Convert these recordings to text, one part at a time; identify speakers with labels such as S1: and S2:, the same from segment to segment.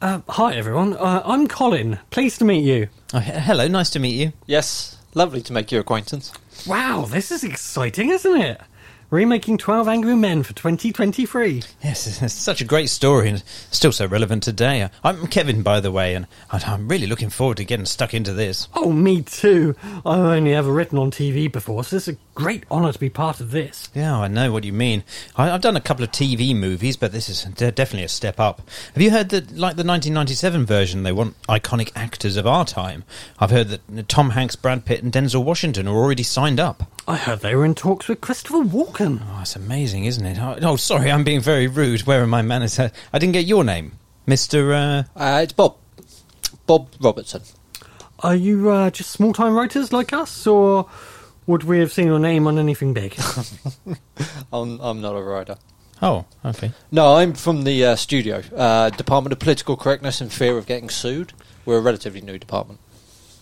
S1: Uh, hi, everyone. Uh, I'm Colin. Pleased to meet you.
S2: Oh, he- hello, nice to meet you.
S3: Yes, lovely to make your acquaintance.
S1: Wow, this is exciting, isn't it? Remaking 12 Angry Men for 2023.
S2: Yes, it's- it's such a great story and still so relevant today. I'm Kevin, by the way, and and I'm really looking forward to getting stuck into this.
S1: Oh, me too. I've only ever written on TV before, so it's a great honour to be part of this.
S2: Yeah, I know what you mean. I, I've done a couple of TV movies, but this is de- definitely a step up. Have you heard that, like the 1997 version, they want iconic actors of our time? I've heard that Tom Hanks, Brad Pitt, and Denzel Washington are already signed up.
S1: I heard they were in talks with Christopher Walken.
S2: Oh, it's amazing, isn't it? Oh, oh, sorry, I'm being very rude. Where are my manners? I I didn't get your name, Mister. Uh...
S3: Uh, it's Bob. Bob Robertson.
S1: Are you uh, just small time writers like us, or would we have seen your name on anything big?
S3: I'm, I'm not a writer.
S2: Oh, okay.
S3: No, I'm from the uh, studio, uh, Department of Political Correctness and Fear of Getting Sued. We're a relatively new department.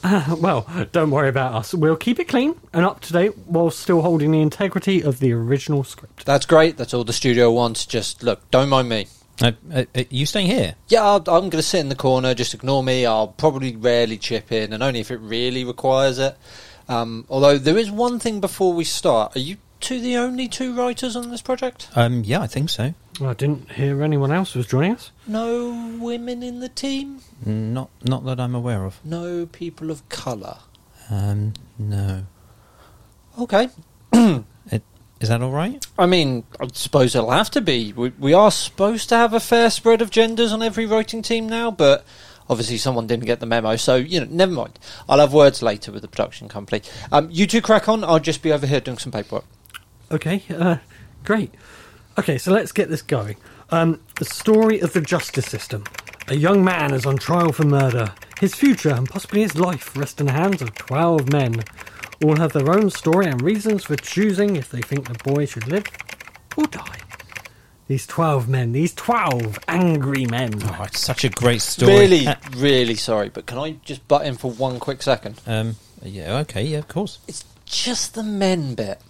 S1: Uh, well, don't worry about us. We'll keep it clean and up to date while still holding the integrity of the original script.
S3: That's great. That's all the studio wants. Just look, don't mind me.
S2: Uh, uh, uh, you staying here?
S3: Yeah, I'll, I'm going to sit in the corner. Just ignore me. I'll probably rarely chip in, and only if it really requires it. Um, although there is one thing before we start. Are you two the only two writers on this project?
S2: Um, yeah, I think so.
S1: I didn't hear anyone else was joining us.
S3: No women in the team.
S2: Not, not that I'm aware of.
S3: No people of colour.
S2: Um, no.
S3: Okay.
S2: It, is that all right?
S3: I mean, I suppose it'll have to be. We, we are supposed to have a fair spread of genders on every writing team now, but obviously someone didn't get the memo, so, you know, never mind. I'll have words later with the production company. Um, you two crack on, I'll just be over here doing some paperwork.
S1: Okay, uh, great. Okay, so let's get this going. Um, the story of the justice system. A young man is on trial for murder. His future and possibly his life rest in the hands of 12 men. All have their own story and reasons for choosing if they think the boy should live or die. These 12 men, these 12 angry men.
S2: Oh, it's such a great story.
S3: Really,
S2: Uh,
S3: really sorry, but can I just butt in for one quick second?
S2: um, yeah. Okay. Yeah. Of course.
S3: It's just the men bit.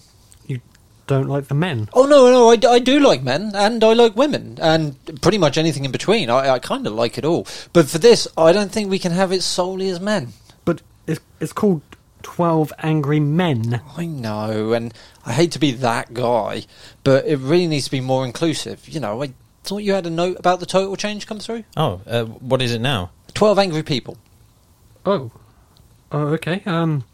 S1: You don't like the men?
S3: Oh, no, no, I, d- I do like men, and I like women, and pretty much anything in between. I, I kind of like it all. But for this, I don't think we can have it solely as men.
S1: But it's, it's called 12 Angry Men.
S3: I know, and I hate to be that guy, but it really needs to be more inclusive. You know, I thought you had a note about the total change come through.
S2: Oh, uh, what is it now?
S3: 12 angry people.
S1: Oh. Oh, okay. Um,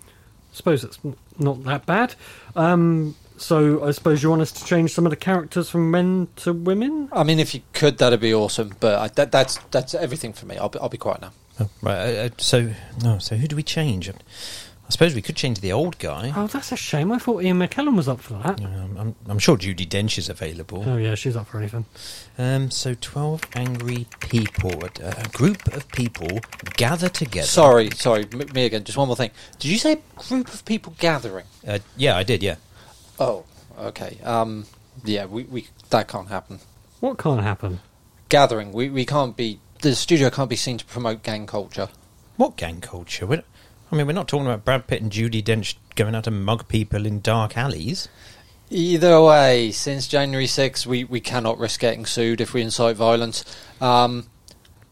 S1: suppose it's n- not that bad. Um, so I suppose you want us to change some of the characters from men to women?
S3: I mean, if you could, that'd be awesome, but I, that, that's that's everything for me. I'll be, I'll be quiet now.
S2: Oh, right. Uh, uh, so, no. So, who do we change? I suppose we could change the old guy.
S1: Oh, that's a shame. I thought Ian McKellen was up for that.
S2: Um, I'm, I'm sure Judy Dench is available.
S1: Oh, yeah, she's up for anything.
S2: Um, so, twelve angry people, a, a group of people gather together.
S3: Sorry, sorry, m- me again. Just one more thing. Did you say group of people gathering?
S2: Uh, yeah, I did. Yeah.
S3: Oh, okay. Um, yeah, we, we that can't happen.
S1: What can't happen?
S3: Gathering, we, we can't be, the studio can't be seen to promote gang culture.
S2: What gang culture? We're, I mean, we're not talking about Brad Pitt and Judy Dench going out to mug people in dark alleys.
S3: Either way, since January 6th, we, we cannot risk getting sued if we incite violence. Um,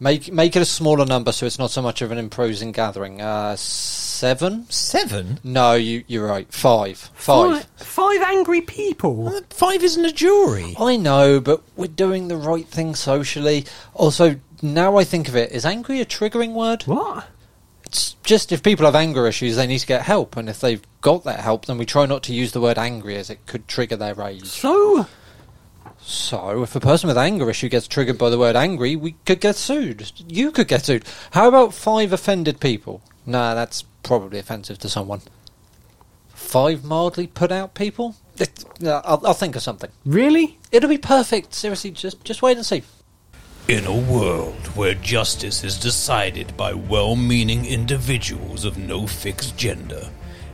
S3: make make it a smaller number so it's not so much of an imposing gathering. Uh, seven?
S2: Seven?
S3: No, you, you're right. Five. Five.
S1: Fi- Five angry people?
S2: Well, Five isn't a jury.
S3: I know, but we're doing the right thing socially. Also, now I think of it, is angry a triggering word?
S1: What?
S3: It's just if people have anger issues, they need to get help, and if they've got that help, then we try not to use the word angry as it could trigger their rage.
S1: So?
S3: So, if a person with anger issue gets triggered by the word angry, we could get sued. You could get sued. How about five offended people? Nah, that's probably offensive to someone. Five mildly put out people? It- nah, I'll, I'll think of something.
S1: Really?
S3: It'll be perfect. Seriously, just just wait and see.
S4: In a world where justice is decided by well meaning individuals of no fixed gender,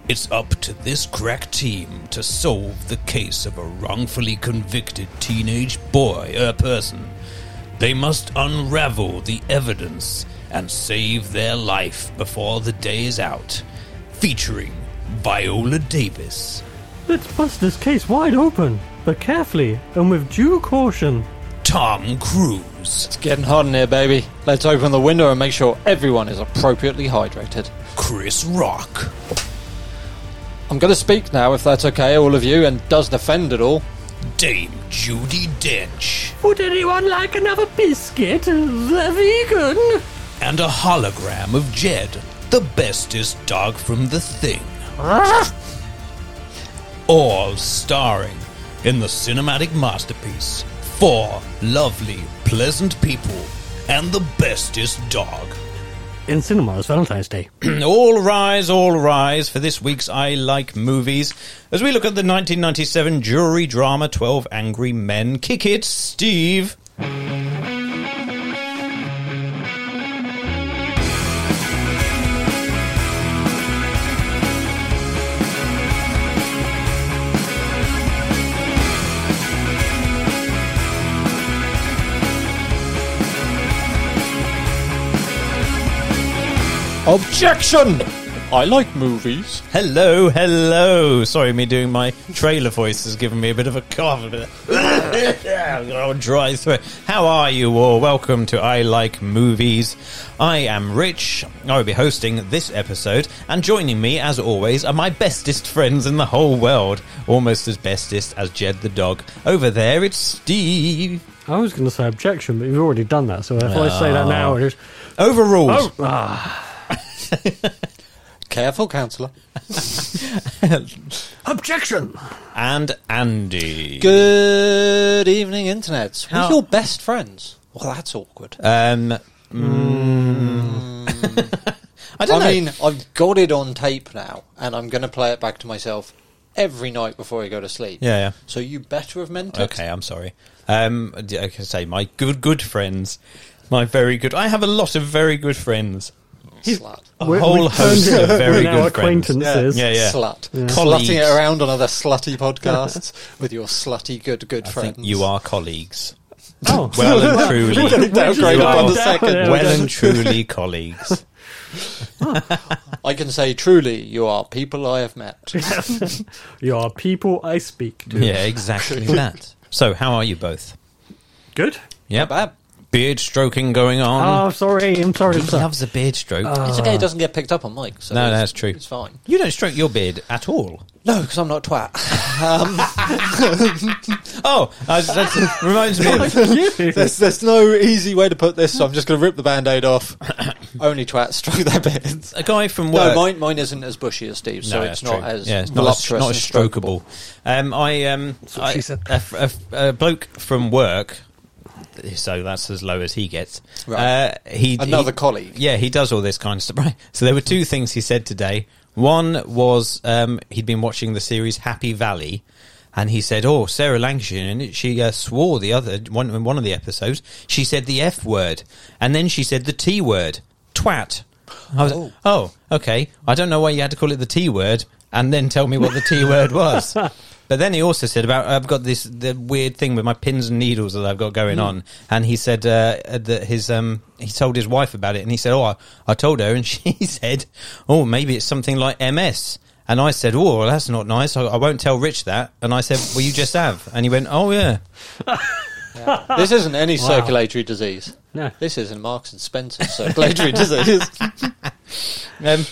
S4: it's up to this crack team to solve the case of a wrongfully convicted teenage boy or person. They must unravel the evidence and save their life before the day is out. Featuring Viola Davis.
S1: Let's bust this case wide open, but carefully and with due caution.
S4: Tom Cruise.
S3: It's getting hot in here, baby. Let's open the window and make sure everyone is appropriately hydrated.
S4: Chris Rock,
S3: I'm going to speak now, if that's okay, all of you, and doesn't offend at all.
S4: Dame Judy Dench,
S1: Would anyone like another biscuit? The vegan.
S4: and a hologram of Jed, the bestest dog from the thing. All starring in the cinematic masterpiece Four Lovely, Pleasant People and the Bestest Dog.
S1: In cinemas, Valentine's Day.
S2: all rise, all rise for this week's I Like Movies as we look at the 1997 jury drama 12 Angry Men. Kick it, Steve.
S3: Objection! I like movies.
S2: Hello, hello. Sorry, me doing my trailer voice has given me a bit of a cough. A bit of oh, dry throat. How are you all? Welcome to I Like Movies. I am Rich. I will be hosting this episode, and joining me, as always, are my bestest friends in the whole world. Almost as bestest as Jed the dog. Over there, it's Steve.
S1: I was going to say objection, but you've already done that. So if I say that
S2: Ah.
S1: now, it is.
S2: Overruled.
S1: Oh, ah,
S3: Careful, counsellor.
S1: objection!
S2: And Andy.
S3: Good evening, internet.
S2: How-
S3: We're your best friends. Well, that's awkward.
S2: Um, I
S3: Mm. I
S2: don't know.
S3: mean, I've got it on tape now, and I'm going to play it back to myself every night before I go to sleep.
S2: Yeah, yeah.
S3: So you better have meant it.
S2: Okay, I'm sorry. Um, d- I can say my good, good friends, my very good. I have a lot of very good friends.
S3: Slut.
S2: A
S1: We're-
S2: whole
S1: we've
S2: host
S1: turned
S2: of
S1: it-
S2: very
S1: we're now
S2: good friends.
S1: acquaintances.
S2: Yeah, yeah.
S3: Slut.
S2: Colleagues.
S3: Slutting it around on other slutty podcasts with your slutty good good
S2: I
S3: friends.
S2: think you are colleagues.
S1: Oh,
S2: Well and truly.
S3: downgrade
S2: up on the
S3: second. Yeah,
S2: well and truly colleagues.
S3: I can say truly, you are people I have met.
S1: and You are people I speak to.
S2: Yeah, exactly that. So, how are you both?
S1: Good.
S2: Yep.
S3: Bab.
S2: Beard stroking going on.
S1: Oh, sorry. I'm sorry.
S2: he
S1: sir.
S2: loves a beard stroke.
S1: Ah.
S3: It's okay, it doesn't get picked up on mic. So
S2: No,
S3: it's-
S2: that's true.
S3: It's fine.
S2: you don't stroke your beard at all.
S3: No, because I'm not a twat.
S2: Oh, uh, that reminds me. Of,
S3: there's, there's no easy way to put this, so I'm just going to rip the band aid off. Only twats stroke their beards.
S2: a guy from work.
S3: No, mine, mine isn't as bushy as Steve's, so
S2: that's
S3: it's not
S2: true.
S3: as
S2: yeah, it's not, as,
S3: voluptuous
S2: not as
S3: and
S2: strokable. Um, I um,
S1: what
S2: I-
S1: she said.
S2: A, f- a f- a bloke from work, so that's as low as he gets.
S3: Right.
S2: Uh, he
S3: Another
S2: he-
S3: colleague.
S2: Yeah, he does all this kind of stuff. Right. So there were two things he said today. One was um, he'd been watching the series Happy Valley. And he said, "Oh, Sarah Lancashire, and she uh, swore the other one in one of the episodes. She said the F word, and then she said the T word, twat." I was, oh. okay. I don't know why you had to call it the T word and then tell me what the T word was. But then he also said about I've got this the weird thing with my pins and needles that I've got going
S3: Hmm.
S2: on, and he said uh, that his um he told his wife about it, and he said, "Oh, I, I told her," and she said, "Oh, maybe it's something like MS." And I said, "Oh, well, that's not nice. I, I won't tell Rich that." And I said, "Well, you just have." And he went, "Oh yeah,
S3: This isn't any circulatory disease.
S1: No.
S3: This isn't Marks and Spencer's circulatory disease.
S2: um,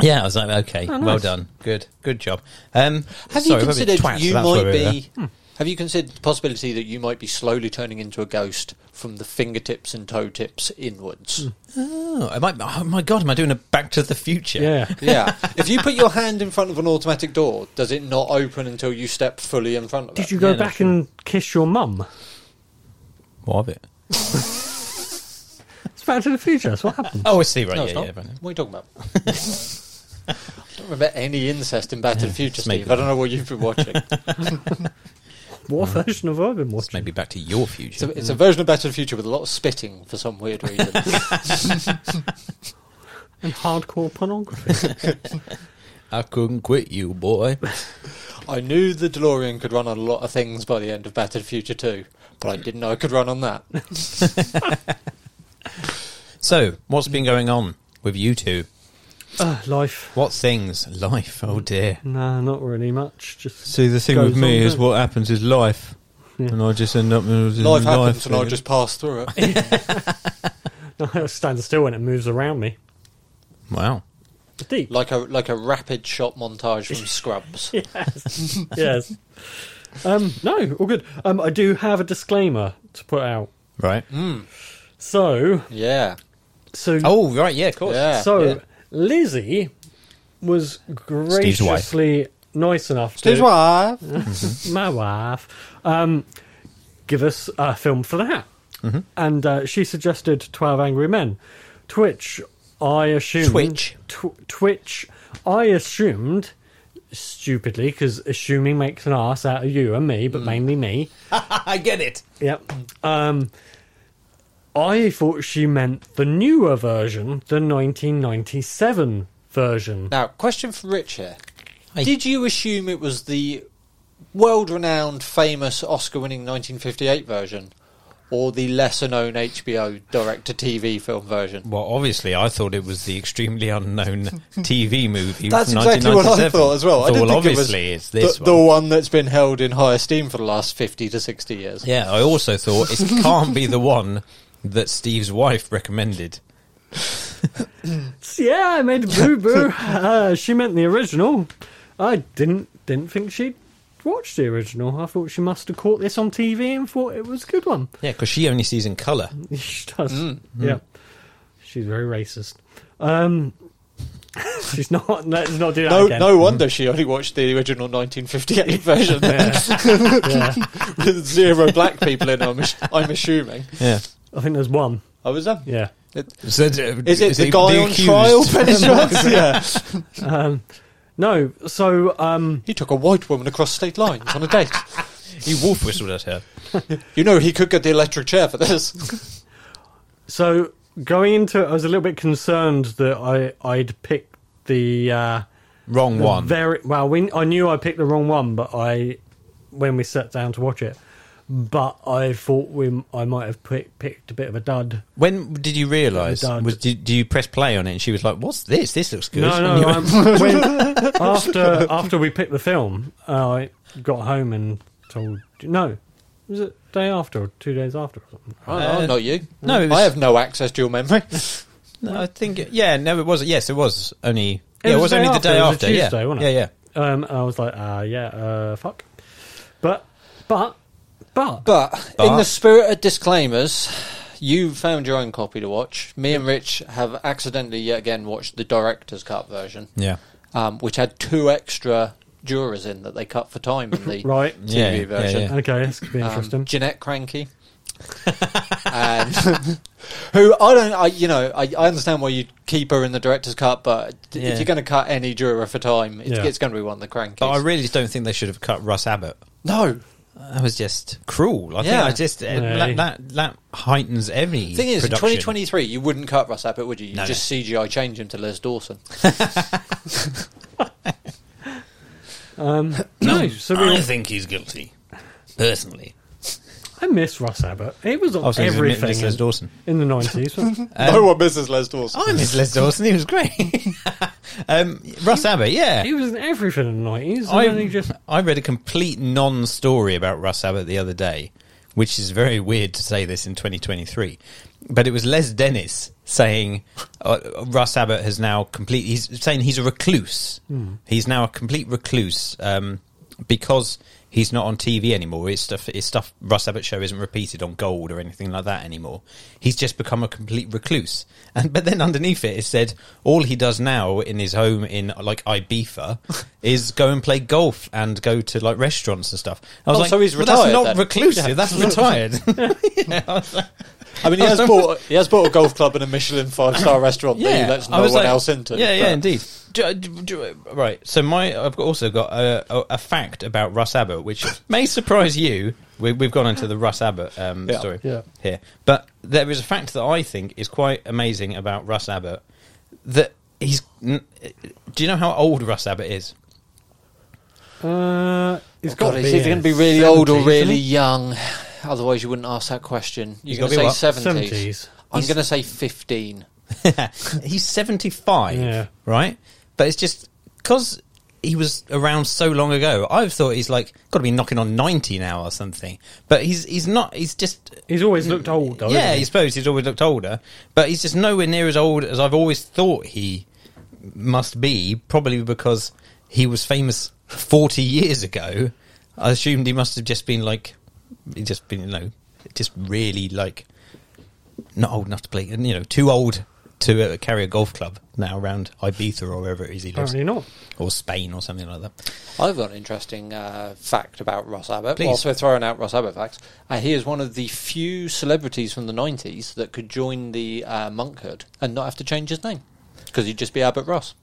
S2: yeah." I was like, "Okay, well done, good, good job." Um,
S3: Oh, Have
S2: sorry,
S3: you
S2: I'm a bit
S3: considered
S2: twat, so
S3: you
S2: that's where
S3: might
S2: we were.
S3: be? Hmm. Have you considered the possibility that you might be slowly turning into a ghost from the fingertips and toe tips inwards?
S2: Oh, am I, oh my god, am I doing a Back to the Future?
S1: Yeah.
S3: Yeah. if you put your hand in front of an automatic door, does it not open until you step fully in front of it?
S1: Did you go
S2: Yeah, that's
S1: back and kiss your mum?
S2: What of it?
S1: It's Back to the Future. That's what happened.
S2: Oh, I see. Right,
S3: No, it's
S2: yeah,
S3: not.
S2: yeah.
S3: What are you talking about? I don't remember any incest in Back to the Future,
S2: just make
S3: Steve.
S2: it
S3: I don't know what you've been watching. it's,
S1: What version have I been
S2: It's
S1: watching?
S2: Maybe back to your future.
S3: a, it's a version of Back to the Future with a lot of spitting for some weird reason.
S1: And hardcore pornography.
S2: I couldn't quit you, boy.
S3: I knew the DeLorean could run on a lot of things by the end of Back to the Future 2, but I didn't know it could run on that.
S2: Mm, So, what's been going on with you two?
S1: uh, life.
S2: What things? Life. Oh dear.
S1: Nah, not really much. Just
S2: See, the thing
S1: Goes with me on, is don't it?
S2: what happens is life. And I just end up with
S3: Life happens and I just pass through it.
S1: I stand still when it moves around me.
S2: Wow.
S1: Deep.
S3: like a like a rapid shot montage from Scrubs.
S1: yes. yes. Um, no, all good. Um, I do have a disclaimer to put out.
S2: Right.
S1: So,
S3: Yeah.
S1: so,
S2: Oh, right. Yeah, of course.
S3: Yeah.
S1: so
S3: yeah.
S1: Lizzie was
S2: Steve's wife.
S1: graciously nice enough.
S3: Steve's
S1: to,
S3: wife.
S1: my wife, um, give us a film for that. And uh, she suggested 12 Angry Men, Twitch, I assumed.
S2: Twitch.
S1: Tw- Twitch, I assumed, stupidly, because assuming makes an ass out of you and me, but mainly me.
S2: I get it.
S1: Yep. Um, I thought she meant the newer version, the 1997 version.
S3: Now, question for Rich here.
S2: Hey.
S3: Did you assume it was the world renowned, famous, Oscar winning 1958 version? Or the lesser known HBO direct to TV film version?
S2: Well, obviously, I thought it was the extremely unknown TV movie.
S3: That's
S2: from
S3: exactly what I
S2: 1997.
S3: thought as well. I
S2: So,
S3: did
S2: well,
S3: think
S2: obviously,
S3: it was
S2: it's this
S3: the, the
S2: one.
S3: one that's been held in high esteem for the last 50 to 60 years.
S2: Yeah, I also thought it can't be the one that Steve's wife recommended.
S1: Yeah, I made a boo boo. uh, she meant the original. I didn't didn't think she'd watched the original. I thought she must have caught this on TV and thought it was a good one.
S2: Yeah, because she only sees in colour.
S1: she does.
S3: Mm,
S1: Yeah, she's very racist. Um, she's not. Let's not do that
S3: No,
S1: again.
S3: no wonder she only watched the original 1958 version
S1: Yeah.
S3: with zero black people in. I'm, I'm assuming.
S2: Yeah.
S1: I think there's one.
S3: I was done.
S1: Yeah.
S2: So, uh,
S3: Is it the
S2: he-
S3: guy on
S2: accused?
S3: trial? Penny Johnson? yeah.
S1: Um, no. So um,
S3: He took a white woman across state lines on a date.
S2: He wolf whistled at her.
S3: You know, he could get the electric chair for this.
S1: so going into it, I was a little bit concerned that I I'd picked the. Uh,
S2: Wrong
S1: the
S2: one.
S1: Very well. We, I knew I picked the wrong one, but I when we sat down to watch it, but I thought we I might have pick, picked a bit of a dud.
S2: When did you realise?
S1: Dud.
S2: Was did, did you press play on it? And she was like, "What's this? This looks good."
S1: No,
S2: And
S1: no.
S2: you went,
S1: I'm, when, after after we picked the film, uh, I got home and told no. Was it day after or two days after? Or something?
S3: Oh,
S2: Uh,
S3: not you.
S2: no, it was-
S3: I have no access to your memory.
S2: no, I think. It, yeah, no, it was. Yes, it was only.
S1: It
S2: yeah, it
S1: was
S2: was
S1: the day
S2: only the
S1: after,
S2: day
S1: it was a
S2: after. yeah.
S1: Tuesday, wasn't
S2: yeah,
S1: it?
S2: yeah.
S1: Um, and I was like, ah, yeah, uh, fuck. But, but, but,
S3: But,
S2: But-
S3: in the spirit of disclaimers, you found your own copy to watch. Me and Rich have accidentally yet again watched the director's cut version,
S2: Yeah.
S3: um, which had two extra jurors in that they cut for time in the
S1: right.
S3: TV
S2: Yeah, yeah,
S3: version.
S2: yeah.
S1: Okay, this could be
S3: Um,
S1: interesting.
S3: Jeanette Cranky. and who I don't, I, you know, I, I understand why you keep her in the director's cut, but d-
S2: Yeah.
S3: if you're going to cut any juror for time, it's,
S1: Yeah.
S3: it's going to be one of the crankies.
S2: But I really don't think they should have cut Russ Abbott.
S3: no,
S2: That was just cruel. I
S3: Yeah.
S2: think I just uh,
S1: Yeah.
S2: that, that that heightens any
S3: The thing is, in
S2: production.
S3: 2023, you wouldn't cut Russ Abbott, would you? You
S2: No,
S3: just CGI change him to Les Dawson.
S1: Um, no, so we
S4: I think he's guilty, personally.
S1: I miss Russ Abbott. He was on
S2: Oh, so he's admitting
S1: everything
S2: it's Les Dawson.
S1: in the nineties.
S3: no one misses Les Dawson.
S2: I miss Les Dawson. He was great. um, Russ Abbott, yeah.
S1: he was in everything in the nineties.
S2: I,
S1: And then he just
S2: I read a complete non story about Russ Abbott the other day, which is very weird to say this in 2023. But it was Les Dennis saying uh, Russ Abbott has now complete. He's saying he's a recluse. He's now a complete recluse um, because he's not on TV anymore. His stuff, his stuff, Russ Abbott show isn't repeated on Gold or anything like that anymore. He's just become a complete recluse. And but then underneath it, it said all he does now in his home in like Ibiza is go and play golf and go to like restaurants and stuff. I was
S3: Oh,
S2: like,
S3: so he's
S2: "Well,
S3: retired
S2: That's not
S3: then."
S2: reclusive. That's retired. yeah, I was like,
S3: I mean, he has bought he has bought a golf club and a Michelin five star restaurant that he lets
S2: I
S3: no one
S2: was like-
S3: else into.
S2: Yeah, yeah, indeed. Do- do- do- right. So my, I've got- also got a, a, a fact about Russ Abbott, which may surprise you. We, we've gone into the Russ Abbott um,
S3: Yeah.
S2: story
S1: Yeah.
S2: here, but there is a fact that I think is quite amazing about Russ Abbott. That he's. n- Do you know how old Russ Abbott is?
S1: uh, he's
S3: Oh,
S1: got
S3: God,
S1: to
S3: he's
S1: be
S3: either
S1: in
S3: going to be
S1: his
S3: really old or
S1: 70s,
S3: really young. Otherwise, you wouldn't ask that question. You're
S2: gotta
S3: going to
S2: be
S3: say
S1: isn't
S3: 70s.
S1: he? 70s.
S3: I'm going to say 15.
S2: he's 75,
S1: Yeah.
S2: right? But it's just because he was around so long ago. I've thought he's like got to be knocking on ninety now or something. But he's he's not. He's just
S1: He's always looked old, though.
S2: yeah.
S1: hasn't
S2: You suppose he's always looked older, but he's just nowhere near as old as I've always thought he must be. Probably because he was famous forty years ago. I assumed he must have just been like he just been you know just really like not old enough to play. You know, too old to uh, carry a golf club now around Ibiza or wherever it is
S3: Oh,
S2: he lives
S1: Apparently not.
S2: or Spain or something like that.
S3: I've got an interesting uh, fact about Ross Abbott.
S2: Please.
S3: Whilst we're throwing out Ross Abbott facts, uh, he is one of the few celebrities from the 90s that could join the uh, monkhood and not have to change his name because he'd just be Abbott Ross.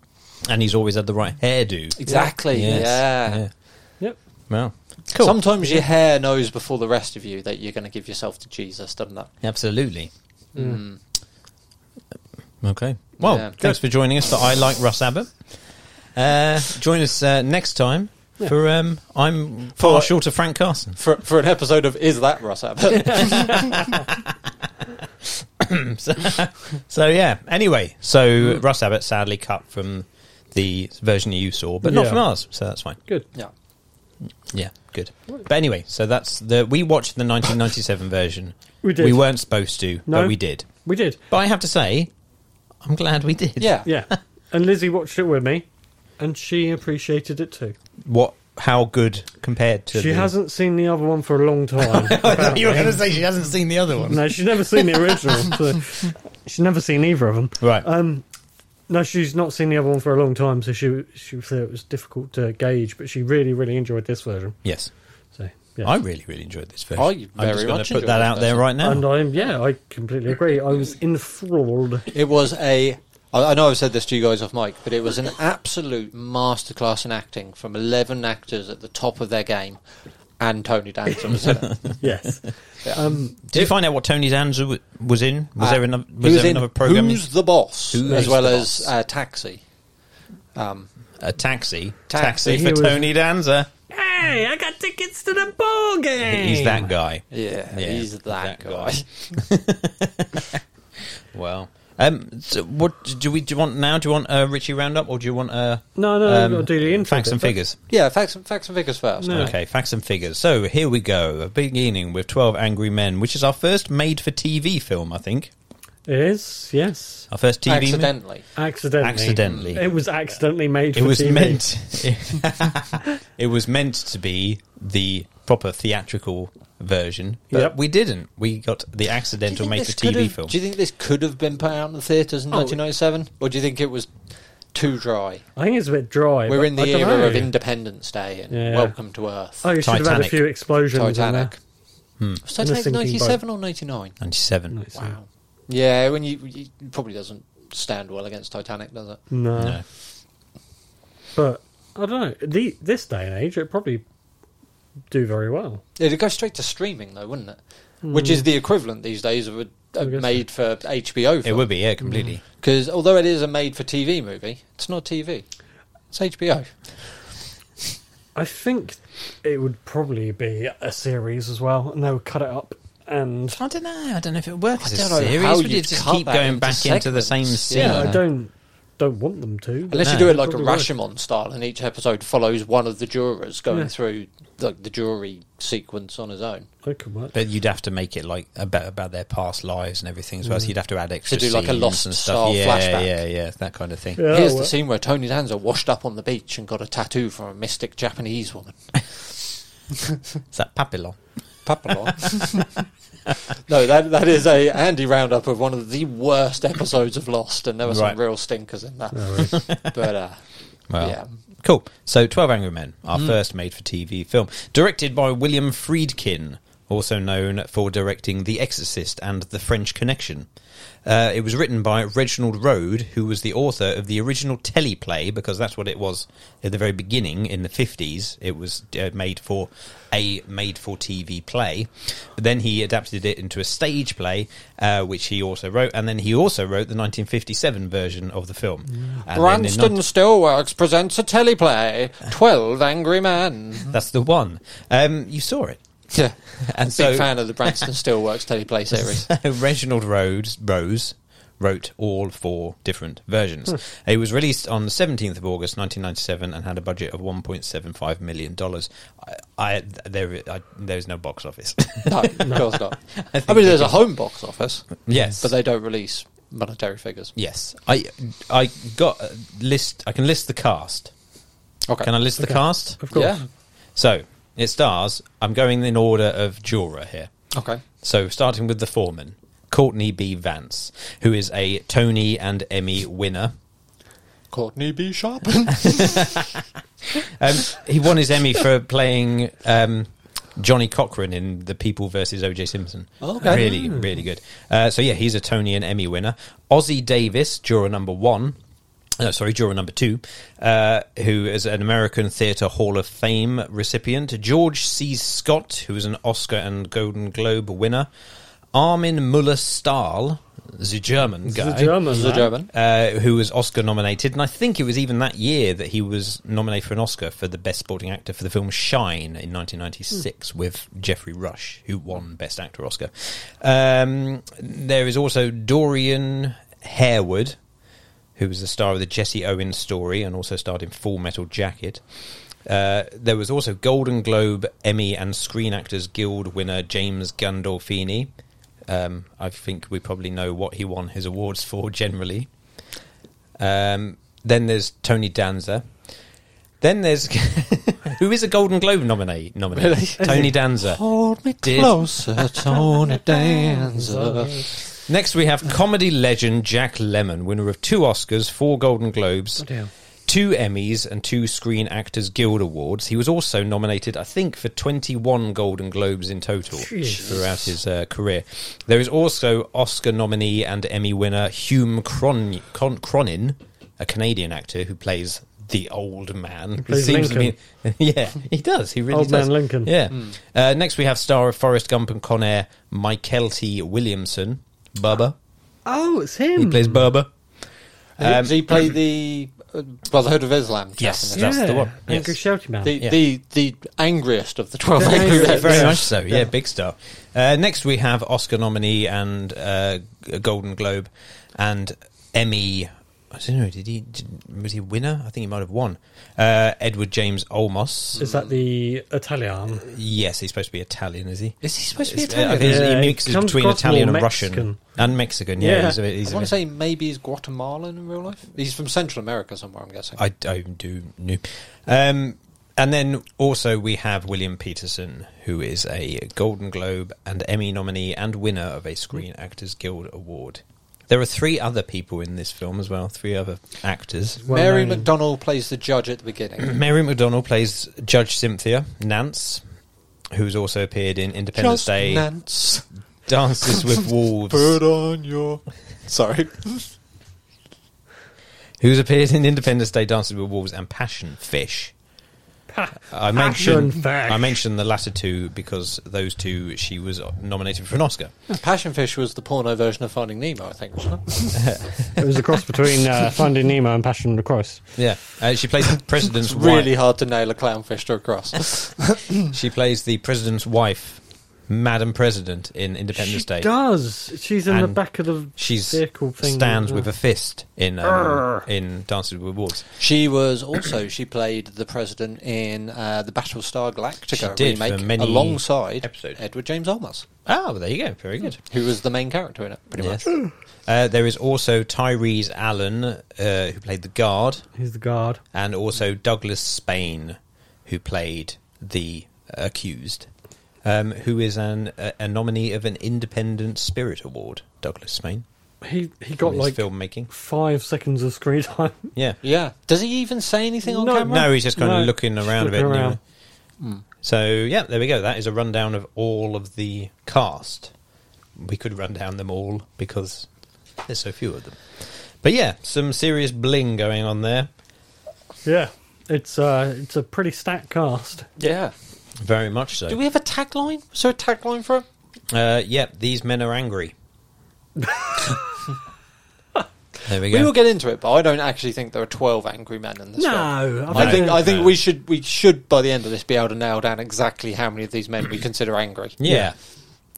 S2: And he's always had the right hairdo.
S3: Exactly.
S2: Yes.
S3: Yeah.
S1: Yep.
S2: Well, cool.
S3: Sometimes your hair knows before the rest of you that you're going to give yourself to Jesus, doesn't that?
S2: Absolutely. Mm. Okay. Well,
S3: Yeah.
S2: thanks for joining us. For I like Russ Abbott. Uh, join us uh, next time for um, I'm far
S3: what?
S2: short of Frank Carson.
S3: For, for an episode of Is That Ross Abbott?
S2: so, so yeah. Anyway,
S1: Mm.
S2: so Russ Abbott sadly cut from the version you saw, but not
S1: Yeah.
S2: from ours. So that's fine.
S1: Good.
S3: yeah.
S2: Yeah, good. But anyway, so that's the we watched the 1997 version.
S1: We did.
S2: We weren't supposed to,
S1: No.
S2: but we did.
S1: We did.
S2: But I have to say, I'm glad we did.
S3: Yeah.
S1: Yeah. and Lizzie watched it with me, and she appreciated it too.
S2: What? How good compared to?
S1: She
S2: the-
S1: hasn't seen the other one for a long time.
S2: I thought you were going to say she hasn't seen the other one.
S1: no, she's never seen the original. So she's never seen either of them.
S2: Right.
S1: Um, no, she's not seen the other one for a long time, so she she thought it was difficult to gauge. But she really, really enjoyed this version.
S2: yes.
S1: So yeah,
S2: I really, really enjoyed this version.
S3: I
S2: I'm just
S3: very
S2: gonna
S3: much
S2: put
S3: enjoyed
S2: that
S3: this
S2: out there
S3: version.
S2: right now.
S1: and I'm yeah, I completely agree. I was enthralled.
S3: It was a. I I know I've said this to you guys off mic, but it was an absolute masterclass in acting from 11 actors at the top of their game, and Tony Danza was in it.
S1: Yes, um,
S2: Did you find out what Tony Danza w- was in? Was
S3: Uh,
S2: there another?
S3: he
S2: Was, there another program?
S3: Who's the Boss?
S2: Who
S3: as
S2: is
S3: well
S2: the
S3: as
S2: Boss?
S3: uh, Taxi. Um,
S2: A taxi.
S3: Taxi.
S2: Taxi,
S1: He
S2: for
S1: was-
S2: Tony Danza.
S1: hey, I got tickets to the ball game.
S2: He's that guy.
S3: yeah,
S2: Yeah,
S3: he's that,
S2: that
S3: guy.
S2: guy. Well, um, so what do we do? You want now? Do you want a Richie roundup or do you want a
S1: No, no, we've got to do the intro
S2: Um, facts
S1: bit
S2: and
S1: first.
S2: figures?
S3: yeah, facts and, facts and figures first.
S1: No.
S2: Okay, facts and figures. So here we go. Beginning with Twelve Angry Men, which is our first made-for-TV film, I think.
S1: It is yes,
S2: Our first TV mo-
S3: Accidentally.
S1: accidentally.
S2: Accidentally.
S1: it was accidentally made.
S2: It
S1: for
S2: was
S1: TV.
S2: meant. it was meant to be the proper theatrical version, but
S1: Yep.
S2: we didn't. We got the
S3: Do you
S2: accidental
S3: think this could
S2: made-for-TV
S3: have-
S2: film.
S3: Do you think this could have been put out in the theatres in
S1: Oh.
S3: 1997? Or do you think it was too dry?
S1: I think it's a bit dry.
S3: We're
S1: but
S3: in the
S1: I don't
S3: era
S1: know.
S3: of Independence Day and
S1: Yeah.
S3: Welcome to Earth.
S1: Oh, you should have had a
S2: Titanic.
S1: few explosions. in there.
S3: Titanic. Hmm.
S1: And
S3: Was
S1: a
S3: Titanic
S1: sinking boat.
S3: 97 or 99?
S2: Ninety-seven.
S1: Nice.
S3: Wow. Yeah, when you, you it probably doesn't stand well against Titanic, does it?
S1: No.
S2: No.
S1: but I don't know. The, this day and age, it probably do very well.
S3: It'd go straight to streaming though, wouldn't it? Which is the equivalent these days of a,
S1: I
S3: a
S1: guess so.
S3: made for HBO
S2: It
S3: film.
S2: would be yeah,
S3: Mm.
S2: completely.
S3: Because although it is a made for TV movie, it's not TV. It's HBO.
S1: I think it would probably be a series as well, and they would cut it up. And
S2: I don't know. I don't know if it would work as a
S3: don't know
S2: series.
S3: how
S2: Would it
S3: you'd
S2: just
S3: cut
S2: keep
S3: that
S2: going
S3: into
S2: back into the same
S3: segments.
S2: scene?
S3: Yeah.
S1: yeah, I
S3: No.
S1: don't don't want them to. but
S3: Uh-huh. Unless you
S2: No.
S3: do it like a
S1: Probably would.
S3: Rashomon style, and each episode follows one of the jurors going
S1: Yeah.
S3: through like the jury sequence on his own.
S1: That could work.
S2: But you'd have to make it like about about their past lives and everything as well. So you'd have to add extra.
S3: Mm. do like a
S2: scenes
S3: Lost
S2: and stuff.
S3: style
S2: yeah,
S3: flashback.
S2: Yeah, yeah, that kind of thing.
S1: Yeah,
S3: Here's
S1: Oh, well,
S3: the scene where Tony Danza washed up on the beach and got a tattoo from a mystic Japanese woman.
S2: It's that papillon.
S3: Papillon. no, that that is a handy roundup of one of the worst episodes of Lost, and there were
S2: Right.
S3: some real stinkers in that.
S1: no worries.
S3: But uh,
S2: Well,
S3: Yeah.
S2: cool. So, Twelve Angry Men, our first made-for-TV film, directed by William Friedkin, also known for directing The Exorcist and The French Connection. Uh, it was written by Reginald Rhode, who was the author of the original teleplay, because that's what it was at the very beginning in the fifties. It was uh, made for a made-for-TV play. But then he adapted it into a stage play, uh, which he also wrote, and then he also wrote the 1957 version of the film. And then in
S3: Branston
S2: 19-
S3: Steelworks presents a teleplay, Twelve Angry Men.
S2: That's the one. Um, you saw it.
S3: Yeah,
S2: And
S3: big
S2: so-
S3: fan of the Branston Steelworks teleplay series.
S2: Reginald Rhodes, Rose, wrote all four different versions. It was released on the 17th of August 1997 and had a budget of 1.75 million dollars. I, I there I, there's no box office.
S3: No, of course not. I,
S2: think
S3: mean, there's
S2: they
S3: a home box office,
S2: yes.
S3: but they don't release monetary figures.
S2: yes. I I got a list I can list the cast.
S3: Okay.
S2: Can I list the
S1: Okay.
S2: cast?
S1: Of course.
S3: Yeah.
S2: So, it stars I'm going in order of Jura here.
S3: Okay.
S2: So, starting with the foreman, Courtney B. Vance, who is a Tony and Emmy winner.
S3: Courtney B. Sharpen.
S2: Um, he won his Emmy for playing um, Johnny Cochran in The People versus O.J. Simpson.
S3: Okay. Hmm.
S2: Really, really good. Uh, so, yeah, he's a Tony and Emmy winner. Ozzy Davis, juror number one. No, sorry, juror number two, uh, who is an American Theatre Hall of Fame recipient. George C. Scott, who is an Oscar and Golden Globe winner. Armin Muller-Stahl, the German guy
S1: The German.
S3: This is a
S1: man.
S3: German.
S2: uh, who was Oscar nominated, and I think it was even that year that he was nominated for an Oscar for the best supporting actor for the film Shine in 1996 with Jeffrey Rush, who won Best Actor Oscar. Um, there is also Dorian Harewood, who was the star of the Jesse Owens story and also starred in Full Metal Jacket. Uh, there was also Golden Globe, Emmy, and Screen Actors Guild winner James Gandolfini. Um, I think we probably know what he won his awards for generally. Um, then there's Tony Danza. Then there's who is a Golden Globe nominee? Nominee Tony Danza.
S3: Hold me
S2: Did-
S3: closer, Tony Danza.
S2: Next we have comedy legend Jack Lemmon, winner of two Oscars, four Golden Globes,
S1: Goddamn.
S2: two Emmys, and two Screen Actors Guild Awards. He was also nominated, I think, for 21 Golden Globes in total
S1: Jeez.
S2: throughout his uh, career. There is also Oscar nominee and Emmy winner Hume Cron- Con- Cronin, a Canadian actor who plays the old man.
S1: plays
S2: to be, yeah, he does. He really
S1: Old
S2: does.
S1: man Lincoln.
S2: Yeah. Uh, next, we have star of Forrest Gump and Con Air, Michael T. Williamson, Bubba.
S1: Oh, it's him.
S2: He plays Bubba. Um,
S3: Does he play the uh, Brotherhood of Islam? chap
S2: Yes.
S3: in
S1: yeah.
S3: the-
S2: That's the one.
S1: Angry
S2: Yes.
S1: Shouty Man.
S3: The,
S2: Yeah.
S3: the the angriest of the twelve
S1: Yeah,
S3: angry
S1: yeah,
S3: men.
S2: very
S1: yeah.
S2: much so. Yeah,
S1: Yeah.
S2: big star. Uh, next, we have Oscar nominee and uh, G- Golden Globe and Emmy. I don't know. Did he did, was he a winner? I think he might have won. Uh, Edward James Olmos.
S1: Is that the Italian?
S2: Yes, he's supposed to be Italian, is he?
S3: Is he supposed
S2: It's- uh, I think
S1: Yeah,
S2: he
S1: he
S2: mixes
S1: comes
S2: between
S1: across
S2: Italian
S1: more
S2: and Russian
S1: Mexican.
S2: and Mexican. Yeah,
S1: Yeah.
S2: he's a, bit- he's
S3: I
S2: a
S3: want to
S2: bit-
S3: say maybe he's Guatemalan in real life. He's from Central America somewhere. I'm guessing.
S2: I don't do new. Um, and then also we have William Peterson, who is a Golden Globe and Emmy nominee and winner of a Screen Actors Guild Award. There are three other people in this film as well, three other actors.
S1: well
S3: Mary
S1: known.
S3: McDonnell plays the judge at the beginning.
S2: Mary McDonnell plays Judge Cynthia Nance, who's also appeared in Independence
S3: Just
S2: Day,
S3: Nance.
S2: Dances with Wolves,
S3: Put on your. Sorry.
S2: who's appeared in Independence Day, Dances with Wolves, and Passion Fish. I
S1: Passion
S2: mentioned
S1: Fish.
S2: I mentioned the latter two because those two she was nominated for an Oscar.
S3: Passion Fish was the porno version of Finding Nemo, I think, wasn't it?
S1: It was a cross between uh, Finding Nemo and Passion of the Christ.
S2: Yeah, uh, she plays the president's
S3: It's really
S2: wife.
S3: hard to nail a clownfish to a cross.
S2: She plays the president's wife, Madam President, in Independence Day.
S1: does. She's in the
S2: And
S1: back of the
S2: She's
S1: vehicle thing.
S2: stands
S1: uh,
S2: with a fist in um,
S1: Arr.
S2: in Dances with Wolves.
S3: she was also she played the president in uh, the Battlestar Galactica
S2: She did for
S3: remake
S2: many
S3: alongside
S2: episodes.
S3: Edward James Olmos,
S2: Ah, well, there you go. Very good.
S3: who was the main character in it, pretty much.
S2: Yes.
S1: Hmm.
S2: Uh, there is also Tyrese Allen, uh, who played the guard,
S1: He's the guard.
S2: and also Douglas Spain, who played the accused, um, who is an, a, a nominee of an Independent Spirit Award. Douglas Spain,
S1: He he
S2: for
S1: got
S2: his
S1: like
S2: filmmaking.
S1: five seconds of screen time.
S2: Yeah,
S3: Yeah. Does he even say anything on
S1: No,
S3: camera?
S2: no, he's just kind
S1: No,
S2: of looking
S1: just
S2: around a bit.
S1: looking
S2: you know.
S1: around.
S2: So yeah, there we go. That is a rundown of all of the cast. We could run down them all because there's so few of them. But yeah, some serious bling going on there.
S1: Yeah, it's uh it's a pretty stacked cast.
S3: Yeah.
S2: Very much so.
S3: Do we have a tagline? Is there a tagline for it?
S2: Uh, yeah, these men are angry. there we go.
S3: We will get into it, but I don't actually think there are twelve angry men in this film.
S1: No,
S3: I think I think
S2: No.
S3: we should we should by the end of this be able to nail down exactly how many of these men we consider angry.
S2: yeah.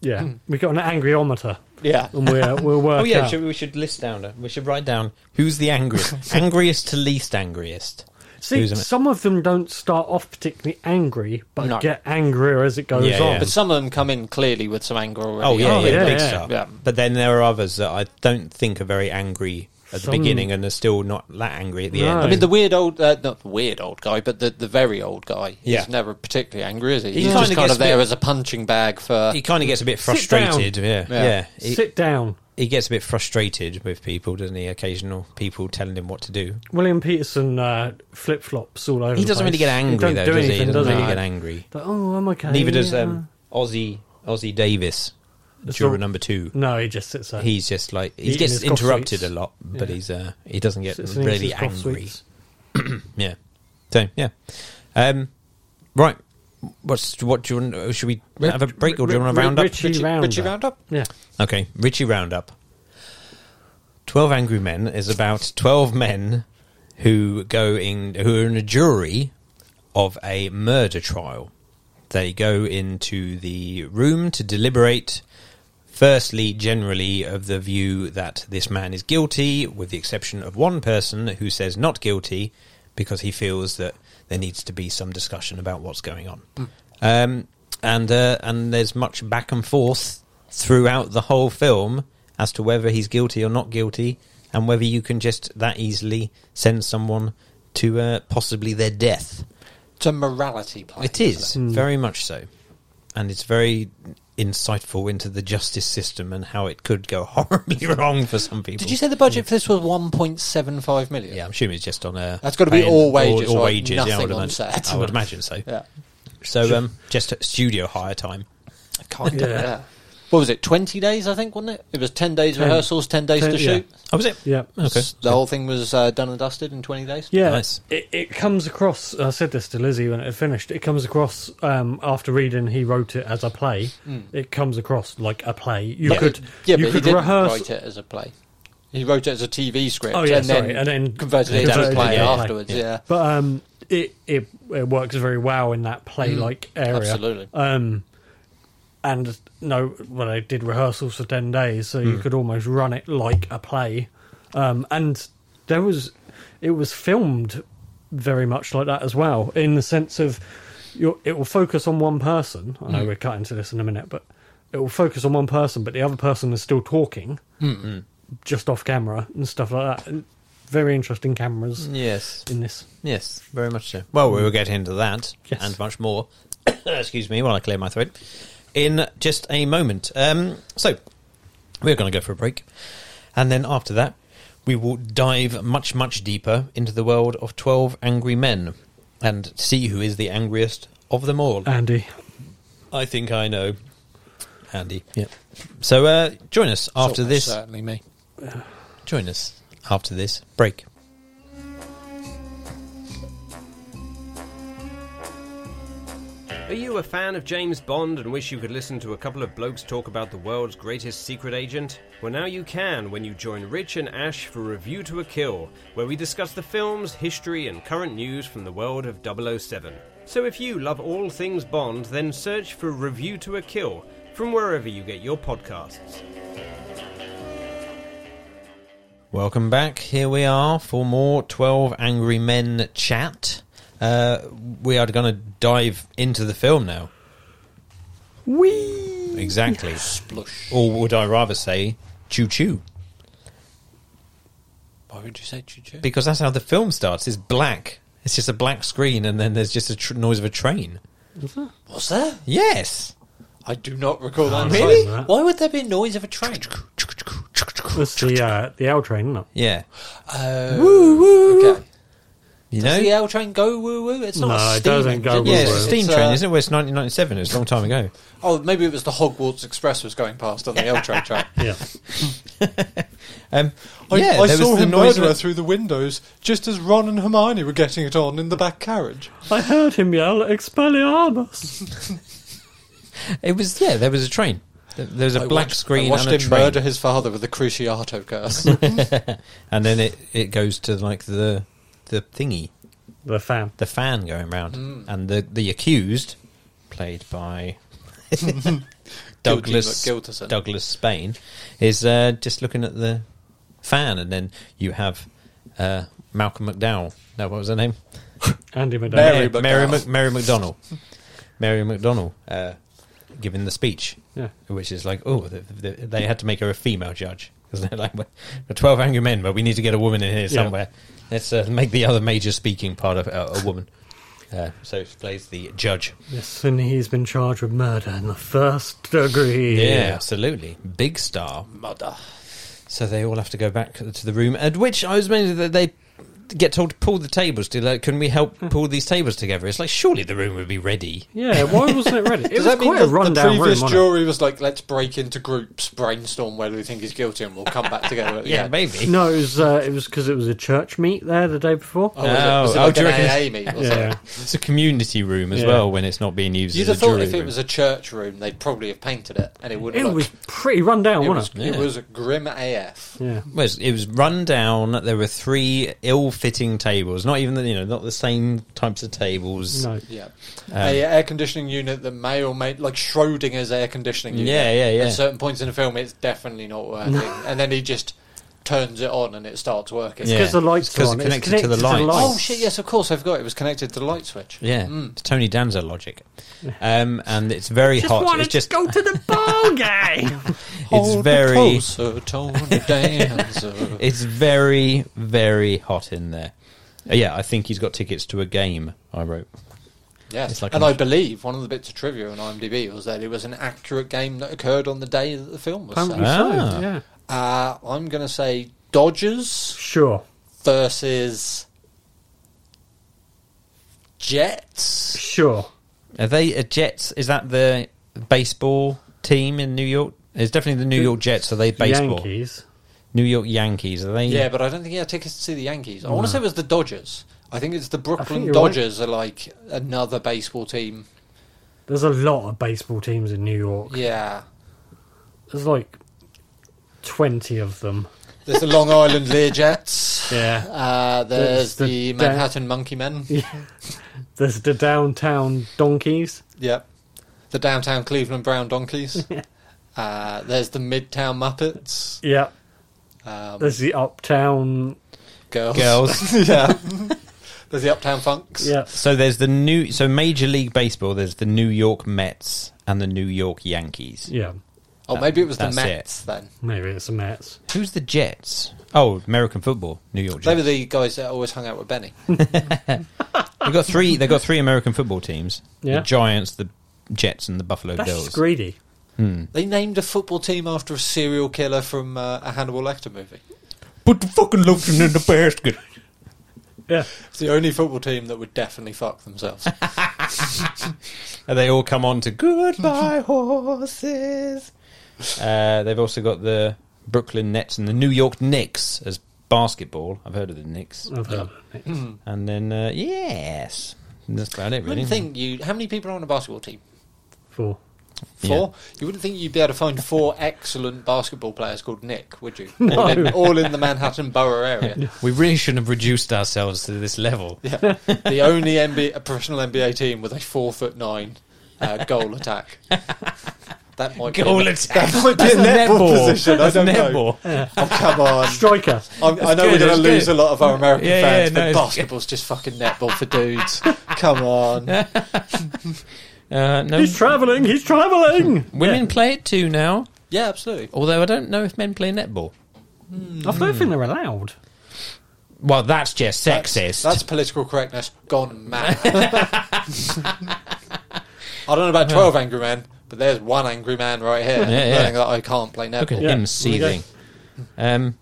S1: Yeah, we got an angryometer,
S2: Yeah.
S1: and we're we'll work
S2: Oh yeah,
S1: out.
S2: should, we- we should list down. We should write down who's the angriest, angriest to least angriest.
S1: See,
S2: who's in it?
S1: some of them don't start off particularly angry, but
S3: No.
S1: get angrier as it goes
S2: Yeah,
S1: on.
S2: yeah.
S3: But some of them come in clearly with some anger already.
S2: Oh yeah,
S1: Oh,
S2: yeah,
S1: yeah,
S2: big
S1: yeah.
S2: stuff.
S3: Yeah.
S2: But then there are others that I don't think are very angry at
S1: Some-
S2: the beginning and are still not that angry at the
S1: No.
S2: end.
S1: I
S3: I mean, the weird old, uh, not the weird old guy, but the, the very old guy. He's
S2: Yeah.
S3: never particularly angry, is he? He's
S2: kinda
S3: just kind
S2: gets
S3: of there
S2: a bit-
S3: as a punching bag for.
S2: he kind of gets a bit
S1: Sit down.
S2: frustrated. Yeah, yeah.
S3: Yeah.
S2: He,
S1: Sit down.
S2: he gets a bit frustrated with people, doesn't he? Occasional people telling him what to do.
S1: William Peterson uh, flip flops all over.
S2: He
S1: the
S2: doesn't
S1: place.
S2: really get
S1: He
S2: angry
S1: don't
S2: though,
S1: do
S2: does he? He
S1: anything,
S2: doesn't
S1: does he?
S2: really get angry.
S1: But, oh, I'm okay.
S2: Neither does
S1: yeah.
S2: um, Ozzy Ozzy Davis,
S1: That's
S2: juror
S1: all-
S2: number two.
S1: No, he just sits there.
S2: He's just like he
S1: Eating
S2: gets
S1: his cough
S2: interrupted
S1: sweets.
S2: a lot, but
S1: Yeah.
S2: he's uh, he doesn't get
S1: Sits and eats
S2: really
S1: his cough
S2: angry.
S1: sweets.
S2: Yeah. So yeah. Um, right. What's what do you want? Should we have a break or do you want to
S1: Ri-
S2: round up?
S1: Richie Roundup.
S3: Richie Roundup?
S1: Yeah.
S2: Okay, Richie Roundup. Twelve Angry Men is about twelve men who go in who are in a jury of a murder trial. They go into the room to deliberate. Firstly, generally of the view that this man is guilty, with the exception of one person who says not guilty because he feels that there needs to be some discussion about what's going on. Um, and uh, and there's much back and forth throughout the whole film as to whether he's guilty or not guilty, and whether you can just that easily send someone to uh, possibly their death.
S3: It's a morality play.
S2: It
S3: isn't
S2: is very much so, and it's very insightful into the justice system and how it could go horribly wrong for some people.
S3: Did you say the budget for this was 1.75 million?
S2: Yeah, I'm assuming it's just on a.
S3: That's gotta be
S2: paying-
S3: all wages,
S2: All, all
S3: right?
S2: wages. yeah, I
S3: Nothing
S2: would
S3: on
S2: imagine.
S3: set.
S2: I would imagine so.
S3: Yeah.
S2: So, um, just studio hire time.
S3: Kind of,
S1: Yeah.
S3: yeah. What was it, 20 days, I think, wasn't it? It was 10 days rehearsals, 10 days
S1: Ten-
S3: to
S1: yeah.
S3: shoot.
S2: Oh, was it?
S1: Yeah.
S2: Okay.
S3: The whole thing was uh, done and dusted in 20 days.
S1: Yeah,
S2: Nice.
S1: it, it comes across. I said this to Lizzie when it finished. It comes across um, after reading. He wrote it as a play. It comes across like a play. You
S3: But-
S1: could,
S3: Mm. yeah,
S1: you
S3: but
S1: could
S3: he didn't
S1: rehearse.
S3: write it as a play. He wrote it as a TV script
S1: Oh, yeah,
S3: and,
S1: sorry,
S3: then
S1: and then
S3: converted it
S1: converted
S3: into
S1: it
S3: a play
S1: into a play.
S3: afterwards.
S2: Yeah.
S3: Yeah.
S1: But um, it, it it works very well in that play-like area.
S3: absolutely.
S1: Um, and no, well, they did rehearsals for ten days, so you could almost run it like a play. Um, and there was, it was filmed very much like that as well, in the sense of, you're, it will focus on one person. I know we're cutting to this in a minute, but it will focus on one person, but the other person is still talking, just off camera and stuff like that. And very interesting cameras
S2: Yes.
S1: in this.
S2: Yes, very much so. Well, we will get into that
S1: Yes.
S2: and much more. Excuse me while I clear my throat. In just a moment. Um, so, we're going to go for a break. And then after that, we will dive much, much deeper into the world of 12 Angry Men and see who is the angriest of them all.
S1: Andy,
S2: I think I know. Andy. Yeah. So, uh, join us after
S3: Almost
S2: this.
S3: certainly me.
S2: Join us after this break.
S5: Are you a fan of James Bond and wish you could listen to a couple of blokes talk about the world's greatest secret agent? Well, now you can when you join Rich and Ash for Review to a Kill, where we discuss the films, history, and current news from the world of 007. So if you love all things Bond, then search for Review to a Kill from wherever you get your podcasts.
S2: Welcome back. Here we are for more 12 Angry Men chat. Uh, we are going to dive into the film now.
S1: we
S2: Exactly. Or would I rather say choo choo?
S3: Why would you say choo-choo?
S2: Because that's how the film starts. It's black. It's just a black screen, and then there's just a tr- noise of a train.
S3: Was there?
S2: Yes.
S3: I do not recall that.
S2: Really?
S3: incident. Why would there be noise of a train?
S1: That's the uh, the L train, isn't it?
S2: Yeah.
S3: Oh, woo woo. Okay.
S2: You know?
S3: Does the
S2: Yeah,
S3: L train go woo woo? It's not
S1: No,
S3: a
S1: it
S3: steam
S1: doesn't
S3: engine,
S1: go
S3: is
S1: woo-woo.
S3: it?
S2: it's a steam
S3: It's,
S2: train,
S3: uh,
S2: isn't it? Well, it's 1997. It was a long time ago.
S3: Oh, maybe it was the Hogwarts Express was going past on the L train track.
S1: Yeah.
S2: Um, yeah, there was the noise of a-
S3: through the windows just as Ron and Hermione were getting it on in the back carriage.
S1: I heard him yell, Expelliarmus!
S2: It was, yeah, there was a train. There there was a
S3: I
S2: black
S3: watched-
S2: screen
S3: I watched
S2: and a
S3: him
S2: train.
S3: murder his father with the Cruciato curse.
S2: and then it, it goes to like the the thingy,
S1: The fan.
S2: the fan going round, and the the accused, played by Douglas
S3: Guilty, but Gilderson.
S2: Douglas Spain is uh, just looking at the fan, and then you have uh, Malcolm McDowell. No, what was her name?
S1: Andy Madonna.
S2: Mary
S3: Mary McDowell.
S2: Mary, Mc- Mary McDonnell. Mary McDonnell uh, giving the speech,
S1: Yeah.
S2: which is like, oh, they, they, they had to make her a female judge because they're like, we're we're twelve angry men, but we need to get a woman in here somewhere. Let's uh, make the other major speaking part of uh, a woman. Uh, so she plays the judge.
S1: Yes, and he's been charged with murder in the first degree.
S2: Yeah, absolutely, big star.
S3: Mother.
S2: So they all have to go back to the room. At which I was meant that they get told to pull the tables. To like, can we help pull these tables together? It's like surely the room would be ready.
S1: Yeah, why wasn't it ready? It
S3: Does
S1: was
S3: that mean
S1: quite a
S3: the, the
S1: rundown room.
S3: previous
S1: wasn't it?
S3: jury was like, let's break into groups, brainstorm whether we think he's guilty, and we'll come back together at the
S2: Yeah,
S3: end?
S2: maybe.
S1: No, it was uh, it was because it was a church meet there the day before.
S3: Oh, was it, was it
S2: Oh,
S3: like
S2: oh, do you
S3: an
S2: reckon
S3: AA meet or something?
S1: yeah,
S2: It's a community room as
S1: Yeah.
S2: well when it's not being used
S3: You'd
S2: as
S3: have
S2: a
S3: thought
S2: jury
S3: if it
S2: room.
S3: was a church room, they'd probably have painted it, and it wouldn't
S1: it
S3: look...
S1: was pretty rundown,
S3: it, was,
S1: wasn't
S2: wasn't it?
S3: it
S2: Yeah.
S3: was grim
S1: it?
S3: AF.
S1: Yeah.
S2: Well, it's- it was run down. There were three ill-fitting tables. Not even the, you know, not the same types of tables.
S1: No.
S3: Yeah.
S2: Um,
S3: a air conditioning unit that may or may... Like Schrodinger's air conditioning unit.
S2: Yeah, yeah, yeah.
S3: At certain points in the film, it's definitely not working. and then he just turns it on and it starts working.
S2: Yeah.
S1: Because the lights
S2: It's
S1: are
S2: 'cause
S1: on.
S2: it
S1: It's
S2: connected to the lights.
S3: Oh, shit, yes, of course, I forgot it was connected to the light switch.
S2: Yeah, it's Tony Danza logic, um, and it's very
S1: Just
S2: hot.
S1: wanted
S2: It's just
S1: to go to the ball game.
S2: it's very
S3: Closer, Tony Danza.
S2: it's very very hot in there. Uh, Yeah, I think he's got tickets to a game. I wrote. It's
S3: Yes,
S2: like
S3: and
S2: a-
S3: I believe one of the bits of trivia on IMDb was that it was an accurate game that occurred on the day that the film was
S1: Apparently
S3: set.
S1: so.
S2: Ah.
S1: Yeah.
S3: Uh, I'm going to say Dodgers
S1: Sure.
S3: versus Jets.
S1: Sure.
S2: Are they uh, Jets? Is that the baseball team in New York? It's definitely the New York Jets. Are they baseball?
S1: Yankees.
S2: New York Yankees. Are they?
S3: Yeah, but I don't think he had tickets to see the Yankees. I want to say it was the Dodgers. I think it's the Brooklyn
S1: you're right.
S3: Dodgers are like another baseball team.
S1: There's a lot of baseball teams in New York.
S3: Yeah.
S1: There's like twenty of them.
S3: There's the Long Island Lear Jets.
S1: Yeah.
S3: Uh, there's
S1: There's the
S3: the,
S1: Dan-
S3: Manhattan Monkey Men.
S1: There's the downtown donkeys.
S3: Yep. The downtown Cleveland Brown Donkeys. uh, there's the Midtown Muppets.
S1: Yeah.
S3: Um,
S1: There's the uptown.
S3: girls.
S2: girls.
S3: yeah. there's the Uptown Funks.
S1: Yeah.
S2: so there's the new. So Major League Baseball. There's the New York Mets and the New York Yankees.
S1: Yeah.
S3: Oh, maybe it was the
S2: That's
S3: Mets then.
S1: Maybe it's the Mets.
S2: Who's the Jets? Oh, American football. New York
S3: They were
S2: Jets.
S3: the guys that always hung out with Benny.
S2: They've got three. They've got three American football teams.
S1: Yeah.
S2: The Giants, the Jets, and the Buffalo
S1: That's
S2: Bills.
S1: just greedy.
S3: They named a football team after a serial killer from uh, a Hannibal Lecter movie.
S2: Put the fucking lotion in the basket.
S1: Yeah.
S3: It's the only football team that would definitely fuck themselves.
S2: And they all come on to Goodbye Horses. Uh, they've also got the Brooklyn Nets and the New York Knicks as basketball. I've heard of the Knicks.
S3: Oh.
S1: I've heard of it.
S2: And then, uh, yes. That's about it,
S3: you
S2: really.
S3: wouldn't think you. How many people are on a basketball team?
S1: Four.
S3: Four. You wouldn't think you'd be able to find four excellent basketball players called Nick, would you? All, in, all in the Manhattan borough area.
S2: We really shouldn't have reduced ourselves to this level.
S3: Yeah. The only NBA, a professional NBA team with a four foot nine uh, goal attack. That might
S2: Goal
S3: be
S2: attack.
S3: That might be
S2: That's
S3: a netball,
S2: netball.
S3: position. I
S2: That's
S3: don't know.
S2: netball.
S3: Oh, come on.
S1: Striker.
S3: I'm, I
S2: That's
S3: know
S2: good,
S3: we're going to
S2: that's
S3: lose
S2: good.
S3: a lot of our American
S2: Yeah,
S3: fans,
S2: yeah,
S3: but
S2: no, it's-
S3: basketball's just fucking netball for dudes. Come on.
S2: Uh, no,
S1: He's travelling. He's travelling.
S2: women play it too now.
S3: Yeah, absolutely.
S2: Although I don't know if men play netball.
S1: I don't think they're allowed.
S2: Well, that's just
S3: That's-
S2: sexist.
S3: That's political correctness gone mad. I don't know about 12 angry men, but there's one angry man right here
S2: yeah.
S3: learning that I can't play netball.
S2: Look at
S1: Yeah.
S2: him seething. Um,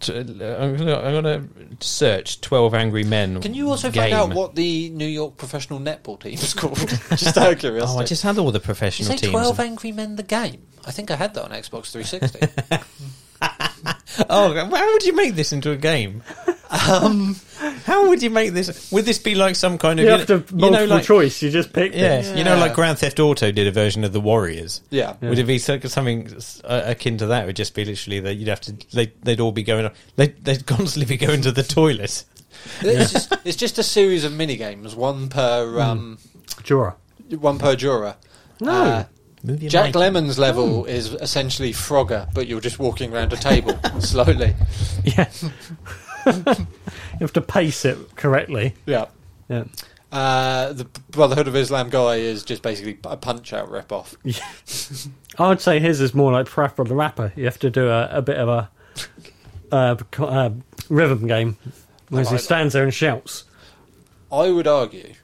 S2: t- I'm gonna, I'm gonna search Twelve Angry Men.
S3: Can you also
S2: game.
S3: find out what the New York professional netball team is called? just out of curiosity.
S2: Oh, I just had all the
S3: you
S2: professional
S3: say
S2: teams.
S3: 12 Angry Men the game? I think I had that on Xbox 360.
S2: oh, how would you make this into a game? Um, how would you make this? Would this be like some kind of
S1: You have to
S2: you
S1: multiple
S2: know, like,
S1: choice. You just pick.
S2: Yeah,
S1: things.
S2: you know,
S3: Yeah.
S2: like Grand Theft Auto did a version of the Warriors.
S3: yeah.
S2: Would it be so- something s- uh, akin to that? It would just be literally that you'd have to. They, they'd all be going. They'd, they'd constantly be going to the toilet.
S3: It's, just, it's just a series of mini games, one per um,
S1: Jura.
S3: one per juror.
S1: No.
S3: Uh,
S2: Movie
S3: Jack
S2: making.
S3: Lemon's level is essentially Frogger, but you're just walking around a table slowly.
S1: Yeah. you have to pace it correctly.
S3: Yeah.
S1: Yeah.
S3: Uh, the Brotherhood of Islam guy is just basically a punch out rip off.
S1: I would say his is more like Parappa the Rapper. You have to do a, a bit of a uh, co- uh, rhythm game. Whereas he
S3: Right.
S1: stands there and shouts.
S3: I would argue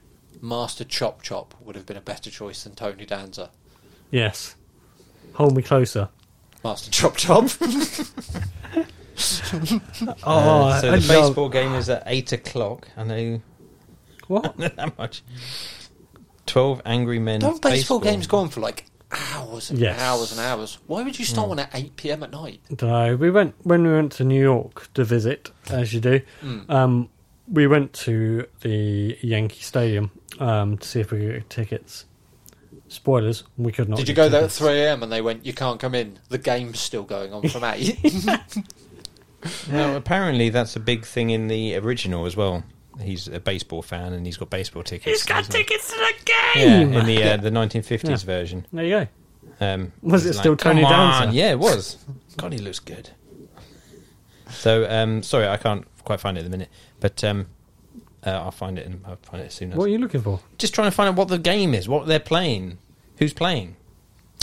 S3: Master Chop Chop would have been a better choice than Tony Danza.
S1: Yes. Hold me closer.
S3: Master Chop Chop.
S1: Oh,
S2: Uh,
S1: I
S2: so the
S1: love-
S2: baseball game is at eight o'clock. I know
S1: What?
S2: that much. Twelve Angry Men.
S3: Don't baseball, games go on for like hours and
S1: Yes.
S3: hours and hours? Why would you start
S2: Mm.
S3: one at 8 pm at night?
S1: No, we went when we went to New York to visit, as you do.
S2: Hmm.
S1: Um, we went to the Yankee Stadium um, to see if we could get tickets. Spoilers: we could not.
S3: Did
S1: get
S3: you go there at
S1: tickets.
S3: 3 am and they went, you can't come in? The game's still going on from 8.
S2: Now, apparently, that's a big thing in the original as well. He's a baseball fan and he's got baseball tickets.
S1: He's got
S2: isn't he?
S1: tickets to the
S2: Yeah,
S1: game.
S2: in the uh, the 1950s version.
S1: There you go.
S2: Um,
S1: Was
S2: he's
S1: it still Tony
S2: "Come
S1: Danza?"
S2: on." Yeah, it was. God, he looks good. So, um, sorry, I can't quite find it at the minute, but um, uh, I'll find it and I'll find it soon.
S1: What are you looking for?
S2: Just trying to find out what the game is, what they're playing, who's playing.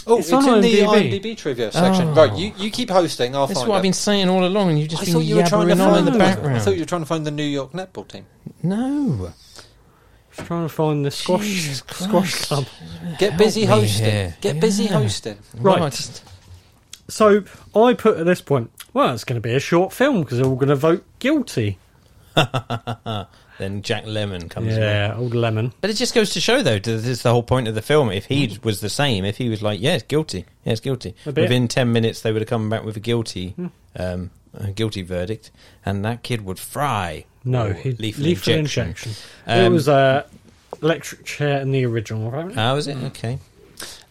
S3: Oh,
S1: It's
S3: it's,
S1: on
S3: in the
S1: IMDb.
S3: IMDb trivia section.
S2: Oh.
S3: Right, you, you keep hosting. I'll
S2: This is
S3: find
S2: what
S3: it.
S2: I've been saying all along, and you've
S3: I
S2: just
S3: thought
S2: been
S3: you were trying to
S2: yabbering on in
S3: find
S2: the
S1: the-
S2: background.
S3: I thought you were trying to find the New York netball team.
S2: No,
S1: Just trying to find the squash
S2: Jesus
S1: squash
S2: Christ.
S1: club.
S3: Get
S2: Help
S3: busy
S2: me
S3: hosting.
S2: here.
S3: Get busy
S2: Yeah.
S3: hosting.
S1: Right.
S2: Well, I just-
S1: So I put at this point, well, it's going to be a short film because they're all going to vote guilty.
S2: then Jack Lemon comes in.
S1: Yeah, old lemon.
S2: But it just goes to show, though, this is the whole point of the film. If he was the same, if he was like, "Yes, guilty, yes, guilty,"
S1: A bit.
S2: within ten minutes they would have come back with a guilty, um, a guilty verdict, and that kid would fry.
S1: No,
S2: Or
S1: he, lethal injection. it
S2: Oh, Um,
S1: was a electric chair in the original, right?
S2: Oh, is it okay?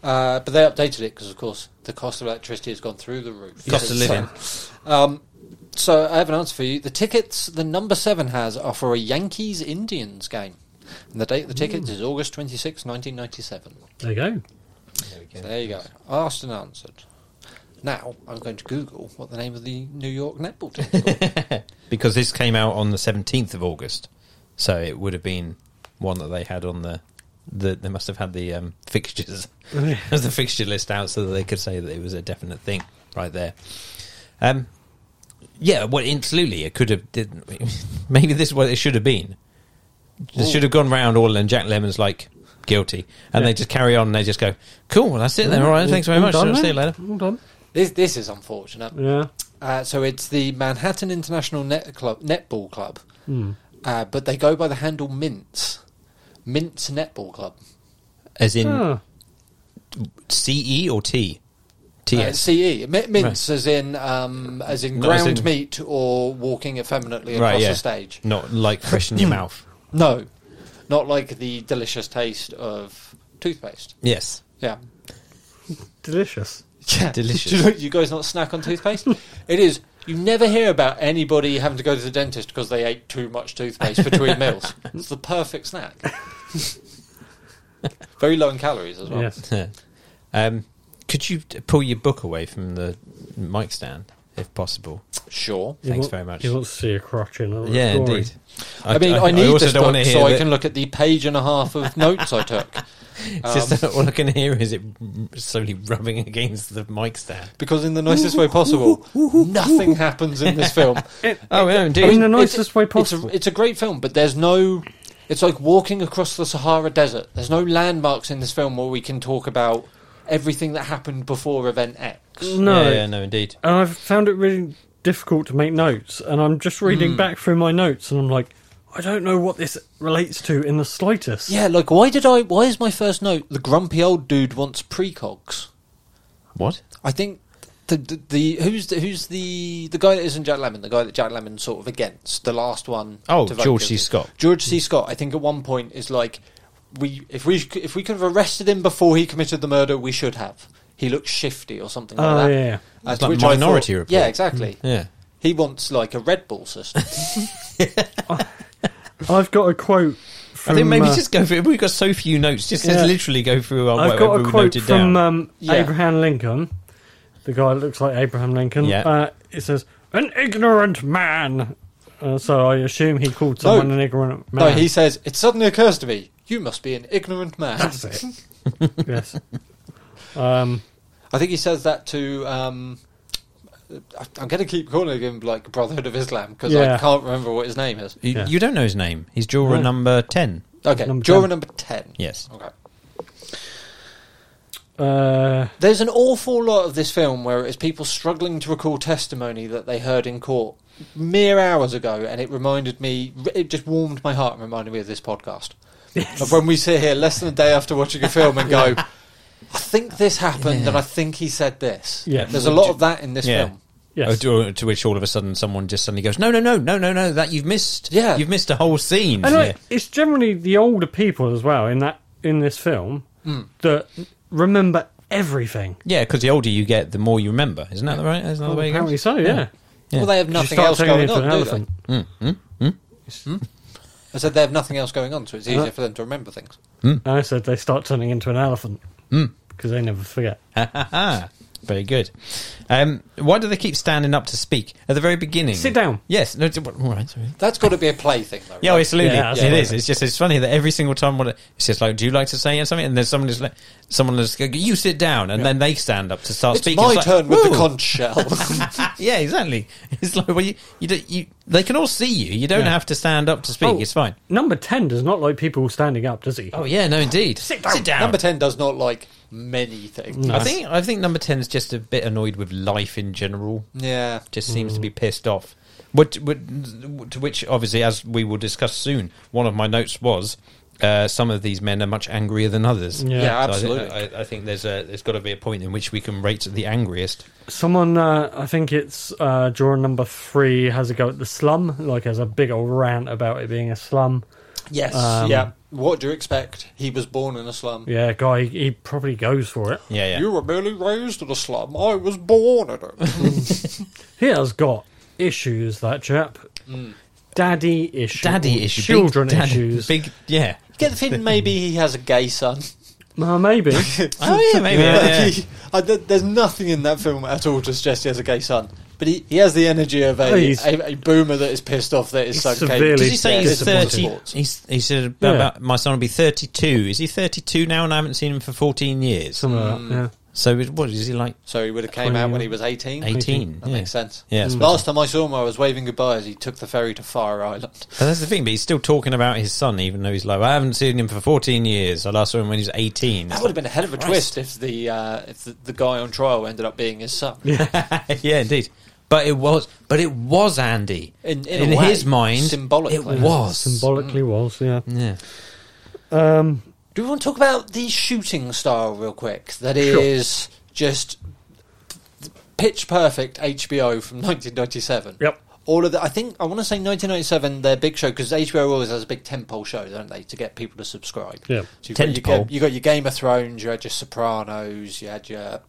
S3: Uh, but they updated it because, of course, the cost of electricity has gone through the roof.
S2: Cost of
S3: So-
S2: living.
S3: Um, so I have an answer for you. The tickets the number seven has are for a Yankees Indians game. And the date of the tickets is August twenty sixth, 1997.
S1: There you go.
S3: So there you go. Asked and answered. Now I'm going to Google what the name of the New York netball team is called.
S2: Because this came out on the seventeenth of August, so it would have been one that they had on the. The, they must have had the um, fixtures as the fixture list out so that they could say that it was a definite thing right there. Um, yeah, well, absolutely, it could have. Did, maybe this is what it should have been. It should have gone round all, and Jack Lemon's like guilty, and
S1: Yeah.
S2: they just carry on. and They just go, "Cool, well, that's it then. All right, thanks very
S1: All
S2: much.
S1: done,
S2: see you
S1: then?
S2: later."
S1: All done.
S3: this, this is unfortunate.
S1: Yeah.
S3: Uh, so it's the Manhattan International Net Club, Netball Club,
S1: Hmm.
S3: uh, but they go by the handle Mints. Mints Netball Club.
S2: As in
S1: Ah,
S2: C E or T, T
S3: Uh,
S2: S.
S3: CE Mi- mints as in um, as in
S2: Not as
S3: ground
S2: in-
S3: meat or walking effeminately across
S2: Right, yeah.
S3: the stage.
S2: Not like fresh in your mouth.
S3: No, not like the delicious taste of toothpaste.
S2: Yes.
S3: Yeah,
S1: delicious.
S3: yeah.
S2: Delicious.
S3: Do you, you guys not snack on toothpaste? it is. You never hear about anybody having to go to the dentist because they ate too much toothpaste between meals. It's the perfect snack. Very low in calories as well.
S1: Yes.
S2: um, could you t- pull your book away from the mic stand, if possible?
S3: Sure.
S1: You
S2: Thanks
S1: want-
S2: very much.
S1: You want to see a crotch in a
S2: Yeah,
S1: story.
S2: indeed.
S3: I, mean, I, need
S2: also
S3: this
S2: don't
S3: book
S2: want to hear
S3: so I
S2: that-
S3: can look at the page and a half of notes I took. Um,
S2: It's just that all I can hear is it slowly rubbing against the mic stand.
S3: because in the nicest way possible, nothing happens in this film.
S2: Oh, yeah,
S1: I mean, the
S2: indeed.
S1: nicest way
S3: It's a,
S1: possible.
S3: it's a great film, but there's no. It's like walking across the Sahara Desert. There's no landmarks in this film where we can talk about everything that happened before Event X.
S1: no.
S2: Yeah, yeah, no, indeed.
S1: And I've found it really difficult to make notes. And I'm just reading back through my notes and I'm like, I don't know what this relates to in the slightest.
S3: Yeah, like why did I? Why is my first note the grumpy old dude wants precogs?
S2: What?
S3: I think the the, the who's the, who's the the guy that isn't Jack Lemmon, the guy that Jack Lemmon's sort of against, the last one.
S2: Oh,
S3: to vote
S2: George C.
S3: guilty.
S2: Scott.
S3: George C. Scott. I think at one point is like we if we if we could have arrested him before he committed the murder, we should have. He looks shifty or something
S1: Oh,
S3: like that.
S1: yeah.
S3: Uh,
S2: It's
S3: to
S2: like
S3: which I
S2: Minority
S3: thought-
S2: Report. Hmm.
S3: Yeah, exactly.
S2: Yeah.
S3: He wants like a Red Bull system.
S1: I've got a quote from.
S2: I think maybe
S1: uh,
S2: just go through. We've got so few notes. Just
S1: Yeah.
S2: let's literally go through our,
S1: I've got
S2: whatever
S1: a
S2: we
S1: quote
S2: noted
S1: from
S2: down.
S1: um,
S3: Yeah.
S1: Abraham Lincoln, the guy that looks like Abraham Lincoln.
S2: Yeah.
S1: Uh, it says, "An ignorant man." Uh, so I assume he called
S3: No.
S1: someone an ignorant man.
S3: No, he says, It suddenly occurs to me, you must be an ignorant man.
S1: That's it. yes. Um,
S3: I think he says that to. Um, I- I'm going to keep calling him like Brotherhood of Islam because
S1: Yeah.
S3: I can't remember what his name is.
S2: you,
S1: Yeah.
S2: you don't know his name. He's juror
S1: No.
S2: number 10.
S3: Okay,
S1: Number
S3: juror
S1: 10.
S3: number 10.
S2: Yes.
S3: Okay.
S1: uh,
S3: There's an awful lot of this film where it's people struggling to recall testimony that they heard in court mere hours ago, and it reminded me, it just warmed my heart and reminded me of this podcast. Of when we sit here less than a day after watching a film and go, I think this happened, and I think he said this.
S1: Yeah.
S3: There's a lot of that in this
S2: Yeah.
S3: film.
S1: yes.
S2: Oh, To, to which all of a sudden someone just suddenly goes, no, no, no, no, no, no, that you've missed.
S3: Yeah.
S2: You've missed a whole scene.
S1: And
S2: Yeah.
S1: like, it's generally the older people as well in that in this film that remember everything.
S2: Yeah, because the older you get, the more you remember. Isn't that right? Isn't that
S3: Oh,
S2: the way it
S1: Apparently
S2: goes?
S1: so, yeah.
S2: Yeah.
S3: Well, they have
S1: You
S3: nothing
S1: start
S3: else
S1: turning
S3: going
S1: into
S3: on,
S1: an
S3: do
S1: elephant.
S3: they? I said they have nothing else going on, so it's easier for them to remember things.
S1: I said they start turning into an elephant
S3: Hmm.
S1: because they never forget.
S2: Ha, ha, ha. Very good. Um, why do they keep standing up to speak at the very beginning?
S1: Sit down.
S2: Yes. No, d- all right. Sorry.
S3: That's got to be a play thing, though.
S2: Yeah,
S3: right?
S2: well, absolutely.
S1: Yeah, that's
S2: it
S1: right.
S2: is. It's just it's funny that every single time one, it's just like, do you like to say something? And then someone is like, someone is like, you sit down, and then they stand up to start
S3: it's
S2: speaking.
S3: my
S2: like,
S3: turn with the
S2: "Whoa."
S3: conch shell.
S2: yeah, exactly. It's like well, you, you, do, you they can all see you. You don't have to stand up to speak.
S1: Oh.
S2: It's fine.
S1: Number ten does not like people standing up, does he?
S2: Oh yeah, no, indeed. Sit down. Sit down.
S3: Number 10 does not like many things.
S2: I think I think number ten is just a bit annoyed with life in general.
S3: Yeah.
S2: just seems to be pissed off. What, what, to which, obviously, as we will discuss soon, one of my notes was uh, some of these men are much angrier than others.
S1: Yeah.
S3: Yeah,
S2: I thi-
S3: absolutely.
S2: I, I, think there's a there's got to be a point in which we can rate the angriest.
S1: Someone, uh, I think it's uh, drawing number three, has a go at the slum. Like, has a big old rant about it being a slum.
S3: Yes.
S1: Um,
S3: yeah. What do you expect? He was born in a slum.
S1: Yeah, guy, he probably goes for it.
S2: Yeah, yeah.
S3: You were merely raised in a slum. I was born in it.
S1: He has got issues, that chap. Daddy issues.
S2: Daddy issues, big
S1: Children
S2: dad-
S1: issues.
S2: Big, yeah.
S3: Get the feeling maybe he has a gay son.
S1: Uh, maybe.
S2: Oh yeah, maybe. yeah, yeah.
S3: Like he- I- th- there's nothing in that film at all to suggest he has a gay son. But he, he has the energy of
S1: Oh,
S3: a,
S1: he's-
S3: a, a boomer that is pissed off that his
S1: He's
S3: son
S1: severely
S3: came.
S2: Does he say
S3: Yeah,
S2: he's
S3: it's a modern
S2: thirty?
S3: sport.
S2: He's, he said about,
S1: Yeah.
S2: about my son will be thirty-two. Is he thirty-two now? And I haven't seen him for fourteen years.
S1: Something like that, uh, yeah.
S2: So it- what is he like?
S3: So he would have came out when he was 18.
S2: Eighteen.
S3: That
S2: yeah.
S3: makes sense. Mm.
S2: Yeah, I
S3: Last time I saw him, I was waving goodbye as he took the ferry to Fire Island.
S2: But that's the thing, but he's still talking about his son, even though he's like, I haven't seen him for 14 years. I last saw him when he was 18.
S3: That would have been a hell of a twist if the uh, if the, the guy on trial ended up being his son.
S2: yeah, indeed. But it was, but it was Andy.
S3: In- in a way,
S2: his mind,
S3: symbolically.
S2: it was.
S1: Symbolically was, yeah.
S2: yeah.
S1: Um,
S3: Do we want to talk about the shooting style real quick? That is
S1: Sure.
S3: just pitch perfect HBO from 1997.
S1: Yep.
S3: All of the, I think I want to say 1997, their big show because HBO always has a big tentpole show, don't they, to get people to subscribe.
S1: Yeah.
S3: So you've got, your,
S2: Tentpole.
S3: Ga- you got your Game of Thrones, you had your Sopranos, you had your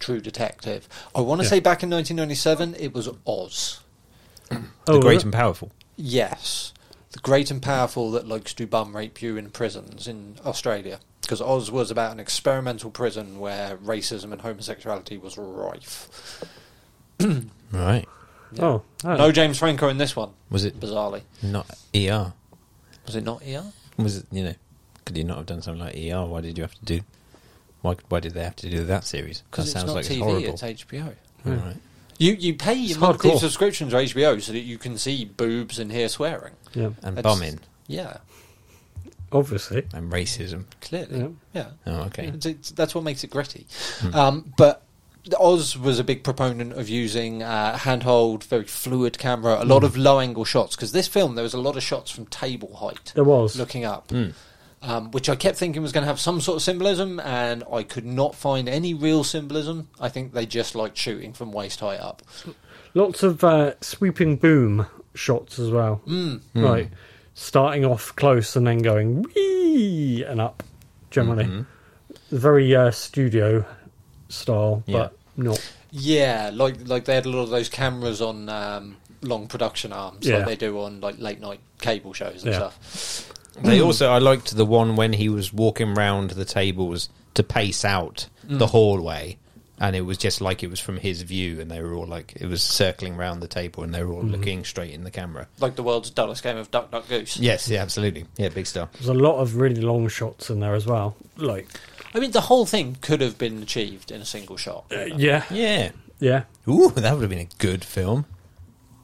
S3: True Detective. I want to
S1: Yeah.
S3: say back in 1997, it was Oz.
S2: The
S1: oh,
S2: great
S1: uh,
S2: and powerful.
S3: Yes, the great and powerful that likes to bum rape you in prisons in Australia. Because Oz was about an experimental prison where racism and homosexuality was rife.
S2: Right.
S1: Oh, oh.
S3: No James Franco in this one,
S2: Was it
S3: bizarrely.
S2: not ER?
S3: Was it not ER?
S2: Was it, you know, could you not have done something like ER? Why did you have to do, why, why did they have to do that series? That
S3: Because it's
S2: sounds
S3: not
S2: like
S3: TV,
S2: it's horrible.
S3: it's HBO.
S2: All right.
S3: You you pay your
S1: It's
S3: monthly
S1: hardcore.
S3: subscription to HBO so that you can see boobs and hear swearing.
S1: Yeah,
S2: And
S3: That's-
S2: bombing
S3: Yeah,
S1: obviously.
S2: and racism.
S3: clearly.
S1: Yeah.
S3: Yeah.
S2: Oh, okay.
S3: It's- it's- that's what makes it gritty. Um, but Oz was a big proponent of using uh, handhold, very fluid camera, a lot of low angle shots because this film there was a lot of shots from table height.
S1: There was.
S3: looking up. Um, which I kept thinking was going to have some sort of symbolism, and I could not find any real symbolism. I think they just liked shooting from waist height up.
S1: Lots of uh, sweeping boom shots as well. Mm.
S2: Hmm.
S1: Like, starting off close and then going wee and up, generally.
S2: Mm-hmm.
S1: Very uh, studio style, but not.
S3: Yeah, like like they had a lot of those cameras on um, long production arms,
S1: Yeah.
S3: like they do on like late night cable shows and
S1: Yeah.
S3: stuff.
S2: They also, I liked the one when he was walking round the tables to pace out
S3: Mm.
S2: the hallway, and it was just like it was from his view, and they were all like, it was circling round the table, and they were all
S3: Mm-hmm.
S2: looking straight in the camera.
S3: Like the world's dullest game of Duck Duck Goose.
S2: Yes, yeah, absolutely. Yeah, big star.
S1: There's a lot of really long shots in there as well. Like,
S3: I mean, the whole thing could have been achieved in a single shot.
S1: yeah,
S2: Yeah.
S1: yeah.
S2: Ooh, that would have been a good film.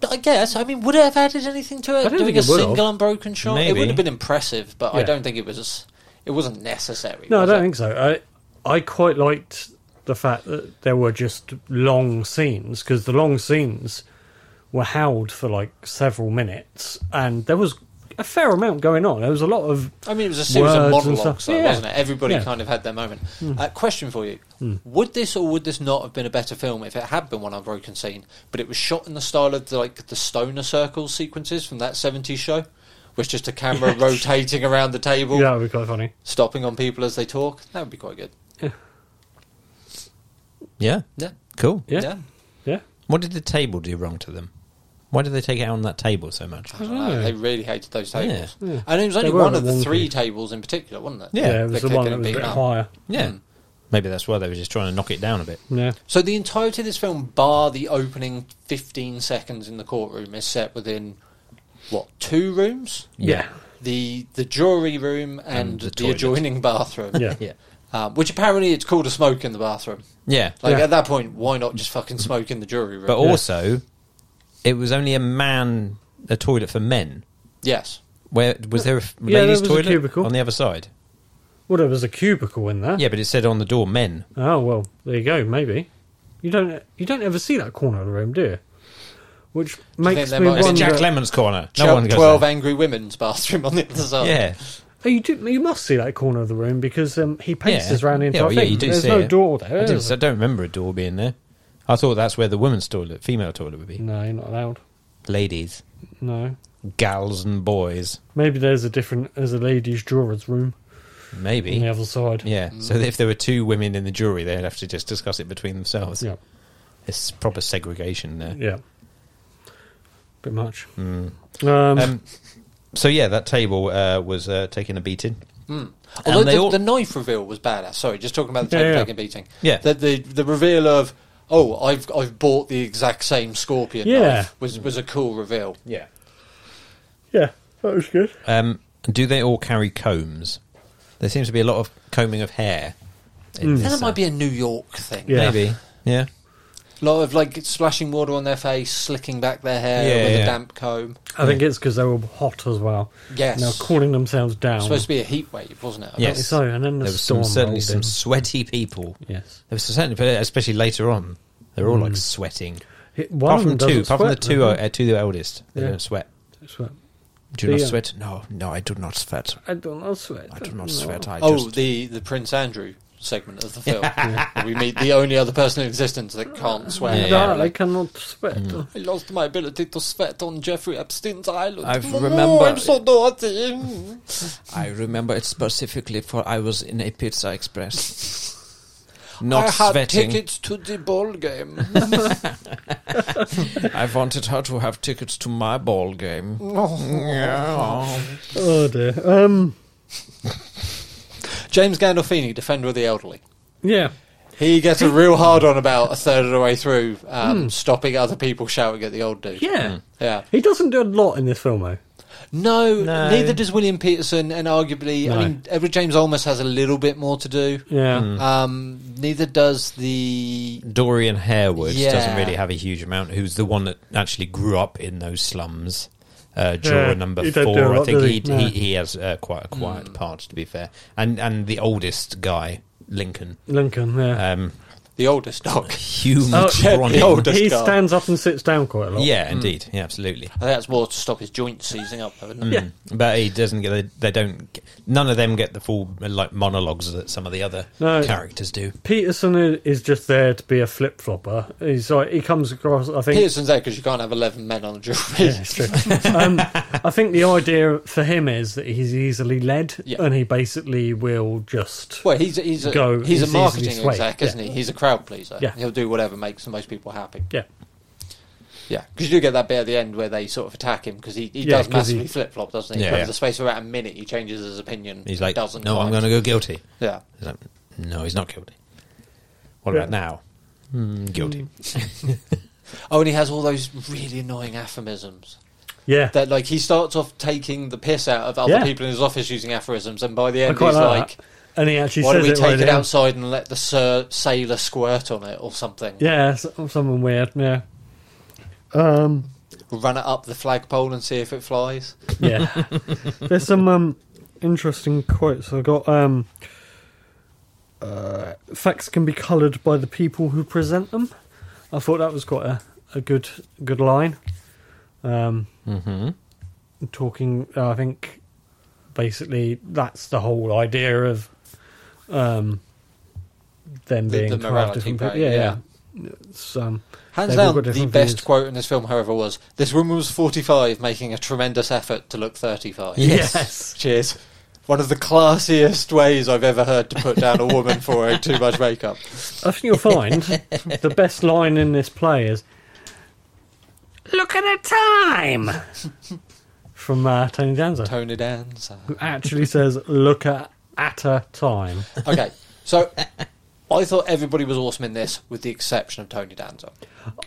S3: But I guess. I mean, would it have added anything to it?
S1: don't
S3: Doing
S1: think
S3: a
S1: it would have.
S3: single unbroken shot, it
S2: Maybe.
S3: would have been impressive. But I
S1: Yeah.
S3: don't think it was. As, it wasn't necessary.
S1: No, I
S3: was
S1: don't
S3: it?
S1: think so. I I quite liked the fact that there were just long scenes because the long scenes were held for like several minutes, and there was a fair amount going on. There was a lot of
S3: I mean, it was a series of
S1: Words and
S3: monologues,
S1: stuff.
S3: though,
S1: Yeah.
S3: wasn't it? Everybody
S1: Yeah. Hmm.
S3: kind of had their moment. Uh, question for you: Would this or would this not have been a better film if it had been one unbroken scene, but it was shot in the style of the, like the stoner circle sequences from that '70s show, with just a camera rotating around the table,
S1: yeah, that would be quite funny.
S3: stopping on people as they talk? That would be quite good.
S2: Yeah,
S3: Yeah,
S2: cool.
S1: Yeah, yeah.
S3: yeah.
S2: What did the table do wrong to them? Why did they take it out on that table so much?
S3: I don't know, They really hated those tables,
S1: Yeah. Yeah.
S3: and it was only
S1: were a
S3: one
S1: bit
S3: of the three
S1: wonky.
S3: tables in particular, wasn't it?
S1: it
S2: Yeah.
S1: was
S3: They
S1: the one
S3: could
S1: that was a
S3: beat
S1: bit
S3: up.
S1: higher.
S2: Yeah. Maybe that's why they were just trying to knock it down a bit.
S1: Yeah,
S3: So the entirety of this film, bar the opening 15 seconds in the courtroom, is set within what two rooms?
S1: yeah,
S3: The the jury room and,
S2: And the
S3: the,
S2: toilet.
S3: adjoining bathroom.
S1: yeah.
S2: Yeah.
S3: Um, which apparently it's cool to smoke in the bathroom.
S2: Yeah.
S3: Like
S1: Yeah.
S3: at that point, why not just fucking smoke in the jury room?
S2: But also, it was only a man, a toilet for men.
S3: yes,
S2: Where was there a f-
S1: Yeah, there
S2: ladies'
S1: was a
S2: toilet
S1: cubicle.
S2: on the other side?
S1: Well, there was a cubicle in there.
S2: Yeah, but it said on the door men.
S1: Oh well, there you go. Maybe you don't you don't ever see that corner of the room, do you? Which makes
S3: there
S1: me
S3: might- Is
S2: It's
S3: it
S1: wonder.
S2: in Jack Lemon's corner. No
S3: Twel-
S2: one goes
S3: twelve
S2: there.
S3: angry women's bathroom on the other side.
S2: Yeah,
S1: Oh, you do. You must see that corner of the room because um, he paces
S2: yeah.
S1: round the
S2: yeah,
S1: entire
S2: well, yeah,
S1: thing.
S2: you do
S1: There's
S2: see
S1: no
S2: it.
S1: door
S2: I,
S1: there.
S2: didn't-
S1: is
S2: I don't remember a door being there. I thought that's where the women's toilet, female toilet, would
S1: there?
S2: be.
S1: No, you're not allowed.
S2: Ladies,
S1: No.
S2: gals, and boys.
S1: Maybe there's a different there's a ladies' drawers room
S2: Maybe.
S1: on the
S2: Yeah.
S1: other side.
S2: So if there were two women in the jury, they'd have to just discuss it between themselves.
S1: yeah,
S2: It's proper segregation there.
S1: yeah. Bit much. Um,
S2: Hmm. Um, so yeah, that table uh, was uh, taking a beating.
S3: Although
S2: And they
S3: the,
S2: all-
S3: the knife reveal was badass. Sorry, just talking about the
S1: Yeah,
S3: tape
S1: yeah.
S3: taking beating.
S2: Yeah.
S3: The, the the reveal of oh I've I've bought the exact same scorpion
S1: Yeah.
S3: knife was was a cool reveal.
S2: Yeah.
S1: yeah, that was good.
S2: Um, do they all carry combs? There seems to be a lot of combing of hair.
S1: Mm.
S2: in
S3: And
S2: this,
S3: that
S2: uh,
S3: might be a New York thing.
S1: Yeah.
S2: Maybe. Yeah.
S3: A lot of like splashing water on their face, slicking back their hair
S2: Yeah,
S3: with
S2: yeah.
S3: a damp comb.
S1: I think it's because they were hot as well.
S3: Yes.
S1: Now cooling themselves down.
S3: supposed to be a heat wave, wasn't it?
S2: Oh.
S3: I
S2: Yes.
S1: So and then the
S2: There was
S1: storm
S2: some, certainly
S1: rolled
S2: some
S1: in.
S2: sweaty people.
S1: Yes.
S2: There was certainly, especially later on, they're all like sweating.
S1: It-
S2: Apart
S1: Mm. One
S2: from
S1: of them
S2: two,
S1: doesn't
S2: apart from the
S1: sweat,
S2: two,
S1: does
S2: uh, two eldest, they
S1: Yeah.
S2: don't sweat.
S1: he? Sweat.
S2: Do
S1: They,
S2: you not
S1: uh,
S2: sweat? No, no, I do not sweat.
S1: I do not sweat.
S2: I do not sweat. I
S3: Oh,
S2: just.
S3: the the Prince Andrew segment of the film. Where We meet the only other person in existence that can't swear.
S2: Yeah. Hmm.
S1: God,
S3: apparently.
S1: I cannot sweat.
S3: I lost my ability to sweat on Jeffrey Epstein's island.
S2: I've
S3: No,
S2: remember-
S3: I'm so naughty.
S2: I remember it specifically for I was in a pizza express.
S3: I had tickets to the ball game.
S2: I wanted her to have tickets to my ball game. Yeah.
S1: Oh dear. Um.
S3: James Gandolfini, Defender of the Elderly.
S1: Yeah.
S3: He gets a real hard on about a third of the way through, um, stopping other people shouting at the old dude.
S1: Hmm. Yeah.
S3: Yeah.
S1: He doesn't do a lot in this film, though.
S3: No,
S2: No.
S3: neither does William Peterson, and arguably,
S1: No.
S3: I mean, Edward James Olmos has a little bit more to do.
S1: Yeah. Hmm.
S3: Um, neither does the.
S2: Dorian Harewood
S3: Yeah.
S2: doesn't really have a huge amount. Who's the one that actually grew up in those slums? Uh, juror
S1: Yeah,
S2: number
S1: he don't do a
S2: four, I
S1: lot,
S2: think
S1: does
S2: he
S1: he? Mm. No.
S2: he, he has uh, quite a quiet part, to be fair. And and the oldest guy, Lincoln,
S1: Lincoln, yeah.
S3: Uh,
S2: um,
S3: The oldest dog.
S2: Hugh
S1: Oh,
S2: Tronick.
S3: the oldest
S1: he
S3: guy.
S1: stands up and sits down quite a lot.
S2: Yeah, indeed, yeah, absolutely.
S3: I think that's more to stop his joints seizing up, though, isn't it?
S1: Yeah.
S2: But he doesn't get. They, they don't. get- None of them get the full uh, like monologues that some of the other
S1: No.
S2: characters do.
S1: Peterson i- is just there to be a flip flopper. He's like he comes across. I think.
S3: Peterson's there because you can't have 11 men on a jury.
S1: Yeah, it's true. um, I think the idea for him is that he's easily led,
S3: Yeah.
S1: and he basically will just.
S3: Well, he's he's a,
S1: Go-
S3: he's a
S1: he's
S3: marketing
S1: easily swayed,
S3: exec,
S1: yeah.
S3: isn't he? He's a crowd pleaser.
S1: Yeah.
S3: He'll do whatever makes the most people happy.
S1: Yeah.
S3: Yeah, because you do get that bit at the end where they sort of attack him because he, he
S1: Yeah,
S3: does
S1: 'cause he-
S3: massively flip flop, doesn't he?
S2: Yeah,
S3: Over
S2: yeah.
S3: the space of about a minute, he changes his opinion.
S2: He's like,
S3: doesn't
S2: no, I'm
S3: mind."
S2: going to go guilty.
S3: Yeah,
S2: He's like, no, he's not guilty. What
S1: Yeah.
S2: about now? Mm, guilty.
S3: oh, and he has all those really annoying aphorisms.
S1: Yeah.
S3: That like he starts off taking the piss out of other
S1: Yeah.
S3: people in his office using aphorisms, and by the
S1: I
S3: end
S1: quite
S3: he's
S1: like,
S3: like,
S1: that. And he actually
S3: "Why
S1: says
S3: don't we
S1: it right
S3: take it
S1: there.
S3: outside and let the sir- sailor squirt on it or something?
S1: Yeah, so- someone weird. Yeah.
S3: Run it up the flagpole and see if it flies."
S1: yeah. There's some um, interesting quotes. I've got um, uh, facts can be coloured by the people who present them. I thought that was quite a, a good good line. Um,
S2: Mm-hmm.
S1: Talking, uh, I think basically that's the whole idea of um, them
S3: The-
S1: being
S3: the
S1: crafted
S3: morality
S1: from
S3: bit,
S1: people. Yeah,
S3: yeah.
S1: yeah. It's, um,
S3: Hands
S1: They've all
S3: down, the
S1: got different
S3: best
S1: views.
S3: quote in this film, however, was this woman was 45, making a tremendous effort to look 35.
S2: Yes.
S3: Cheers. One of the classiest ways I've ever heard to put down a woman for wearing too much makeup.
S1: I think you'll find the best line in this play is "Look at the time" from uh, Tony Danza,
S3: Tony Danza.
S1: who actually says "Look at at a time."
S3: Okay, so I thought everybody was awesome in this, with the exception of Tony Danza.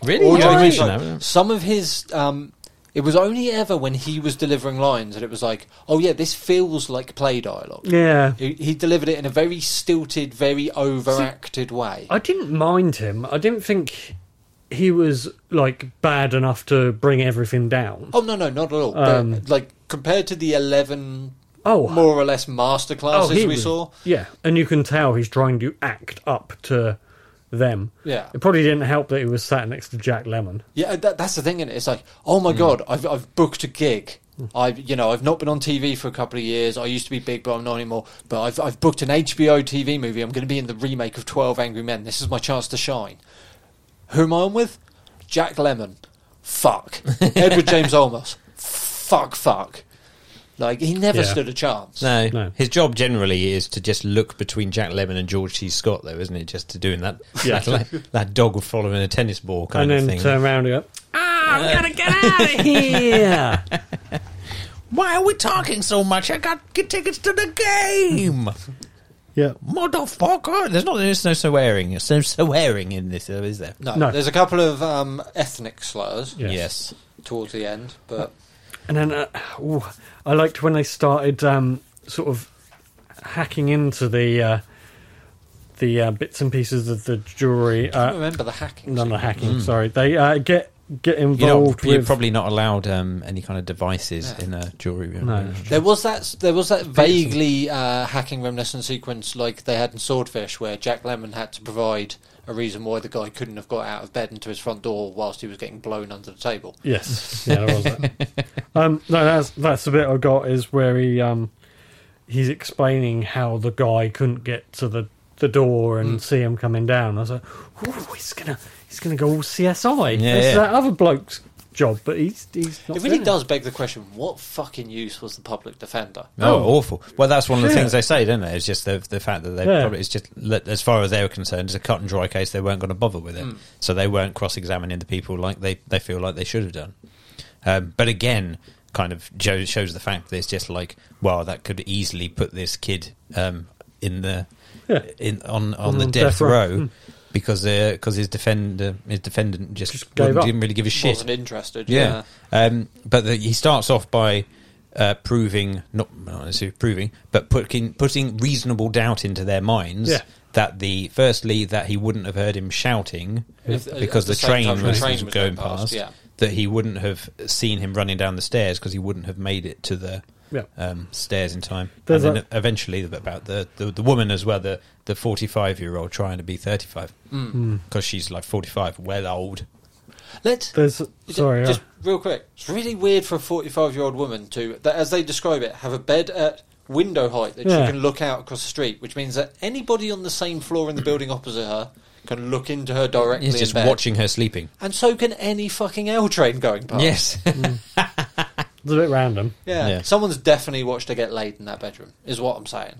S2: Really? Yeah,
S3: All
S2: I
S3: jokes
S2: mentioned
S3: aside,
S2: that.
S3: Some of his. Um, it was only ever when he was delivering lines that it was like, oh yeah, this feels like play dialogue.
S1: Yeah,
S3: He, he delivered it in a very stilted, very overacted way.
S1: I didn't mind him. I didn't think he was like bad enough to bring everything down.
S3: Oh no, no, not at all.
S1: Um,
S3: but like compared to the eleven
S1: Oh,
S3: more or less masterclasses Oh, we
S1: was-
S3: saw,
S1: Yeah, and you can tell he's trying to act up to them.
S3: Yeah.
S1: it probably didn't help that he was sat next to Jack Lemon.
S3: yeah, that, that's the thing. In it, it's like, oh
S1: Hmm.
S3: my god, I've I've booked a gig. I you know I've not been on TV for a couple of years. I used to be big, but I'm not anymore. But I've I've booked an HBO TV movie. I'm going to be in the remake of Twelve Angry Men. This is my chance to shine. Who am I on with? Jack Lemon. Fuck. Edward James Olmos. Fuck. Fuck. Like he never
S1: Yeah.
S3: stood a chance.
S2: No.
S1: No.
S2: his job generally is to just look between Jack Lemon and George C. Scott, though, isn't it? Just to doing that,
S1: Yeah.
S2: that, like, that dog following a tennis ball kind
S1: and
S2: of
S1: then
S2: thing.
S1: turn around and go, ah, we gotta get out of here.
S2: Why are we talking so much? I got get tickets to the game,
S1: yeah.
S2: motherfucker. There's not there's no swearing. There's no swearing in this, though, is there?
S3: No,
S1: No.
S3: there's a couple of um, ethnic slurs
S1: Yeah. Yes.
S2: Yes.
S3: towards the end, but
S1: And then uh, ooh, I liked when they started um, sort of hacking into the uh, the uh, bits and pieces of the jewelry.
S3: I don't
S1: Uh,
S3: remember the hacking.
S1: no, not hacking. Sorry, they uh, get get
S2: You're, not-
S1: involved
S2: you're
S1: with.
S2: probably not allowed um, any kind of devices in a jewelry room.
S1: No.
S3: There was that. There was that vaguely uh, hacking reminiscent sequence, like they had in Swordfish, where Jack Lemmon had to provide a reason why the guy couldn't have got out of bed into his front door whilst he was getting blown under the table.
S1: Yes, yeah, there was that. um, no, that's that's the bit I got is where he um, he's explaining how the guy couldn't get to the, the door
S2: Mm.
S1: and see him coming down. I was like, "Ooh, he's gonna he's gonna go all CSI."
S2: Yeah,
S1: That's
S2: yeah.
S1: that other bloke's job, but he's he's not.
S3: It really
S1: doing
S3: does beg the question: What fucking use was the public defender?
S2: Oh,
S1: Oh.
S2: awful! Well, that's one of the
S1: Shit.
S2: things they say, don't they? It's just the, the fact that they
S1: Yeah.
S2: probably it's just let- as far as they were concerned, it's a cut and dry case. They weren't going to bother with it, so they weren't cross examining the people like they, they feel like they should have done. Um, but again, kind of jo- shows the fact that it's just like, wow, that could easily put this kid um, in the
S1: Yeah.
S2: in on on
S1: On
S2: the
S1: death
S2: death
S1: row. Hmm.
S2: row because because his defender his defendant just,
S1: Just gave
S2: wouldn't-
S1: up.
S2: didn't really give a shit.
S3: Wasn't interested.
S2: Yeah. Um, but the, he starts off by uh, proving, not, not necessarily proving, but putting, putting reasonable doubt into their minds
S1: Yeah.
S2: that the, firstly, that he wouldn't have heard him shouting
S3: If- uh, at
S2: because
S3: the
S2: the,
S3: same
S2: train
S3: time the
S2: was,
S3: train
S2: was
S3: was
S2: going
S3: going past,
S2: past,
S3: yeah.
S2: that he wouldn't have seen him running down the stairs because he wouldn't have made it to the.
S1: Yeah.
S2: Um, stairs in time,
S1: There's
S2: and then
S1: that-
S2: eventually about the, the the woman as well, the the forty five year old trying to be thirty five
S3: Mm.
S2: because she's like forty five, well old.
S3: Let's
S1: There's
S3: Is it-
S1: sorry,
S3: just
S1: uh,
S3: real quick. It's really weird for a forty-five-year-old woman to, that, as they describe it, have a bed at window height that
S1: Yeah.
S3: she can look out across the street, which means that anybody on the same floor in the building opposite her can look into her directly.
S2: He's
S3: in
S2: just
S3: bed.
S2: watching her sleeping.
S3: and so can any fucking L train going past.
S2: Yes,
S1: it's a bit random.
S3: yeah.
S2: Yeah.
S3: Someone's definitely watched her get laid in that bedroom. Is what I'm saying.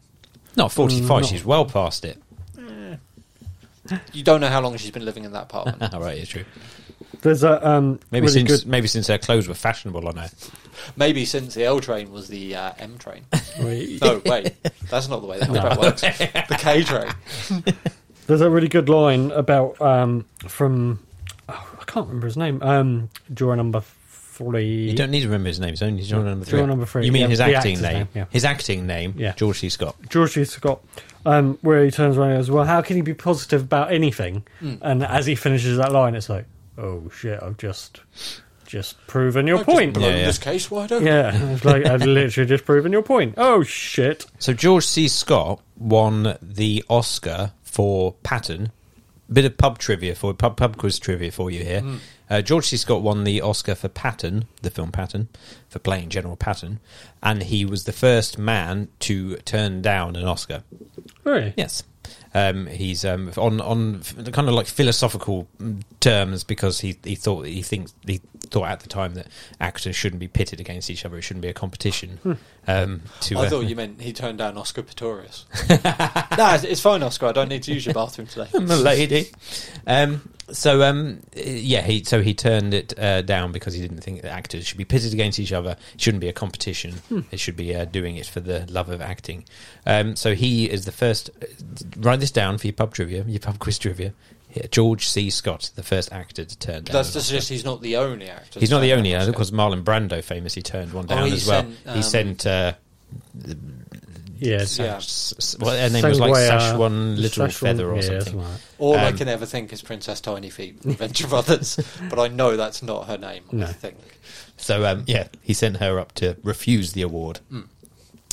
S2: Not 45,
S1: Mm, not-
S2: she's well past it.
S3: You don't know how long she's been living in that apartment.
S2: All right, it's true.
S1: There's a um,
S2: Maybe
S1: really
S2: since
S1: good.
S2: maybe since their clothes were fashionable on Earth.
S3: Maybe since the L train was the uh, M train.
S1: Wait.
S3: No, wait, that's not the way that train works. The K train.
S1: There's a really good line about um, from oh, I can't remember his name. Um, drawer number three.
S2: You don't need to remember his name. It's only John number three.
S1: John number three,
S2: You mean
S1: yeah,
S2: his
S1: the
S2: acting
S1: actor's
S2: name?
S1: name, yeah.
S2: His acting name.
S1: Yeah.
S2: George C. Scott.
S1: George C. Scott, um, where he turns around and goes, "Well, how can you be positive about anything?"
S3: Hmm.
S1: And as he finishes that line, it's like, "Oh shit, I've just just proven your
S3: I've just
S1: point."
S3: blown
S2: Yeah, yeah.
S3: this case wide open.
S1: yeah, it's like I've literally just proven your point. Oh shit!
S2: So George C. Scott won the Oscar for Patton. Bit of pub trivia for pub pub quiz trivia for you here.
S1: Mm.
S2: Uh, George C. Scott won the Oscar for Patton, the film Patton, for playing General Patton, and he was the first man to turn down an Oscar.
S1: Really?
S2: Yes. Um, he's um, on on f- kind of like philosophical mm, terms because he, he thought he thinks he thought at the time that actors shouldn't be pitted against each other. It shouldn't be a competition. Um, to
S3: Hmm. I
S2: uh,
S3: thought you meant he turned down Oscar Pistorius. no, it's- it's fine, Oscar. I don't need to use your bathroom today.
S2: the lady. Um, so um, yeah, he so he turned it uh, down because he didn't think that actors should be pitted against each other. It shouldn't be a competition.
S3: Hmm.
S2: It should be uh, doing it for the love of acting. Um, so he is the first. Write this down for your pub trivia, your pub quiz trivia. Yeah, George C. Scott, the first actor to turn down.
S3: That's
S2: an Oscar.
S3: to suggest he's not the only actor.
S2: He's not the only
S3: actor.
S2: actor because Marlon Brando famously turned one down
S3: he
S2: as well.
S3: sent,
S2: he
S3: um,
S2: sent. Uh,
S1: Yeah.
S2: Sash,
S3: Yeah.
S2: s- what her name was like
S1: Sangway, uh,
S2: Sashwan Little
S1: Szechuan-
S2: Feather or
S1: yeah,
S2: something.
S1: like that.
S3: All I
S2: Um,
S3: can ever think is Princess Tiny Feet, from Adventure Brothers, but I know that's not her name.
S1: No.
S3: I think
S2: So um, yeah, he sent her up to refuse the award.
S3: Hmm.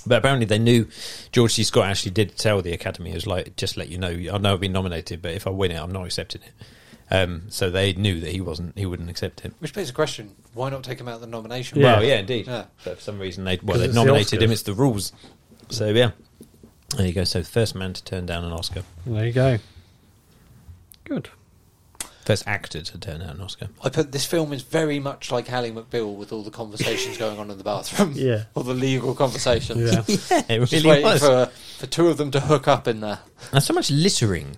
S2: But apparently they knew George C. Scott actually did tell the Academy, "It was like, just let you know, I know I've been nominated, but if I win it, I'm not accepting it." Um, so they knew that he wasn't, he wouldn't accept it.
S3: Which begs the question: Why not take him out of the nomination?
S1: Yeah.
S2: Well, yeah, indeed.
S3: Yeah.
S2: But for some reason they well
S1: 'Cause
S2: they
S1: it's the
S2: nominated him.
S1: Oscars.
S2: It's the rules. So yeah, there you go. So first man to turn down an Oscar,
S1: There you go. Good.
S2: first actor to turn down an Oscar.
S3: I put this film is very much like Hallie McBeal with all the conversations going on in the bathroom.
S1: Yeah.
S3: all the legal conversations.
S1: Yeah.
S2: It
S3: Just
S2: really
S3: waiting
S2: was.
S3: for for two of them to hook up in there.
S2: And so much littering.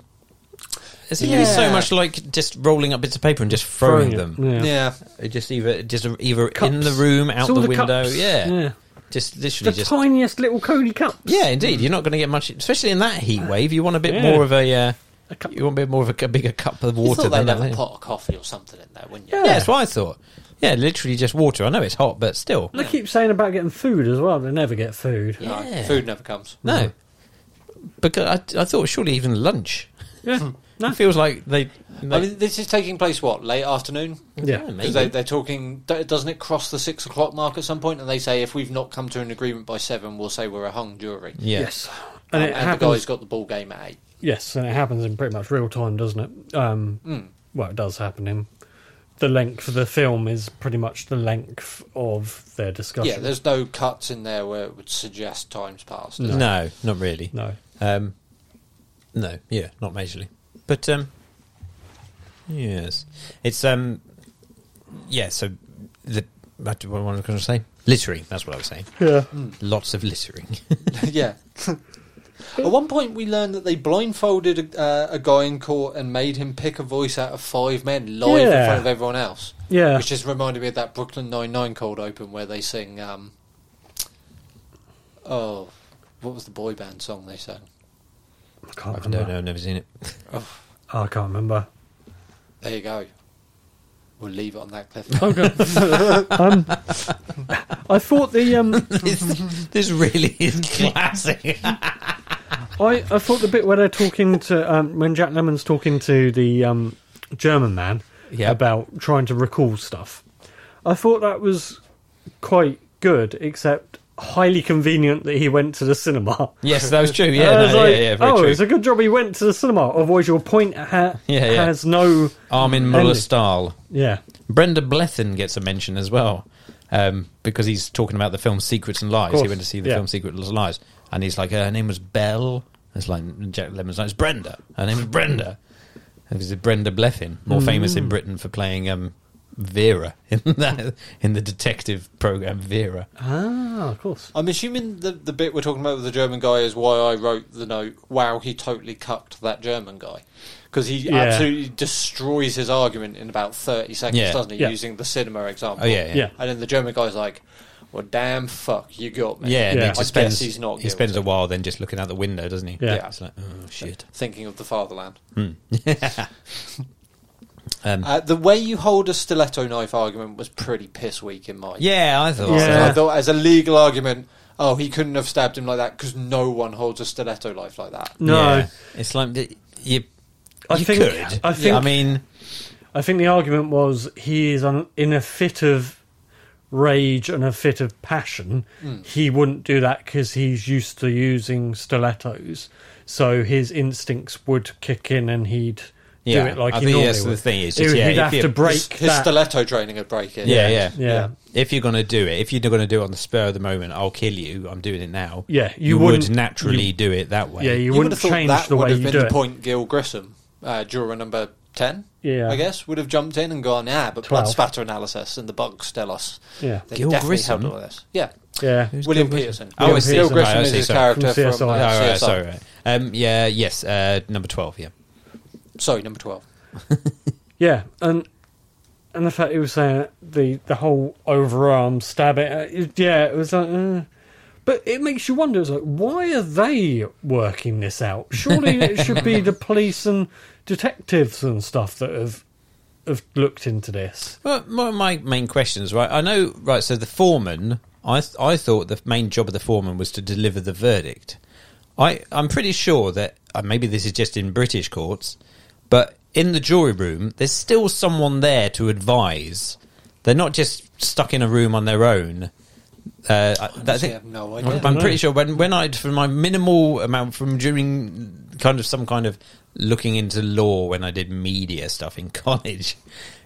S2: There seemed to be so
S3: Yeah.
S2: much like just rolling up bits of paper and just throwing,
S1: Throwing
S2: them.
S1: it. Yeah.
S3: yeah.
S2: Uh, Just either, just either in
S1: Cups.
S2: the room, out
S1: It's all
S2: the,
S1: the
S2: window.
S1: cups.
S2: Yeah.
S1: Yeah.
S2: just
S1: The
S2: literally just.
S1: tiniest little coney cups.
S2: Yeah, indeed. You're not going to get much, especially in that heat wave. You want a bit
S1: Uh, Yeah.
S2: more of a. Uh,
S1: A cup.
S2: You want a bit more of a, a bigger cup of
S3: You
S2: water
S3: thought
S2: than
S3: they'd
S2: that.
S3: have a
S2: thing.
S3: pot of coffee or something in there, wouldn't you?
S2: Yeah, that's what I thought. Yeah, literally just water. I know it's hot, but still.
S1: They keep saying about getting food as well. They never get food.
S3: No,
S2: Yeah.
S3: food never comes.
S2: No, because I, I thought surely even lunch.
S1: Yeah.
S3: Hmm.
S2: It feels like they.
S3: I mean, this is taking place what late afternoon.
S1: Yeah.
S3: Because they, they're talking, do- doesn't it cross the six o'clock mark at some point? And they say if we've not come to an agreement by seven, we'll say we're a hung jury.
S2: yeah.
S1: Yes. And
S3: Um,
S1: it
S3: the
S1: happens.
S3: guy's got the ball game at eight.
S1: Yes, and it happens in pretty much real time, doesn't it? Um,
S3: Hmm.
S1: Well, it does happen in. The length of the film is pretty much the length of their
S3: Yeah,
S1: discussion.
S3: there's no cuts in there where it would suggest times passed. is
S2: No.
S3: there?
S2: not really.
S1: no.
S2: Um, no, yeah, not majorly, but um, yes, it's um, yeah. So the what what was I going to say? Littering. That's what I was saying.
S1: Yeah.
S2: Hmm. Lots of littering.
S3: yeah. At one point, we learned that they blindfolded a, uh, a guy in court and made him pick a voice out of five men live
S1: Yeah.
S3: in front of everyone else.
S1: Yeah.
S3: Which just reminded me of that Brooklyn Nine-Nine cold open where they sing, um, oh, what was the boy band song they sang?
S1: I
S2: I
S1: can't remember.
S2: don't know. I've never seen it.
S1: Oh, I can't remember.
S3: There you go. We'll leave it on that cliff.
S1: Um, I thought the um,
S2: this, this really is classic.
S1: I, I thought the bit where they're talking to um, when Jack Lemon's talking to the um, German man
S2: Yeah.
S1: about trying to recall stuff. I thought that was quite good, except highly convenient that he went to the cinema.
S2: yes, that was true.
S1: And
S2: Yeah,
S1: I
S2: no,
S1: was like,
S2: yeah, yeah, very
S1: oh,
S2: true.
S1: it's a good job he went to the cinema. Otherwise, your point ha-
S2: Yeah, yeah.
S1: has no.
S2: Armin
S1: ending.
S2: Muller-Stahl.
S1: Yeah,
S2: Brenda Blethyn gets a mention as well um, because he's talking about the film Secrets and Lies. He
S1: course,
S2: went to see the
S1: yeah.
S2: film Secrets and Lies, and he's like, uh, her name was Belle. It's like Jack Lemon's like, it's Brenda. Her name is Brenda. And This is Brenda Blethyn, more
S1: Mm.
S2: famous in Britain for playing um, Vera in that in the detective program Vera.
S1: ah, of course.
S3: I'm assuming the, the bit we're talking about with the German guy is why I wrote the note, wow, he totally cucked that German guy. because he
S1: Yeah.
S3: absolutely destroys his argument in about thirty seconds,
S2: Yeah.
S3: doesn't he?
S1: Yeah.
S3: Using the cinema example.
S2: Oh yeah, yeah.
S1: Yeah.
S3: And then the German guy's like, "Well, damn, fuck, you got me."
S2: Yeah, and
S1: Yeah. I
S2: he just
S3: guess
S2: spends,
S3: he's not
S2: he
S3: guilty.
S2: spends a while then just looking out the window, doesn't he?
S1: Yeah.
S3: Yeah.
S2: It's like, oh, shit.
S3: Thinking of the fatherland.
S2: Hmm. Um,
S3: Uh, the way you hold a stiletto knife argument was pretty piss weak in my.
S2: yeah, I thought
S1: Yeah.
S2: so.
S3: And I thought as a legal argument, oh, he couldn't have stabbed him like that because no one holds a stiletto knife like that.
S1: No,
S2: Yeah. It's like, the- you,
S1: I
S2: you
S1: think-
S2: could.
S1: I think-
S2: I mean,
S1: I think the argument was he is on, in a fit of rage and a fit of passion.
S2: Hmm.
S1: He wouldn't do that because he's used to using stilettos, so his instincts would kick in and he'd
S2: Yeah,
S1: do it like
S2: I
S1: he
S2: think
S1: normally
S2: that's the
S1: would.
S2: thing, it's
S1: He
S2: just,
S1: would-
S2: yeah,
S1: he'd
S2: if
S1: have
S2: you-
S1: to break
S3: His, his
S1: that.
S3: stiletto training would break it.
S2: yeah, yeah,
S1: yeah.
S2: If you're going to do it, if you're going to do it on the spur of the moment, I'll kill you. I'm doing it now.
S1: Yeah, you
S2: you, would
S1: wouldn't-
S2: naturally
S1: you-
S2: do it that way.
S1: yeah, you,
S3: You would
S1: wouldn't
S3: have thought
S1: change
S3: that
S1: the
S3: would
S1: way
S3: have
S1: you
S3: been
S1: do
S3: the
S1: it.
S3: point Gil Grissom, uh, juror number 10,
S1: Yeah.
S3: I guess, would have jumped in and gone, ah, but
S1: Twelve.
S3: blood spatter analysis and the bugs tell us.
S1: Yeah,
S3: They
S2: Gil
S3: definitely
S2: Grissom?
S3: held all this. Yeah.
S1: yeah,
S3: William Peterson.
S2: Oh,
S3: Gil
S2: I see.
S3: Gil
S2: Sorry,
S3: Grissom
S2: I
S3: is
S2: see,
S3: his
S2: sorry.
S3: character
S1: From
S3: from,
S1: CSI.
S3: uh,
S2: Oh, right,
S3: CSI.
S2: sorry. right. Um, yeah, yes, uh, number twelve. Yeah,
S3: Sorry, number 12.
S1: yeah, and and the fact he was saying the the whole overarm stab it, uh, it- yeah, it was like. Uh, but it makes you wonder. It's like, why are they working this out? Surely it should be the police and detectives and stuff that have have looked into this.
S2: Well, my, my main questions, right? I know, right? So the foreman, I th- I thought the main job of the foreman was to deliver the verdict. I I'm pretty sure that uh, maybe this is just in British courts, but in the jury room, there's still someone there to advise. They're not just stuck in a room on their own. Uh, I- that's
S3: I
S2: it.
S3: have no idea.
S2: I'm pretty sure when when I from my minimal amount from during kind of some kind of looking into law when I did media stuff in college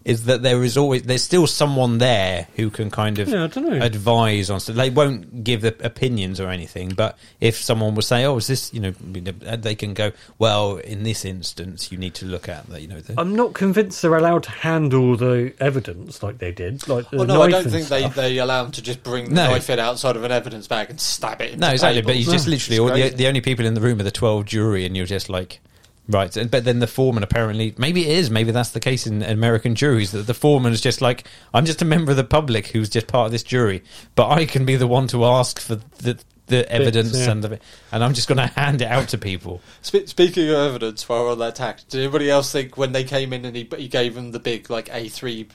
S2: is that there is always there's still someone there who can kind of
S1: Yeah, I dunno.
S2: advise on stuff. They won't give the opinions or anything, but if someone will say, "Oh, is this you know," they can go, "Well, in this instance, you need to look at that." You know, the,
S1: I'm not convinced they're allowed to handle the evidence like they did. Like the
S3: Well, no, I
S1: knife
S3: don't
S1: and
S3: think they,
S1: stuff.
S3: they allow him to just bring the
S2: No.
S3: knife in outside of an evidence bag and stab it. Into
S2: No, exactly.
S3: tables.
S2: But he's just
S3: No.
S2: literally
S3: It's
S2: all the,
S3: crazy.
S2: the only people in the room are the twelve jury, and you're just like, right. And- But then the foreman apparently, maybe it is, maybe that's the case in American juries that the foreman is just like, I'm just a member of the public who's just part of this jury, but I can be the one to ask for the the evidence
S1: yeah.
S2: and the and I'm just going to hand it out to people.
S3: Sp- speaking of evidence, while we're on that tack, did anybody else think when they came in and he, he gave them the big like A three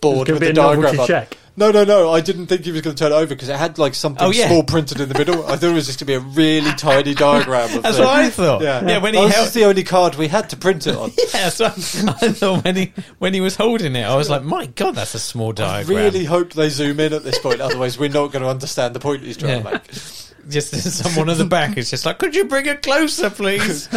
S3: board
S1: gonna
S3: with
S1: be a
S3: the
S1: novelty
S3: diagram? on?
S1: check.
S3: No, no, no. I didn't think he was going to turn it over because it had like something
S2: Oh, yeah.
S3: small printed in the middle. I thought it was just going to be a really tiny diagram. Of
S2: That's
S3: the,
S2: what I thought.
S3: Yeah,
S2: Yeah, when
S3: That
S2: he
S3: was
S2: held-
S3: just the only card we had to print it on.
S2: Yeah, so I thought when he when he was holding it, I was like, my god, that's a small
S3: I
S2: diagram.
S3: really hope they zoom in at this point, otherwise we're not going to understand the point he's trying
S2: Yeah.
S3: to make.
S2: Just someone at the back is just like, could you bring it closer, please?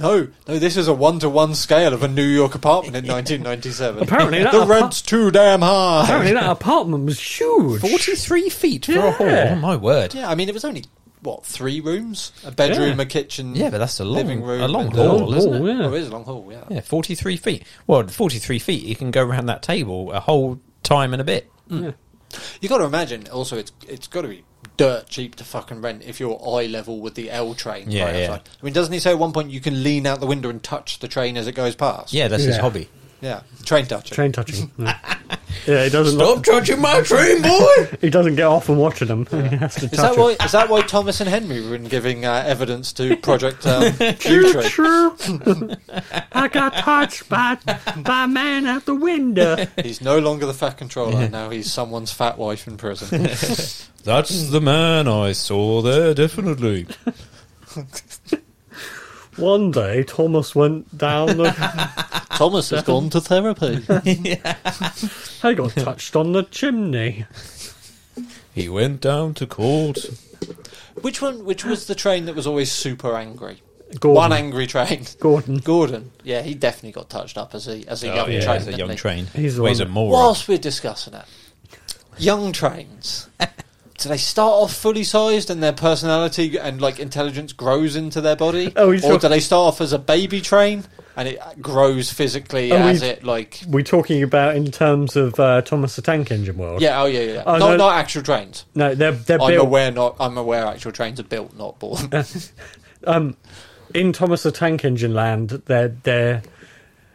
S3: No, no, this is a one-to-one scale of a New York apartment in 1997.
S1: Apparently that
S3: the
S1: apart-
S3: rent's too damn high.
S1: Apparently, that apartment was huge.
S2: 43 feet for
S1: Yeah.
S2: a hall. Oh, my word.
S3: Yeah, I mean, it was only what three rooms, a bedroom,
S1: Yeah.
S3: a kitchen.
S2: Yeah, but that's a long,
S3: living room
S2: a long
S3: and
S2: hall,
S1: Long
S2: isn't
S1: hall,
S2: it?
S1: yeah.
S3: Oh, it is a long hall. Yeah.
S2: Yeah. 43 feet. Well, 43 feet, you can go around that table a whole time and a bit.
S3: you got to imagine. Also, it's it's got to be dirt cheap to fucking rent if you're eye level with the L train.
S2: Yeah,
S3: right
S2: yeah.
S3: outside. I mean, doesn't he say at one point you can lean out the window and touch the train as it goes past?
S2: Yeah, that's his
S1: Yeah.
S2: hobby.
S3: yeah, train touching.
S1: Train touching. Yeah, yeah he doesn't.
S2: touching my train, boy!
S1: He doesn't get off and watching them. he has to
S3: Is
S1: touch
S3: that why? Is that why Thomas and Henry were in giving uh, evidence to Project um, Q Train?
S1: True. I got touched by by a man out the window.
S3: He's no longer the fat controller. Now he's someone's fat wife in prison.
S2: That's the man I saw there, definitely.
S1: One day, Thomas went down the.
S3: Thomas has gone to therapy.
S1: I got touched on the chimney.
S2: He went down to court.
S3: Which one? Which was the train that was always super angry?
S1: Gordon.
S3: One angry train.
S1: Gordon.
S3: Gordon. Yeah, he definitely got touched up as a as a young train.
S2: Oh, as a
S3: didn't
S2: young
S3: he?
S2: train.
S1: He's the
S2: Well, he's
S1: one
S2: a
S1: that-
S2: moron.
S3: Whilst we're discussing it, young trains. Do they start off fully sized and their personality and like intelligence grows into their body,
S1: Oh,
S3: or
S1: he's talk-
S3: do they start off as a baby train and it grows physically
S1: Oh,
S3: as
S1: he's-
S3: it like?
S1: We're talking about in terms of uh, Thomas the Tank Engine world.
S3: Yeah, oh yeah, yeah. yeah.
S1: Oh,
S3: not
S1: no.
S3: not actual trains.
S1: No, they're they're
S3: I'm
S1: built.
S3: aware not. I'm aware actual trains are built, not born.
S1: in Thomas the Tank Engine Land, their their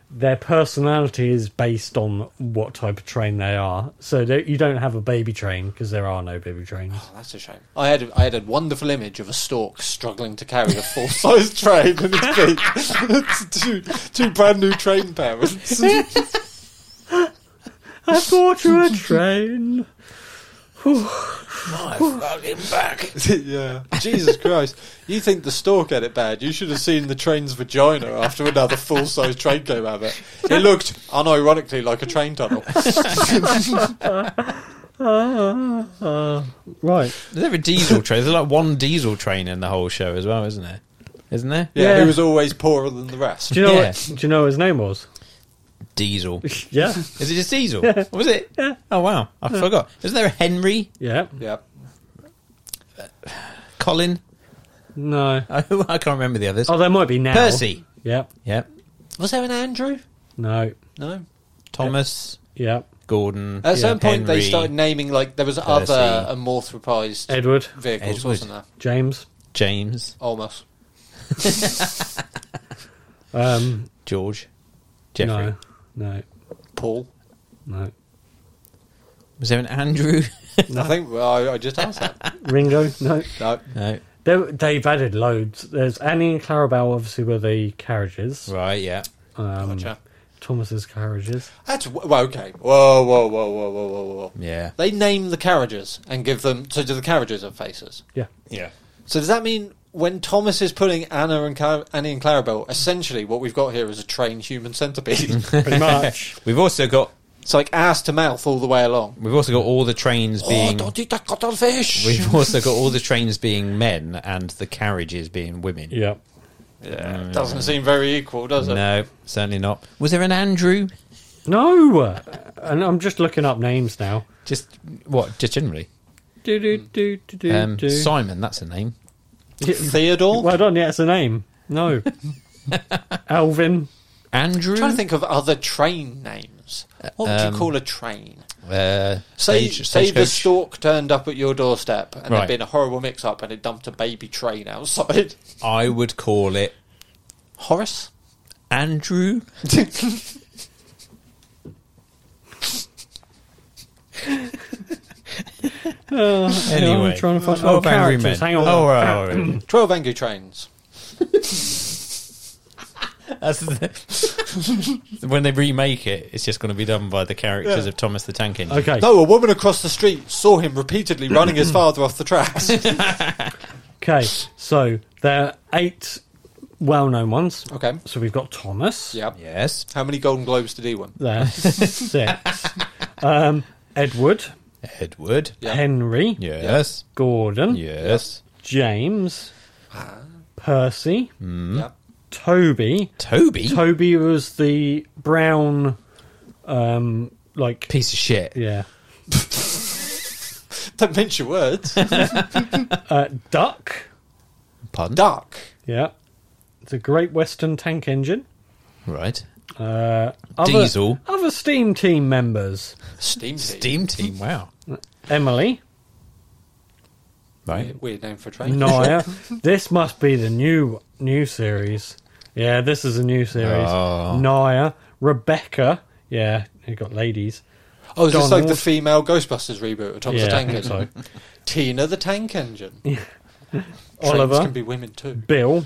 S1: their personality is based on what type of train they are. So they- you don't have a baby train because there are no baby trains.
S3: Oh, that's a shame. I had I had a wonderful image of a stork struggling to carry a full size train in its beak. It's two two brand new train parents.
S1: I bought you a train.
S6: My fucking back.
S3: yeah, Jesus Christ! You think the stork had it bad? You should have seen the train's vagina after another full size train came out of it. It looked unironically like a train tunnel.
S1: Ah, ah. right.
S2: Is there a diesel train? There's like one diesel train in the whole show as well, isn't there? Isn't there?
S3: Yeah,
S1: Yeah.
S3: who was always poorer than the rest.
S1: Do you know
S2: Yeah.
S1: what? Do you know what his name was?
S2: Diesel. Is
S1: Yeah,
S2: it just Diesel? Was it? Oh wow, I forgot. Isn't there a Henry?
S1: yeah.
S3: Yeah.
S2: Colin?
S1: No.
S2: I, I can't remember the others.
S1: Oh, there might be now.
S2: Percy.
S1: Yep.
S2: Yep.
S3: Was there an Andrew?
S1: No.
S3: No.
S2: Thomas.
S1: Yep.
S2: Gordon.
S3: At a certain point, they
S2: Henry,
S3: started naming like there was
S2: Percy.
S3: other and more reprised
S1: Edward.
S3: vehicles,
S2: Edward.
S3: wasn't there?
S1: James.
S2: James.
S3: Almost.
S1: Um,
S2: George. Jeffrey.
S1: No. No.
S3: Paul.
S1: No.
S2: Was there an Andrew?
S3: I think well, I, I just asked that.
S1: Ringo. No.
S3: No.
S2: no.
S1: There, they've added loads. There's Annie and Clarabelle, obviously, were the carriages.
S2: Right, yeah.
S1: Um,
S3: Gotcha.
S1: Thomas's carriages.
S3: That's well, okay. Whoa, whoa, whoa, whoa, whoa, whoa, whoa.
S2: Yeah.
S3: They name the carriages and give them. So do the carriages have faces?
S1: Yeah.
S2: Yeah.
S3: So does that mean when Thomas is putting Anna and Car- Annie and Clarabelle, essentially what we've got here is a trained human centipede?
S1: Pretty much.
S2: We've also got
S3: it's like ass to mouth all the way along.
S2: we've also got all the trains
S3: Oh,
S2: being
S3: don't eat that cuttlefish!
S2: we've also got all the trains being men and the carriages being women.
S1: yeah.
S3: Yeah, it doesn't seem very equal, does it?
S2: No, certainly not. Was there an Andrew?
S1: No! And I'm just looking up names now.
S2: Just what? Just generally.
S1: Do, do, do, do, do,
S2: Um,
S1: do.
S2: Simon, that's a name.
S3: Theodore.
S1: Well done, yeah, it's a name. No. Alvin.
S2: Andrew.
S3: I'm trying to think of other train names. What would you call a train?
S2: Uh,
S3: Say,
S2: Um, stage-
S3: say the
S2: stagecoach.
S3: stork turned up at your doorstep and
S2: Right.
S3: there'd been a horrible mix up and it dumped a baby train outside.
S2: I would call it
S3: Horace?
S2: Andrew. Anyway,
S1: I'm trying to find. Oh,
S2: Twelve Angry Men.
S1: characters. Hang on.
S2: Oh, right, all right.
S3: 12 angry trains.
S2: That's the- when they remake it, it's just going to be done by the characters of Thomas the Tank Engine.
S1: Okay.
S3: No, a woman across the street saw him repeatedly running his father off the tracks.
S1: Okay. So there are eight well known ones.
S3: Okay.
S1: So we've got Thomas.
S3: Yep.
S2: Yes.
S3: How many Golden Globes did he win?
S1: There. Six. Um, Edward.
S2: Edward.
S3: Yeah.
S1: Henry.
S2: Yes.
S1: Gordon.
S2: Yes.
S1: James,
S3: Ah.
S1: Percy,
S3: Yep.
S1: Toby.
S2: Toby.
S1: Toby was the brown, um, like
S2: Piece of shit.
S1: yeah,
S3: Don't mince your words.
S1: uh, duck.
S2: Pardon.
S3: Duck.
S1: Yeah, it's a Great Western tank engine.
S2: Right.
S1: Uh, other,
S2: Diesel.
S1: Other steam team members:
S3: Steam. Steam.
S2: Steam team. Wow.
S1: Emily,
S2: Right.
S3: Weird name for a train.
S1: Naya. this must be the new new series. Yeah, this is a new series.
S2: Oh.
S1: Naya, Rebecca. Yeah, you got ladies.
S3: Oh, is this like the
S1: Donald.
S3: female Ghostbusters reboot of Tom
S1: Yeah,
S3: the
S1: I
S3: Tank
S1: think
S3: Engine?
S1: so.
S3: Tina the Tank Engine. Trains
S1: Oliver.
S3: can be women too.
S1: Bill,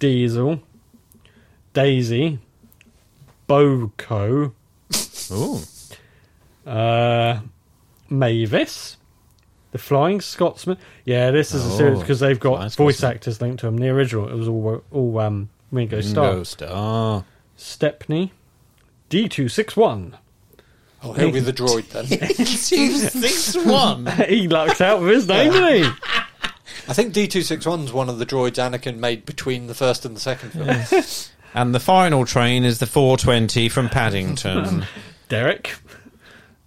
S1: Diesel, Daisy, Boko,
S2: Ooh.
S1: uh, Mavis, the Flying Scotsman. Yeah, this is a
S2: Oh,
S1: series because they've got
S2: Flying
S1: voice
S2: Scotsman.
S1: actors linked to them. The original, it was all all um, Ringo Starr,
S2: No star.
S1: Stepney, D two six one.
S3: Oh, he'll be the droid then.
S2: Two six one.
S1: He lucked out with his name, didn't he?
S3: I think D261's one of the droids Anakin made between the first and the second film.
S2: And the final train is the 420 from Paddington.
S1: Derek,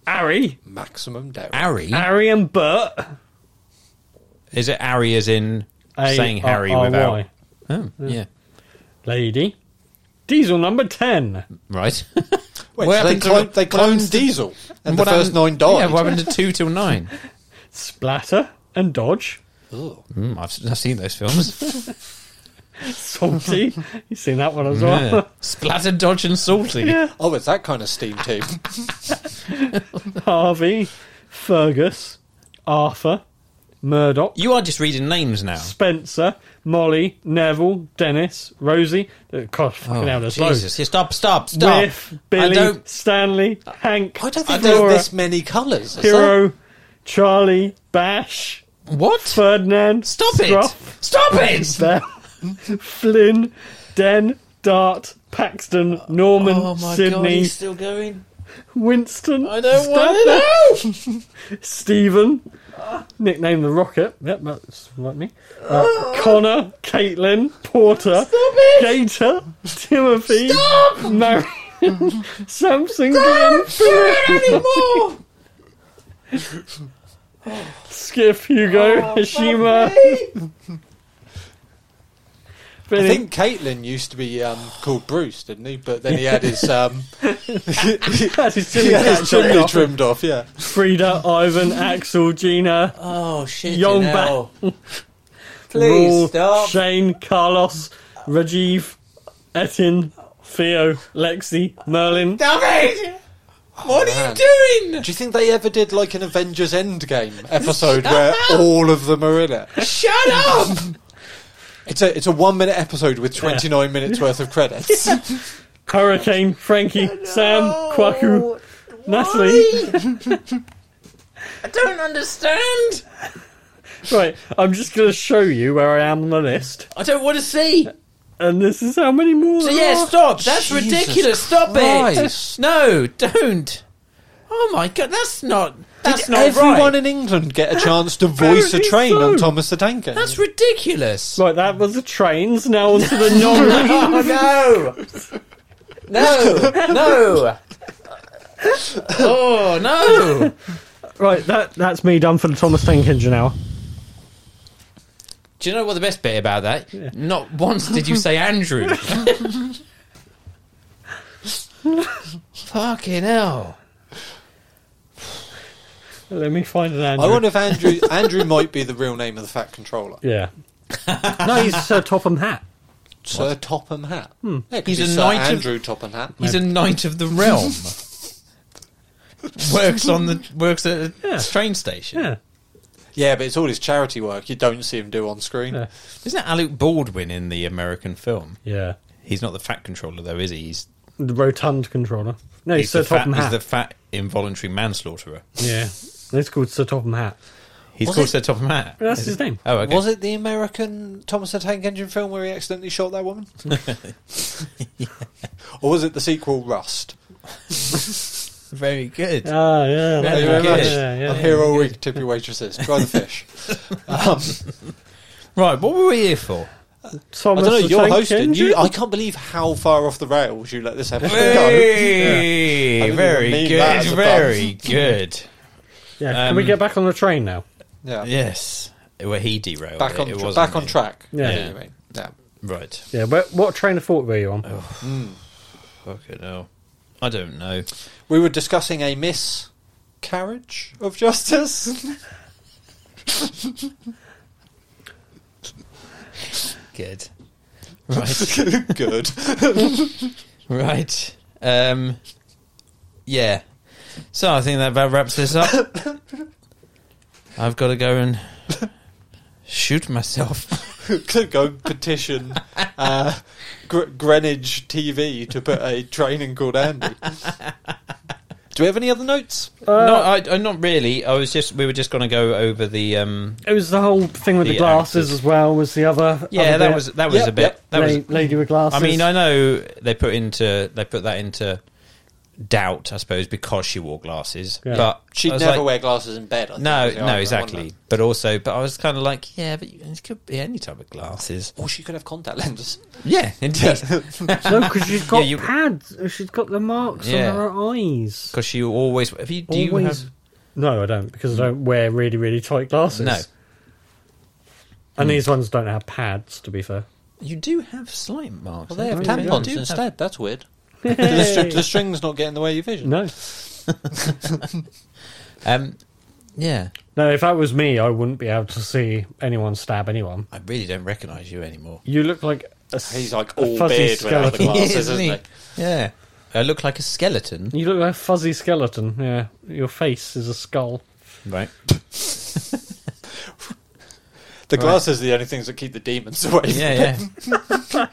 S1: Ari,
S3: Maximum Derek.
S2: Harry?
S1: Ari and Bert.
S2: Is it Harry as in
S1: A-
S2: saying Harry
S1: R- R-
S2: without.
S1: Y.
S2: Oh, yeah.
S1: lady, Diesel number ten.
S2: Right.
S3: Wait,
S2: What
S3: so they,
S2: happened to-
S3: clone, they
S2: what happened
S3: cloned
S2: to-
S3: Diesel, and
S2: What
S3: the first
S2: happened-
S3: nine died.
S2: Yeah, what happened to two till nine?
S1: Splatter and Dodge.
S3: Ugh.
S2: Hmm, Mm, I've, I've seen those films.
S1: Salty. you seen that one as well.
S2: Yeah. Splatter, dodge, and salty.
S3: Oh, it's that kind of steam too.
S1: Harvey, Fergus, Arthur, Murdoch,
S2: You are just reading names now.
S1: Spencer, Molly, Neville, Dennis, Rosie. Uh, God, fucking hell, there's
S2: Oh, Jesus.
S1: loads.
S2: Yeah, stop, stop, stop.
S1: Biff, Billy,
S2: I don't.
S1: Stanley, Hank,
S3: I don't think
S1: Flora,
S3: there's this many colours. is there?
S1: Hero, Charlie, Bash,
S2: What?
S1: Ferdinand,
S2: stop
S1: Scruff,
S2: it. Stop it.
S1: Bell, Flynn, Den, Dart, Paxton, Norman,
S2: Oh my god,
S1: Sydney,
S2: he's still going.
S1: Winston,
S2: I don't want
S1: Stanley,
S2: to know.
S1: Stephen, nicknamed the Rocket. Yep, that's like me. Uh, Connor, Caitlin, Porter, Gator, Timothy, Marion, Samson, Glenn, Philip,
S2: Anymore.
S1: Skiff, Hugo,
S2: Oh,
S1: Hashima.
S3: I
S1: Vinny,
S3: think Caitlin used to be um, called Bruce, didn't he? But then he had his um,
S1: that's his
S3: he
S1: silly
S3: had his
S1: catch, isn't
S3: chimney
S1: it?
S3: trimmed off. Yeah,
S1: Frida, Ivan, Axel, Gina,
S2: Oh shit!
S1: Young
S2: hell.
S1: Please Shane, Carlos, Rajiv, Etin, Theo, Lexi, Merlin.
S2: Stop it! What
S3: man.
S2: are you doing?
S3: Do you think they ever did like an Avengers Endgame episode where all of them are in it?
S2: Shut up!
S3: It's a it's a one minute episode with twenty nine minutes worth of credits.
S1: Hurricane, Frankie, Sam, Kwaku, Natalie.
S2: I don't understand.
S1: Right, I'm just going to show you where I am on the list,
S2: I don't want to see.
S1: and this is how many more.
S2: So
S1: there
S2: yeah,
S1: are.
S2: stop. That's
S3: Oh, Jesus
S2: ridiculous. Stop
S3: Christ.
S2: it. No, don't. Oh my god, that's not. That's
S3: did
S2: not
S3: everyone
S2: right.
S3: in England get a chance to voice a
S1: Apparently
S3: train
S1: so.
S3: on Thomas the Tank Engine?
S2: That's ridiculous.
S1: Right, that was the trains. Now onto the non.
S2: Oh no! No! No! Oh no!
S1: right, that that's me done for the Thomas Tank Engine hour.
S2: Do you know what the best bit about that? Not once did you say Andrew. Fucking hell.
S1: Let me find an Andrew.
S3: I wonder if Andrew Andrew might be the real name of the Fat Controller.
S1: Yeah. no, he's Sir Topham Hat.
S3: Sir Topham Hat. Yeah, it could
S2: He's
S3: be
S2: a
S3: Sir
S2: knight of-
S3: Andrew Topham Hat.
S2: He's a knight of the realm. works on the works at a
S1: Yeah.
S2: train station.
S1: Yeah.
S3: Yeah, but it's all his charity work you don't see him do on screen.
S1: Yeah.
S2: Isn't that Alec Baldwin in the American film?
S1: Yeah.
S2: He's not the fat controller though, is he? He's,
S1: The rotund controller. No,
S2: he's
S1: he's Sir
S2: the fat,
S1: Topham
S2: he's
S1: Hat.
S2: the fat involuntary manslaughterer.
S1: Yeah. It's called Sir Topham Hat.
S2: He's
S3: Was
S2: called
S3: it-
S2: Sir Topham Hat.
S1: That's
S2: Is
S1: his
S2: it?
S1: name.
S2: Oh, okay.
S3: Was it the American Thomas the Tank Engine film where he accidentally shot that woman? Or was it the sequel Rust?
S2: Very good.
S1: Ah, yeah.
S2: Very
S1: yeah, yeah,
S2: good.
S1: yeah, yeah.
S3: I'm here all week, tip your waitresses. Try the fish. Um,
S2: Right, what were we here for?
S3: I
S1: Thomas
S3: don't know,
S1: the
S3: you're
S1: Tank
S3: hosting.
S1: Engine?
S3: You, I can't believe how far off the rails you let this episode go.
S2: Hey,
S3: I didn't
S2: very
S3: even mean that
S2: good.
S3: as a
S2: Very good.
S1: Yeah, can we
S2: Um,
S1: get back on the train now?
S3: Yeah.
S2: Yes. Where he derailed.
S3: Back
S2: it,
S3: on,
S2: it
S3: tra-
S2: wasn't
S3: back on
S2: me.
S3: track.
S1: Yeah.
S3: You know what I mean? yeah.
S2: Right.
S1: Yeah, but what train of thought were you on?
S2: Oh. Fucking hell. I don't know.
S3: We were discussing a miscarriage of justice.
S2: Good. Right.
S3: Good.
S2: right. Um, yeah. So I think that about wraps this up. I've got to go and shoot myself.
S3: Could go and petition uh, Gr- Greenwich TV to put a training called Andy. Do we have any other notes?
S1: Uh,
S2: no, I, I not really. I was just we were just going to go over the um.
S1: It was the whole thing with the,
S2: The
S1: glasses
S2: actors.
S1: as well. Was the other?
S2: Yeah,
S1: other
S2: that
S1: bit.
S2: was that was
S3: Yep,
S2: a bit.
S3: yep.
S2: That
S1: La-
S2: was.
S1: lady with glasses.
S2: I mean, I know they put into they put that into doubt, I suppose, because she wore glasses.
S1: Yeah.
S2: But
S3: She'd
S2: I was
S3: never
S2: like,
S3: wear glasses in bed. I think,
S2: No,
S3: was
S2: no,
S3: the argument,
S2: exactly.
S3: wasn't it?
S2: But also, but I was kind of like, yeah, but you, it could be any type of glasses.
S3: Or she could have contact lenses.
S2: Yeah, indeed.
S1: no, because she's got
S2: Yeah, you-
S1: pads. She's got the marks
S2: Yeah.
S1: on her eyes.
S2: Because you always have you do
S1: Always.
S2: you
S1: No, I don't because I don't wear really, really tight glasses.
S2: have no
S1: and these ones don't have pads. To be fair,
S2: you do have slight marks.
S3: Well, they have
S1: Oh, yeah.
S3: tampons
S2: They do
S3: instead.
S2: have-
S3: That's weird. the, str- the string's not getting in the way of your vision.
S1: no,
S2: Um, Yeah.
S1: No, if that was me, I wouldn't be able to see anyone stab anyone.
S2: I really don't recognise you anymore.
S1: You look like a s-
S3: He's like
S1: a
S3: all
S1: fuzzy
S3: beard without the
S1: skeleton.
S3: glasses, isn't he?
S2: Yeah. I look like a skeleton.
S1: You look like a fuzzy skeleton. Yeah, your face is a skull.
S2: Right.
S3: The glasses are the only things that keep the demons away.
S2: Yeah, yeah.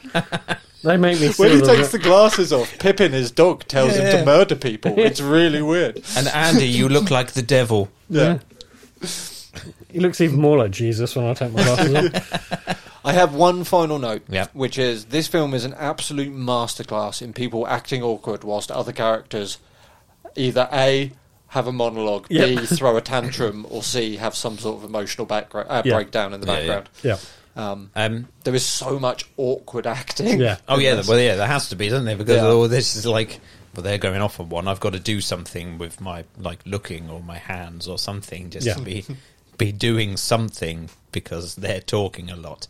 S1: They make me.
S3: When he
S1: feel a
S3: takes the glasses off, Pippin, his dog, tells
S2: Yeah,
S3: him
S2: yeah.
S3: to murder people. It's really weird.
S2: And Andy, you look like the devil.
S3: Yeah.
S1: bit- He looks even more like Jesus when I take my glasses off.
S3: I have one final note,
S2: Yeah.
S3: which is this film is an absolute masterclass in people acting awkward whilst other characters either A, have a monologue,
S1: Yeah.
S3: B, throw a tantrum, or C, have some sort of emotional background, uh,
S1: Yeah.
S3: breakdown in the
S2: Yeah, yeah.
S3: background.
S1: Yeah,
S3: Um,
S2: Um,
S3: there is so much awkward acting.
S1: yeah.
S2: oh, yeah. Well, yeah, there has to be, doesn't there? Because
S3: Yeah.
S2: all this is like, well, they're going off on one. I've got to do something with my, like, looking or my hands or something just to
S1: Yeah.
S2: be, be doing something because they're talking a lot.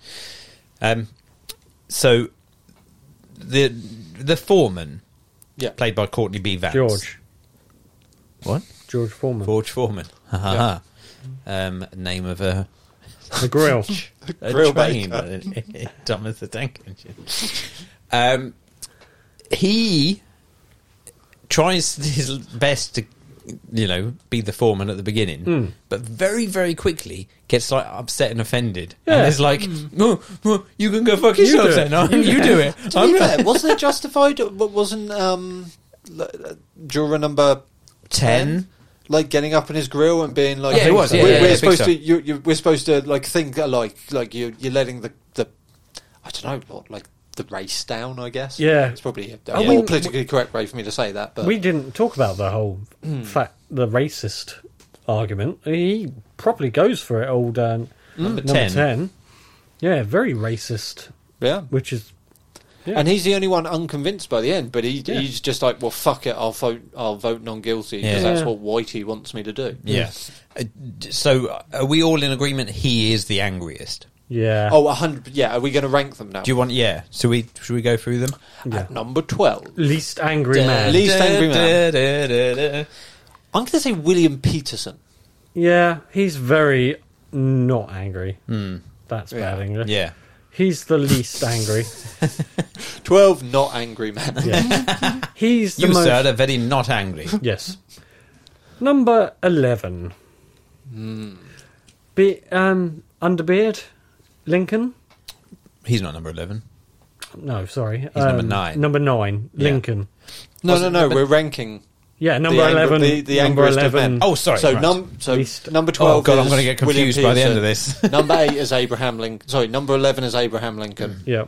S2: Um, so the the foreman,
S3: Yeah.
S2: played by Courtney B. Vance.
S1: George,
S2: What?
S1: George Foreman,
S2: George Foreman. Ha ha ha. Um, name of a,
S1: the grill.
S2: a
S3: Grill
S2: train. Dumb as the tank engine. Um, he tries his best to, you know, be the foreman at the beginning, but very, very quickly gets like upset and offended,
S1: Yeah.
S2: and is like, "No, no, Hmm. "You can go fuck
S1: You do
S2: yourself,
S1: it.
S2: then. I'm- You do it.
S3: To be fair, wasn't it justified? But wasn't um, l- uh, juror number
S2: Ten.
S3: like getting up in his grill and being like,
S2: Yeah, it was, yeah,
S3: we're,
S2: yeah,
S3: we're
S2: yeah, big
S3: supposed
S2: stuff.
S3: to, you, you, we're supposed to like think alike, like you, you're letting the the, I don't know, what, like the race down. I guess.
S1: Yeah.
S3: it's probably a,
S1: Oh,
S3: a more
S1: we-
S3: politically correct way for me to say that, but Hmm.
S1: We didn't talk about the whole fact, the racist argument. He properly goes for it, old uh, number,
S2: 10.
S1: Yeah, very racist,
S3: yeah.
S1: which is yeah.
S3: And he's the only one unconvinced by the end, but he,
S1: Yeah.
S3: he's just like, well, fuck it, I'll vote, I'll vote non guilty because
S2: Yeah.
S3: that's what Whitey wants me to do.
S2: Yeah. Uh, d- so, uh, are we all in agreement? He is the angriest.
S1: yeah.
S3: Oh, a hundred. Yeah, are we going to rank them now?
S2: Do you want? Yeah. So we should we go through them?
S1: yeah.
S3: At number twelve.
S1: least angry man.
S3: uh, least angry man.
S2: da, da, da, da.
S3: I'm going to say William Peterson.
S1: Yeah, he's very not angry. That's
S3: Hmm. Yeah.
S1: bad English.
S2: Yeah.
S1: He's the least angry.
S3: 12, not angry man.
S1: Yeah. He's the
S2: You,
S1: most.
S2: sir, are very not angry.
S1: Yes. Number 11.
S3: Hmm.
S1: Be, um, Underbeard? Lincoln?
S2: He's not number 11.
S1: No, sorry. He's
S2: number nine.
S1: Number 9.
S2: Yeah.
S1: Lincoln.
S3: No, no, no, we're ranking.
S1: Yeah, number
S3: angry-
S1: 11.
S3: the- the
S1: number
S3: angriest of
S1: 11.
S3: men.
S2: Oh, sorry.
S3: so,
S2: right.
S3: num- so
S1: Least-
S3: number
S2: Oh,
S3: 12
S2: God,
S3: is
S2: I'm going to get
S3: William
S2: confused by the end of
S3: Peterson.
S2: this.
S3: number 8 is Abraham Lincoln. Sorry, number 11 is Abraham Lincoln.
S1: Yeah.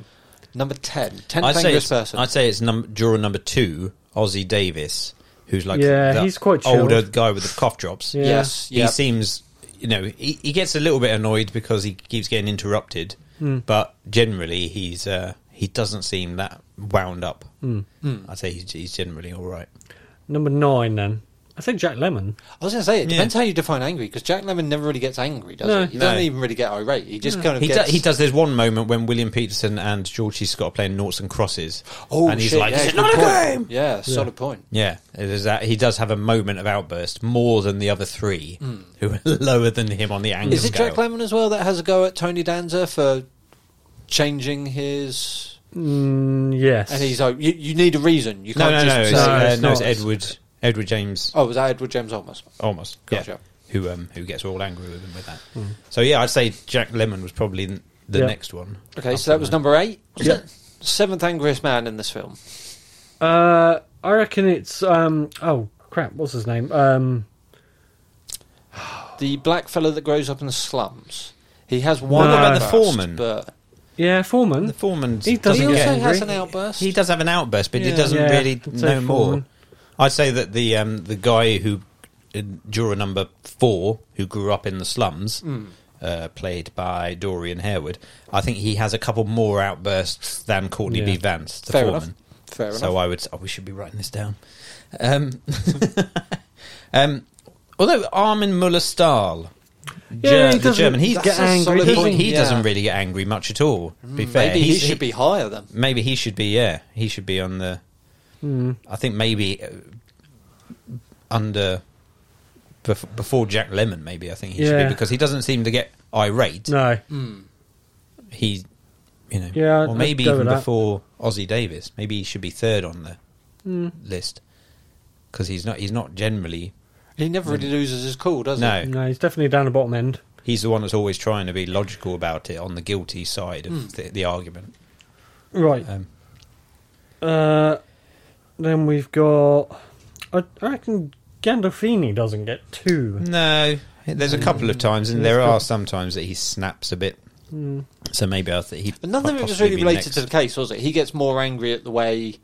S3: Number 10, 10th
S2: I'd say,
S3: angriest
S2: it's,
S3: person.
S2: I'd say it's num- juror number two, Ozzy Davis, who's like
S1: Yeah,
S2: the
S1: he's quite chilled.
S2: older guy with the cough drops.
S1: Yeah.
S3: Yes,
S2: He
S3: yeah.
S2: seems, you know, he, he gets a little bit annoyed because he keeps getting interrupted,
S1: Hmm.
S2: but generally he's uh, he doesn't seem that wound up.
S1: Hmm.
S2: I'd say he's, he's generally all right.
S1: Number 9, then. I said Jack Lemon.
S3: I was going to say, it
S2: Yeah.
S3: depends how you define angry, because Jack Lemon never really gets angry, does
S1: No. Mm.
S3: he? He doesn't
S2: No.
S3: even really get irate. He just kind of
S2: He, do,
S3: gets...
S2: he does. There's one moment when William Peterson and George C. Scott are playing noughts and crosses,
S3: Oh,
S2: and he's
S3: shit,
S2: like,
S3: yeah,
S2: "This is
S3: good
S2: not a
S3: point.
S2: game."
S3: Yeah, solid point.
S2: Yeah, it is that he does have a moment of outburst more than the other three who are lower than him on the anger
S3: Is it
S2: scale.
S3: Jack Lemon as well that has a go at Tony Danza for changing his...
S1: Mm, yes.
S3: And he's like, you, you need a reason. You
S2: No,
S3: can't
S2: no,
S3: just
S2: no. It's,
S3: say...
S1: No,
S2: uh,
S1: it's
S2: no, it's
S1: not.
S2: Edward Edward James
S3: Oh, was that Edward James Olmos?
S2: almost.
S3: Oh, Gotcha. Hmm.
S2: Yeah, who um who gets all angry with him with that. So yeah, I'd say Jack Lemon was probably n- the
S1: Yeah.
S2: next one.
S3: Okay,
S2: Up
S3: so that
S2: from
S3: was
S2: there.
S3: number eight. was
S1: Yeah.
S3: it? Seventh angriest man in this film.
S1: Uh, I reckon it's um. Oh crap! What's his name? Um,
S3: The black fellow that grows up in the slums. He has one
S1: What about
S2: the
S3: outburst,
S2: foreman?
S3: But
S1: yeah, Foreman.
S2: the foreman.
S1: He
S3: he
S1: doesn't
S3: also
S1: get
S3: has an
S1: angry.
S3: outburst.
S2: He does have an outburst, but he
S3: Yeah.
S2: doesn't
S1: Yeah,
S2: really
S1: I'd say
S2: know more.
S1: Foreman.
S2: I'd say that the um, the guy who uh, juror number four, who grew up in the slums,
S3: Hmm.
S2: uh, played by Dorian Harewood, I think he has a couple more outbursts than Courtney B.
S1: Yeah.
S2: Vance, the
S3: Fair enough.
S2: foreman.
S3: Fair enough.
S2: So I would. Oh, we should be writing this down. Um, um, although Armin Muller Stahl.
S1: Yeah, he
S2: the
S1: doesn't
S2: German. He,
S1: get
S3: a
S1: angry.
S3: solid
S2: he,
S1: does he?
S3: point,
S2: he
S3: yeah. Hmm.
S2: doesn't really get angry much at all. To be fair,
S3: Maybe he
S2: uh, He's-
S3: should be higher then.
S2: maybe he should be yeah he should be on
S1: Hmm,
S2: the i think maybe uh, under bef- before Jack Lemon. Maybe I think he should
S1: Yeah.
S2: be because he doesn't seem to get irate.
S1: No.
S2: He, you know,
S1: Yeah, I'd-
S2: or
S1: I'd
S2: maybe
S1: go
S2: even
S1: with that.
S2: before Ozzy Davis. Maybe he should be third on the
S1: Hmm.
S2: list because he's not. He's not generally.
S3: He never really loses his cool, does he?
S2: Mm. No,
S1: No, he's definitely down the bottom end.
S2: he's the one that's always trying to be logical about it on the guilty side of
S1: Hmm.
S2: the, the argument.
S1: Right.
S2: Um,
S1: Uh, then we've got. I, I reckon Gandolfini doesn't get two.
S2: No, there's a couple of times, and there are some times that he snaps a bit. So maybe I think he.
S3: But none of it was really related to the case, was it? He gets more angry at the way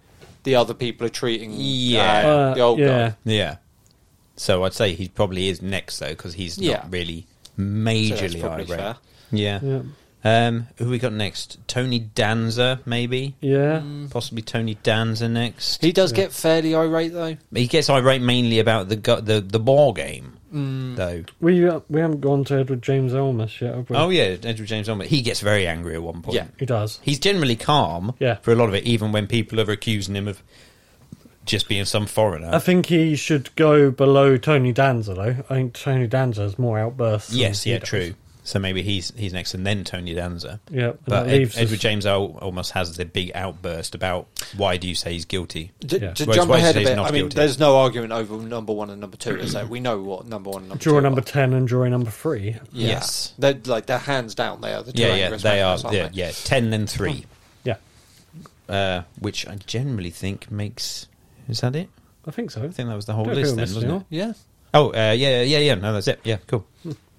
S3: the other people are treating uh,
S2: Yeah.
S1: Uh,
S3: the old
S1: yeah.
S3: guy.
S2: Yeah. So I'd say he probably is next though, because he's
S3: Yeah.
S2: not really
S3: So that's
S2: majorly
S3: probably
S2: irate.
S3: fair.
S2: Yeah.
S1: Yeah.
S2: Um, who we got next? Tony Danza, maybe.
S1: Yeah.
S2: Possibly Tony Danza next.
S3: Hmm. He does get fairly irate though.
S2: He gets irate mainly about the gu- the the ball game,
S3: Hmm.
S2: though.
S1: We uh, we haven't gone to Edward James Olmos yet, have we?
S2: Oh yeah, Edward James Olmert. He gets very angry at one point.
S3: Yeah.
S1: He does.
S2: He's generally calm
S1: Yeah.
S2: for a lot of it, even when people are accusing him of just being some foreigner.
S1: I think he should go below Tony Danza, though. I think Tony Danza has more outbursts. than
S2: yes,
S1: he
S2: yeah,
S1: does.
S2: true. So maybe he's he's next, and then Tony Danza.
S1: Yeah, and
S2: but
S1: that
S2: Ed-
S1: leaves us-
S2: Edward James al- almost has the big outburst about why do you say he's guilty?
S3: D-
S1: Yeah.
S3: To
S2: Whereas
S3: jump
S2: Wise
S3: ahead a
S2: says
S3: bit,
S2: not
S3: I mean,
S2: guilty.
S3: there's no argument over number one and number two, is there? We know what number one and number two
S1: Jury number
S3: are.
S1: 10 and jury number 3.
S3: Yeah.
S2: Yes.
S3: They're like they're hands down. They are the two
S2: yeah, yeah,
S3: angriest
S2: they are.
S3: members, aren't
S2: Yeah,
S3: they?
S2: yeah, ten and three,
S1: Yeah,
S2: uh, which I generally think makes. Is that it?
S1: I think so.
S2: I think that was the whole
S1: Don't
S2: list
S1: feel
S2: then,
S1: missing
S2: wasn't it?
S1: out.
S3: Yeah.
S2: Oh, uh, yeah, yeah, yeah. No, that's it. Yeah, cool.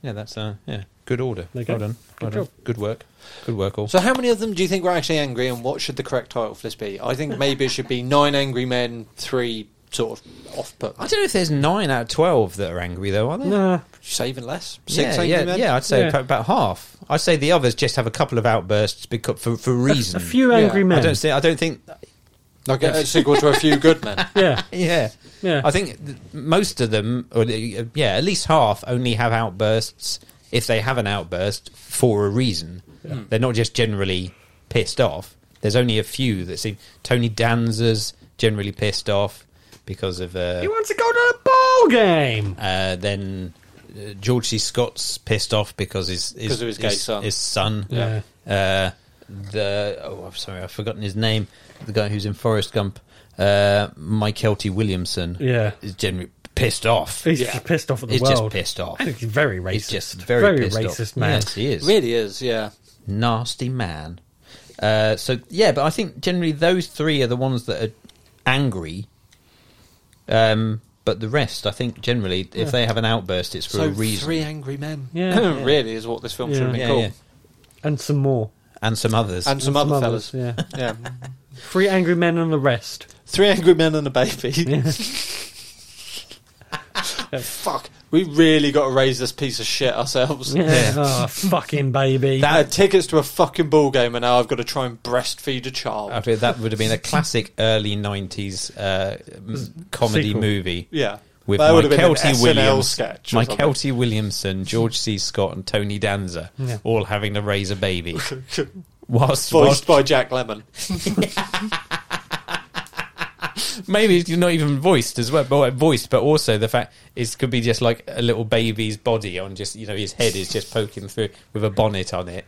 S2: Yeah, that's uh, yeah, good order.
S1: Hmm. There
S2: Well
S1: you go.
S2: done. Well
S1: Good
S2: done.
S1: job.
S2: Good work. Good work, all.
S3: So how many of them do you think were actually angry, and what should the correct title for this be? I think maybe it should be nine angry men, three sort of off put.
S2: I don't know if there's nine out of twelve that are angry though, are there?
S1: Nah,
S3: Say even less.
S2: Yeah,
S3: Six angry
S2: yeah,
S3: men.
S2: yeah, I'd say
S1: Yeah.
S2: about- about half. I'd say the others just have a couple of outbursts because for for
S1: a
S2: reason.
S1: few
S3: Yeah.
S1: angry men.
S2: Hmm. I don't see. I don't think.
S3: Like a, a sequel to a few good men.
S1: Yeah,
S2: Yeah,
S1: Yeah.
S2: I think th- most of them, or the, yeah, at least half, only have outbursts if they have an outburst for a reason. They're not just generally pissed off. There's only a few that seem. Tony Danza's generally pissed off because of. Uh,
S1: he wants to go to the ball game.
S2: Uh, then uh, George C. Scott's pissed off because his his,
S3: Because of his gay son.
S2: his son.
S1: Yeah.
S2: Uh, the oh, I'm sorry, I've forgotten his name. The guy who's in Forrest Gump, uh, Mike Elty Williamson.
S1: Yeah.
S2: is generally pissed off.
S1: He's just pissed off at the
S2: He's just
S1: world.
S2: pissed off.
S1: And he's very racist.
S2: He's just very, pissed off.
S1: racist man.
S2: Yes, he is
S3: really is. Yeah.
S2: nasty man. Uh, so yeah, but I think generally those three are the ones that are angry. Um, but the rest, I think, generally, if they have an outburst, it's for a
S3: So
S2: reason.
S3: three angry men.
S1: Yeah. Yeah.
S3: really is what this film should have been
S2: Yeah,
S3: called.
S2: yeah.
S1: And some more.
S2: and some others.
S3: And some, other
S1: others,
S3: fellas.
S1: Yeah.
S3: Yeah.
S1: Three angry men and the rest.
S3: Three angry men and a baby. Fuck. We really got to raise this piece of shit ourselves.
S1: Yeah. Oh, fucking baby.
S3: I had tickets to a fucking ball game, and now I've got to try and breastfeed a child.
S2: After that would have been a classic early '90s uh, m- comedy
S1: Sequel.
S2: movie.
S3: yeah.
S2: With
S3: that would
S2: Mike
S3: have been an
S2: Kelty
S3: SNL
S2: Williams,
S3: sketch or
S2: Mike
S3: something.
S2: Kelty Williamson, George C. Scott, and Tony Danza,
S1: Yeah.
S2: all having to raise a baby, whilst,
S3: Voiced
S2: whilst
S3: by Jack Lemon.
S2: maybe it's not even voiced as well, but voiced, but also the fact it could be just like a little baby's body on just you know his head is just poking through with a bonnet on it,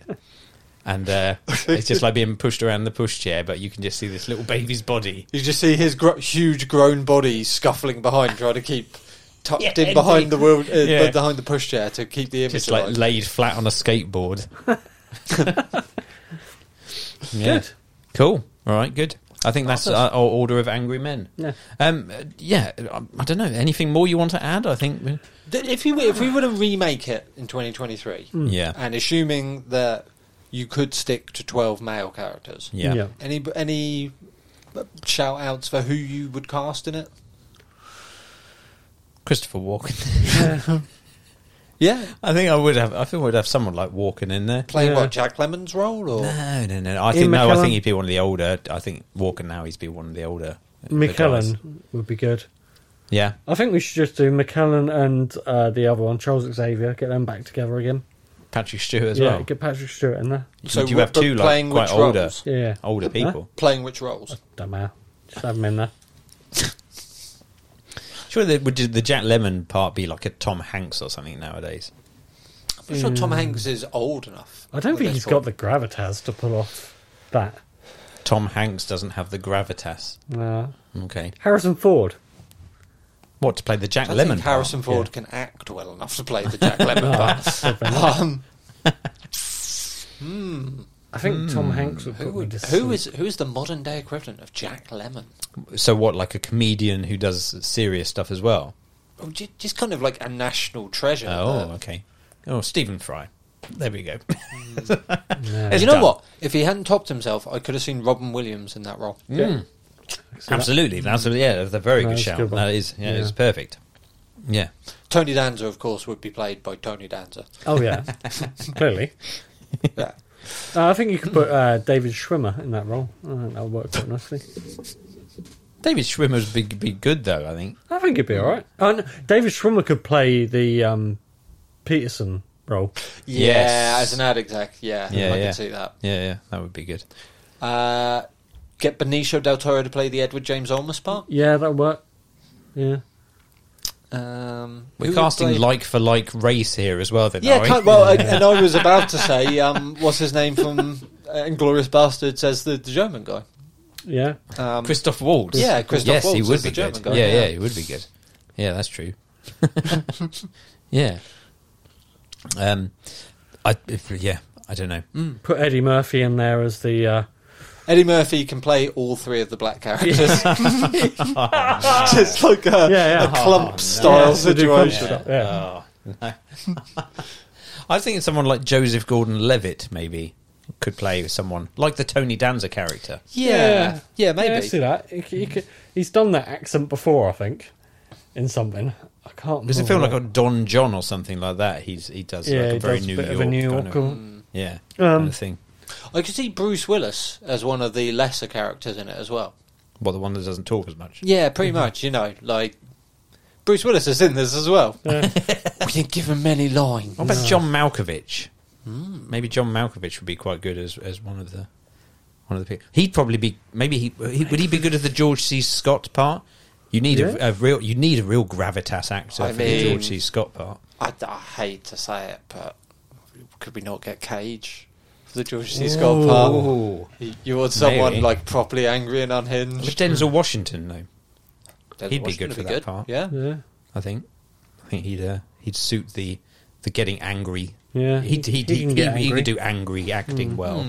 S2: and uh, it's just like being pushed around the pushchair, but you can just see this little baby's body.
S3: You just see his gro- huge grown body scuffling behind, trying to keep tucked
S2: Yeah,
S3: in behind
S2: indeed.
S3: the wheel, uh,
S2: Yeah.
S3: behind the pushchair to keep the image
S2: just like
S3: alive.
S2: laid flat on a skateboard. yeah.
S1: Good.
S2: Cool. All right. Good. I think that's our, our order of angry men.
S1: Yeah.
S2: Um. uh, Yeah. I, I don't know. Anything more you want to add? I think. we-
S3: Th- If you if we were to remake it in 2023,
S1: Hmm.
S2: Yeah.
S3: and assuming that you could stick to 12 male characters,
S2: Yeah.
S1: Yeah.
S3: any any shout outs for who you would cast in it?
S2: Christopher Walken.
S1: Uh,
S3: Yeah,
S2: I think I would have. I think we'd have someone like Walken in there.
S3: playing
S1: Yeah.
S3: what Jack Lemon's role, or
S2: No, no, no. I
S1: Ian
S2: think no. I
S1: McKellen?
S2: think he'd be one of the older. I think Walken now he's be one of the older. the guys.
S1: McKellen would be good.
S2: Yeah.
S1: I think we should just do McKellen and uh, the other one, Charles Xavier, get them back together again.
S2: Patrick Stewart as
S1: yeah,
S2: well.
S1: get Patrick Stewart in there.
S3: So
S2: you
S3: what-
S2: have two
S3: but
S2: like
S3: playing
S2: quite uh,
S3: which
S2: older,
S3: roles?
S1: Yeah.
S2: older people.
S3: playing which roles?
S1: Don't matter. Just have him in there.
S2: Sure, they, would the Jack Lemon part be like a Tom Hanks or something nowadays?
S3: I'm sure Tom Hanks is old enough.
S1: I don't
S3: at
S1: think he's
S3: this
S1: got
S3: point.
S1: the gravitas to pull off that.
S2: Tom Hanks doesn't have the gravitas.
S1: No.
S2: Okay,
S1: Uh, Harrison Ford.
S2: what to play the Jack
S3: I
S2: Lemon?
S3: think Harrison
S2: part?
S3: Ford can act well enough to play the Jack
S1: Oh,
S3: Lemmon
S1: Ah.
S3: part. Um,
S1: I think
S2: Hmm.
S1: Tom Hanks would
S3: who,
S1: put me
S3: would,
S1: to
S3: who
S1: sleep.
S3: is who is the modern day equivalent of Jack Lemmon?
S2: Yeah. So what, like a comedian who does serious stuff as well?
S3: Oh, ju- just kind of like a national treasure.
S2: Oh,
S3: that-
S2: okay. Oh, Stephen Fry. There we go.
S3: you
S2: It's
S3: know
S2: done.
S3: what? If he hadn't topped himself, I could have seen Robin Williams in that role.
S2: Hmm. Absolutely,
S3: Hmm.
S2: absolutely. Yeah, that's a very
S1: No,
S2: good
S1: it's a
S2: shout.
S1: good one.
S2: that is, yeah,
S1: Yeah.
S2: it's perfect. Yeah,
S3: Tony Danza, of course, would be played by Tony Danza.
S1: Oh yeah, clearly.
S3: Yeah.
S1: Uh, I think you could put uh, David Schwimmer in that role. I think that would work quite nicely.
S2: David Schwimmer's be be good though. I think.
S1: I think it'd be all right. Oh, no, David Schwimmer could play the um, Peterson role.
S3: Yeah,
S2: Yes.
S3: as an ad exec, yeah,
S2: Yeah,
S3: I
S2: yeah.
S3: can see that.
S2: Yeah, yeah, that would be good.
S3: Uh, get Benicio del Toro to play the Edward James Olmos part.
S1: Yeah, that would work. Yeah.
S3: Um, who
S2: We're
S3: would
S2: casting
S3: play-
S2: like for like race here as well. Then,
S3: Yeah,
S2: are we?
S3: kind well, and, and I was about to say, um, what's his name from uh, Inglorious Bastards as the, the German guy?
S1: Yeah.
S3: Um,
S2: Christoph Waltz.
S3: Yeah, Christoph
S2: yes, he
S3: Waltz
S2: would
S3: is
S2: be
S3: the German
S2: good.
S3: guy,
S2: yeah,
S3: yeah.
S2: yeah, he would be good. Yeah, that's true. yeah. Um, I if, yeah, I don't know.
S3: Hmm.
S1: Put Eddie Murphy in there as the. Uh,
S3: Eddie Murphy can play all three of the black characters. Just like a,
S1: Yeah, yeah.
S3: a clump style
S1: Yeah, we do clump
S3: situation.
S1: stuff, yeah.
S2: I was thinking someone like Joseph Gordon-Levitt maybe could play someone like the Tony Danza character.
S3: Yeah, yeah,
S1: Yeah, I
S3: maybe.
S1: see that. He, c- he c- he's done that accent before, I think, in something. I can't.
S2: Does it
S1: remember
S2: feel like
S1: what.
S2: a Don John or something like that? He's he does
S1: Yeah,
S2: like
S1: he
S2: a very
S1: does a
S2: New
S1: bit
S2: York,
S1: of a New
S2: kind of-
S1: Yorker.
S2: yeah,
S1: Um,
S2: kind of thing.
S3: I could see Bruce Willis as one of the lesser characters in it as well.
S2: Well, the one that doesn't talk as much.
S3: Yeah, pretty
S2: Mm-hmm.
S3: much. You know, like Bruce Willis is in this as well. we didn't give him many lines.
S2: What about John Malkovich?
S3: Hmm.
S2: Maybe John Malkovich would be quite good as, as one of the one of the people. He'd probably be maybe he, he would he be good at the George C. Scott part. You need a, a real you need a real gravitas actor
S3: I
S2: for the
S3: mean-
S2: George C. Scott part.
S3: I, I hate to say it, but could we not get Cage for the George C. Scott part? You- You want someone
S2: Maybe.
S3: like properly angry and
S2: With
S3: unhinged?
S2: Denzel Washington though,
S3: Denzel
S2: he'd be
S3: Washington
S2: good for
S3: would
S2: that part.
S3: Yeah,
S1: Yeah.
S2: I think. I think he'd uh, he'd suit the the getting angry.
S1: Yeah,
S2: he'd,
S1: he-
S2: he'd,
S1: he
S2: he
S1: can get angry.
S2: he,
S1: Mm.
S2: could do angry acting well.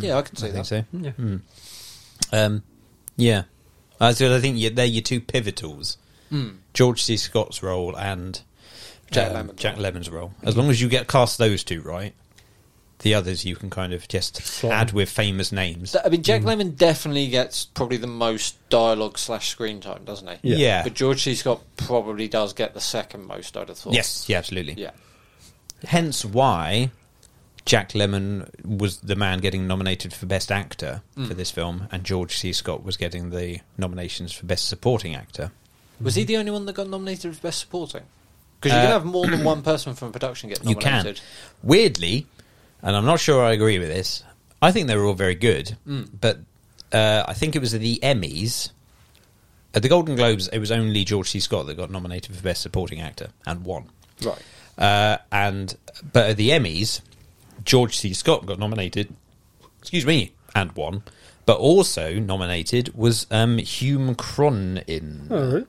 S3: yeah, I could see
S2: Mm-hmm. I think
S3: Mm, that.
S2: so. Mm.
S1: Yeah.
S2: Um, yeah. Uh, so I think you, they're your two pivotals George C. Scott's role and
S3: Mm. Jack
S2: um,
S3: Lemmon.
S2: Jack Lemon's role. As long as you get cast those two right, the others you can kind of just
S1: Slot
S2: add with famous names.
S3: So, I mean, Jack
S2: Mm-hmm.
S3: Lemmon definitely gets probably the most dialogue slash screen time, doesn't he?
S2: Yeah. Yeah.
S3: But George C. Scott probably does get the second most, I'd have thought.
S2: Yes, yeah, absolutely.
S3: Yeah.
S2: Hence why Jack Lemon was the man getting nominated for Best Actor for this film, and George C. Scott was getting the nominations for Best Supporting Actor.
S3: Was he the only one that got nominated for Best Supporting? Because you can have more than one person from a production get
S2: Uh, You
S3: nominated.
S2: can. Weirdly, and I'm not sure I agree with this, I think they were all very good, but uh, I think it was the Emmys. At the Golden Globes, it was only George C. Scott that got nominated for Best Supporting Actor and won.
S3: Right.
S2: Uh, and but at the Emmys, George C. Scott got nominated. Excuse me, and won. But also nominated was um, Hume Cronin,
S1: Oh,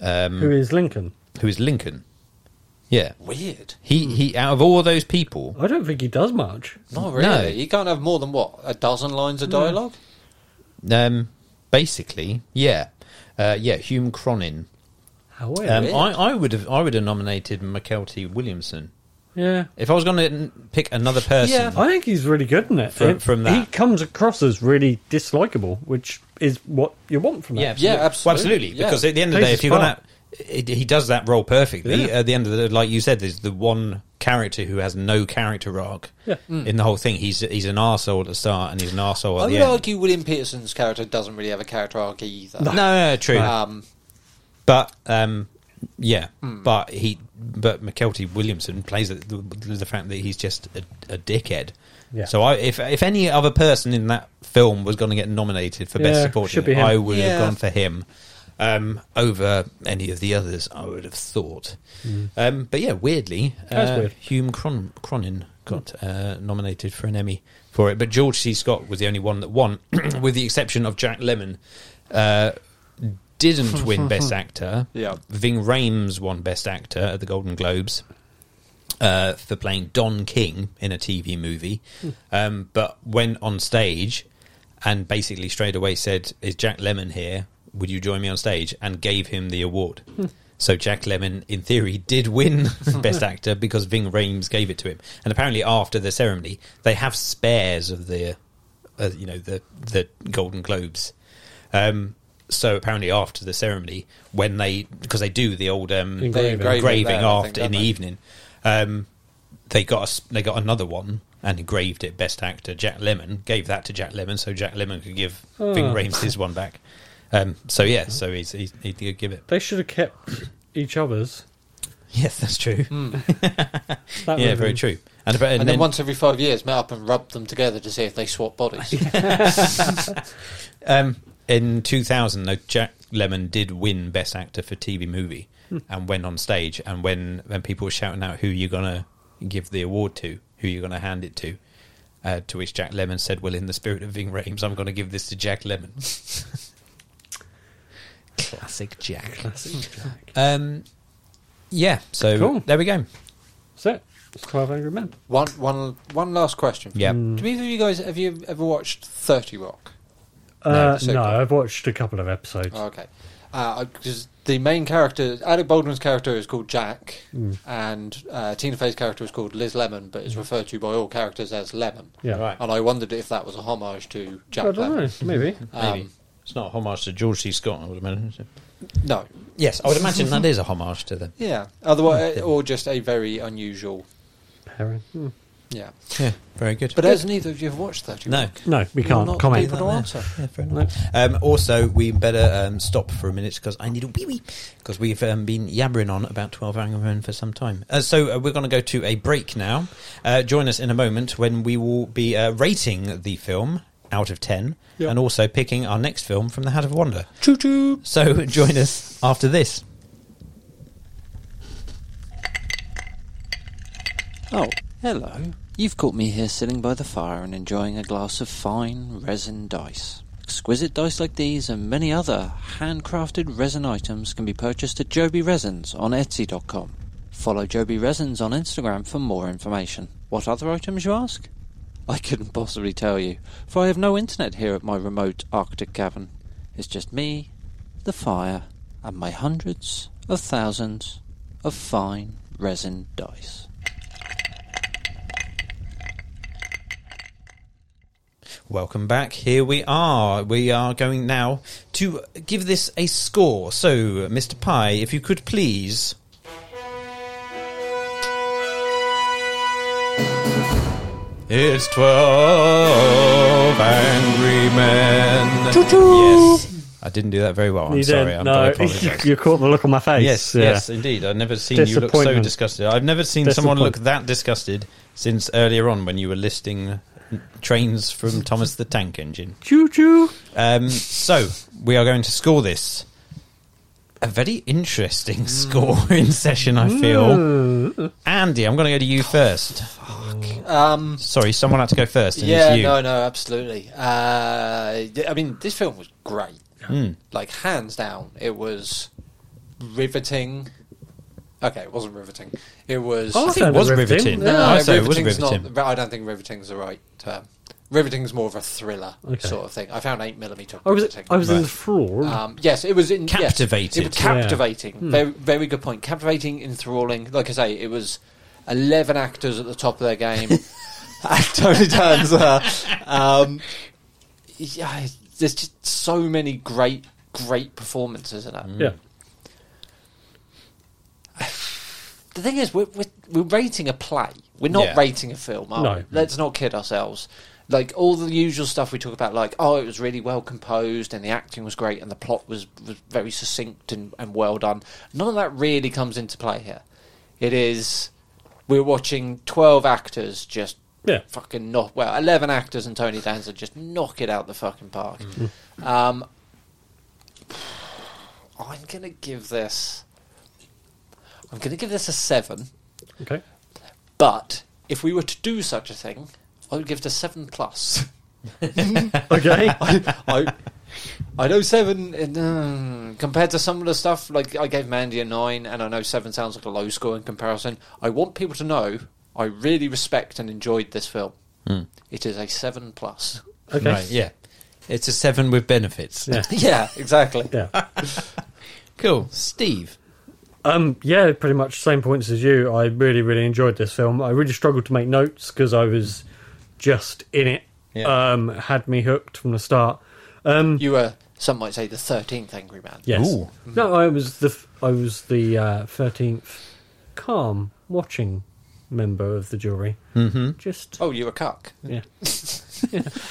S1: really? Who is Lincoln?
S2: who is Lincoln. Yeah,
S3: Weird.
S2: he he. Out of all those people,
S1: I don't think he does much.
S3: Not really.
S2: No.
S3: You can't have more than what a dozen lines of dialogue.
S2: um, basically, yeah, uh, yeah, Hume Cronin.
S1: However,
S2: Um, I, I would have I would have nominated McKelty Williamson
S1: yeah.
S2: if I was going to pick another person.
S3: Yeah.
S1: I think he's really good in it.
S2: From-
S1: It-
S2: from
S1: he
S2: that.
S1: comes across as really dislikable, which is what you want from
S2: Yeah,
S1: that.
S3: Yeah,
S2: Well, absolutely.
S3: absolutely. Yeah.
S2: Because at the end of
S1: Plays
S2: the day,
S1: his
S2: if you're going
S1: part.
S2: to, he does that role perfectly.
S1: Yeah.
S2: At the end of the, like you said, there's the one character who has no character arc
S1: Yeah.
S2: in the whole thing. He's he's an arsehole at the start and he's an arsehole
S3: I
S2: at
S3: would
S2: the end.
S3: argue William Peterson's character doesn't really have a character arc either.
S2: no, no, no, true.
S3: Um,
S2: But um, yeah,
S1: Hmm.
S2: but he, but McKelty Williamson plays it- the, the fact that he's just a, a dickhead.
S1: Yeah.
S2: So I, if if any other person in that film was going to get nominated for best
S1: Yeah,
S2: supporting,
S1: should be him.
S2: I would
S3: Yeah.
S2: have gone for him um, over any of the others, I would have thought. Um, but yeah, weirdly,
S1: That's
S2: uh,
S1: Hmm. weird. Hmm.
S2: Hume Cron- Cronin got uh, nominated for an Emmy for it, but George C. Scott was the only one that won, with the exception of Jack Lemon. Uh, didn't win Best Actor.
S7: Yeah.
S2: Ving Rhames won Best Actor at the Golden Globes uh, for playing Don King in a TV movie, um, but went on stage and basically straight away said, "Is Jack Lemon here? Would you join me on stage?" and gave him the award. so Jack Lemon, in theory, did win Best Actor because Ving Rhames gave it to him. And apparently, after the ceremony, they have spares of the, uh, you know, the the Golden Globes. Um, so apparently, after the ceremony, when they because they do the old um,
S1: Engraving.
S2: engraving,
S7: Engraving there, I think,
S2: after in
S7: don't
S2: the
S7: they?
S2: evening, um, they got a s they got another one and engraved it best actor Jack Lemon gave that to Jack Lemon so Jack Lemon could give
S7: Ah.
S2: Ving Rhames his one back. Um, so yeah, so he's, he he did give it.
S1: They should have kept each other's.
S2: Yes, that's true.
S7: Hmm.
S1: That
S2: yeah,
S1: would've
S2: very
S1: been-
S2: true. And, about,
S7: And, then, once every five years, met up and rubbed them together to see if they swap bodies.
S2: um, in 2000, though, Jack Lemon did win Best Actor for TV Movie and went on stage. And when, when people were shouting out who you're going to give the award to, who you're going to hand it to, uh, to which Jack Lemon said, Well, in the spirit of Ving Rhames, I'm going to give this to Jack Lemon. Classic Jack.
S1: Classic Jack.
S2: Um, yeah, so
S1: Cool.
S2: there we go.
S1: That's it. It's 12 Angry Men.
S7: one, one, one last question.
S2: Yeah.
S7: Do either of you guys have you ever watched Thirty Rock?
S1: Uh,
S7: the
S1: no,
S7: second one.
S1: I've watched a couple of episodes.
S7: Oh, okay. Because the main character, Alec Baldwin's character is called Jack, and uh, Tina Fey's character is called Liz Lemon, but is referred to by all characters as Lemon.
S1: yeah.
S2: Right.
S7: And I wondered if that was a homage to Jack
S1: I don't
S7: Lemon.
S1: know. Maybe.
S2: Maybe.
S7: Um,
S2: it's not a homage to George C. Scott, I would imagine. is it?
S7: No.
S2: Yes, I would imagine that is a homage to them.
S7: Yeah. Otherwise, or just a very unusual.
S1: Perrin. Hmm.
S7: Yeah.
S2: Yeah, very good.
S7: But as neither of you have watched Thirty
S2: no.
S7: Rock,
S1: No, we
S7: you're
S1: can't
S7: not
S1: comment.
S7: able to answer.
S2: Um, also, we better um, stop for a minute because I need a wee wee because we've um, been yabbering on about 12 Angry Men for some time. Uh, so, uh, we're going to go to a break now. Uh, join us in a moment when we will be uh, rating the film out of 10
S1: Yep.
S2: and also picking our next film from The Hat of Wonder. Choo choo! So, join us after this.
S3: Oh, hello. You've caught me here sitting by the fire and enjoying a glass of fine resin dice. Exquisite dice like these and many other handcrafted resin items can be purchased at Joby Resins on Etsy.com. Follow Joby Resins on Instagram for more information. What other items, you ask? I couldn't possibly tell you, for I have no internet here at my remote Arctic cavern. It's just me, the fire, and my hundreds of thousands of fine resin dice.
S2: Welcome back. Here we are. We are going now to give this a score. So, Mr. Pie, if you could please. It's 12 Angry Men. Yes. I didn't do that very well. I'm
S1: You
S2: sorry.
S1: did.
S2: I'm I
S1: No,
S2: apologise.
S1: you caught the look on my face.
S2: Yes,
S1: Yeah.
S2: yes, indeed. I've never seen you look so
S1: Disappointment.
S2: disgusted. I've never seen someone look
S1: Disappoint-
S2: that disgusted since earlier on when you were listing trains from Thomas the Tank Engine.
S1: Choo choo.
S2: Um, so we are going to score this. A very interesting score in session, I
S1: Mm.
S2: feel. Andy, I'm going to go to you first.
S7: Um,
S2: Sorry, someone had to go first, and
S7: yeah,
S2: it's you.
S7: no, no, absolutely. Uh, yeah, I mean, this film was great.
S2: Mm.
S7: Like, hands down, it was riveting. Okay, it wasn't riveting. It was.
S1: Oh,
S2: I think it was riveting.
S7: no,
S2: I say it was
S7: riveting's
S2: riveting.
S7: not. I don't think riveting's the right term. Riveting's more of a thriller
S1: Okay.
S7: sort of thing. I found 8mm
S1: I was,
S7: riveting.
S1: I was in
S2: Right.
S1: the fraud.
S7: Um, yes, it was in yes.
S2: Captivated. Hmm.
S7: it was captivating. Very, very good point. Captivating, enthralling. Like I say, it was eleven actors at the top of their game. And Tony Danza. Um, yeah, there's just so many great, great performances in it.
S1: yeah.
S7: The thing is, we're, we're, we're rating a play. We're not
S2: Yeah.
S7: rating a film. Are
S1: No.
S7: we? Let's not kid ourselves. Like all the usual stuff we talk about, like oh, it was really well composed and the acting was great and the plot was, was very succinct and, and well done. None of that really comes into play here. It is we're watching twelve actors just
S1: Yeah.
S7: fucking knock well eleven actors and Tony Danza just knock it out the fucking park. Um, I'm gonna give this. I'm gonna give this a seven.
S1: Okay.
S7: But if we were to do such a thing, I would give it a seven plus.
S1: Okay.
S7: I, I, I know seven uh, compared to some of the stuff. Like I gave Mandy a nine, and I know seven sounds like a low score in comparison. I want people to know I really respect and enjoyed this film. It is a seven plus.
S1: Okay.
S2: Right, yeah. It's a seven with benefits.
S1: Yeah.
S7: yeah, exactly.
S1: Yeah.
S2: Cool. Steve.
S1: Um, yeah, pretty much same points as you. I really, really enjoyed this film. I really struggled to make notes because I was just in it.
S2: Yeah.
S1: Um, had me hooked from the start. Um,
S7: You were some might say the thirteenth angry man.
S1: yes.
S2: Ooh.
S1: No, I was the f- I was the uh, thirteenth calm watching member of the jury. Mm-hmm. Just
S7: Oh, you're a cuck.
S1: yeah,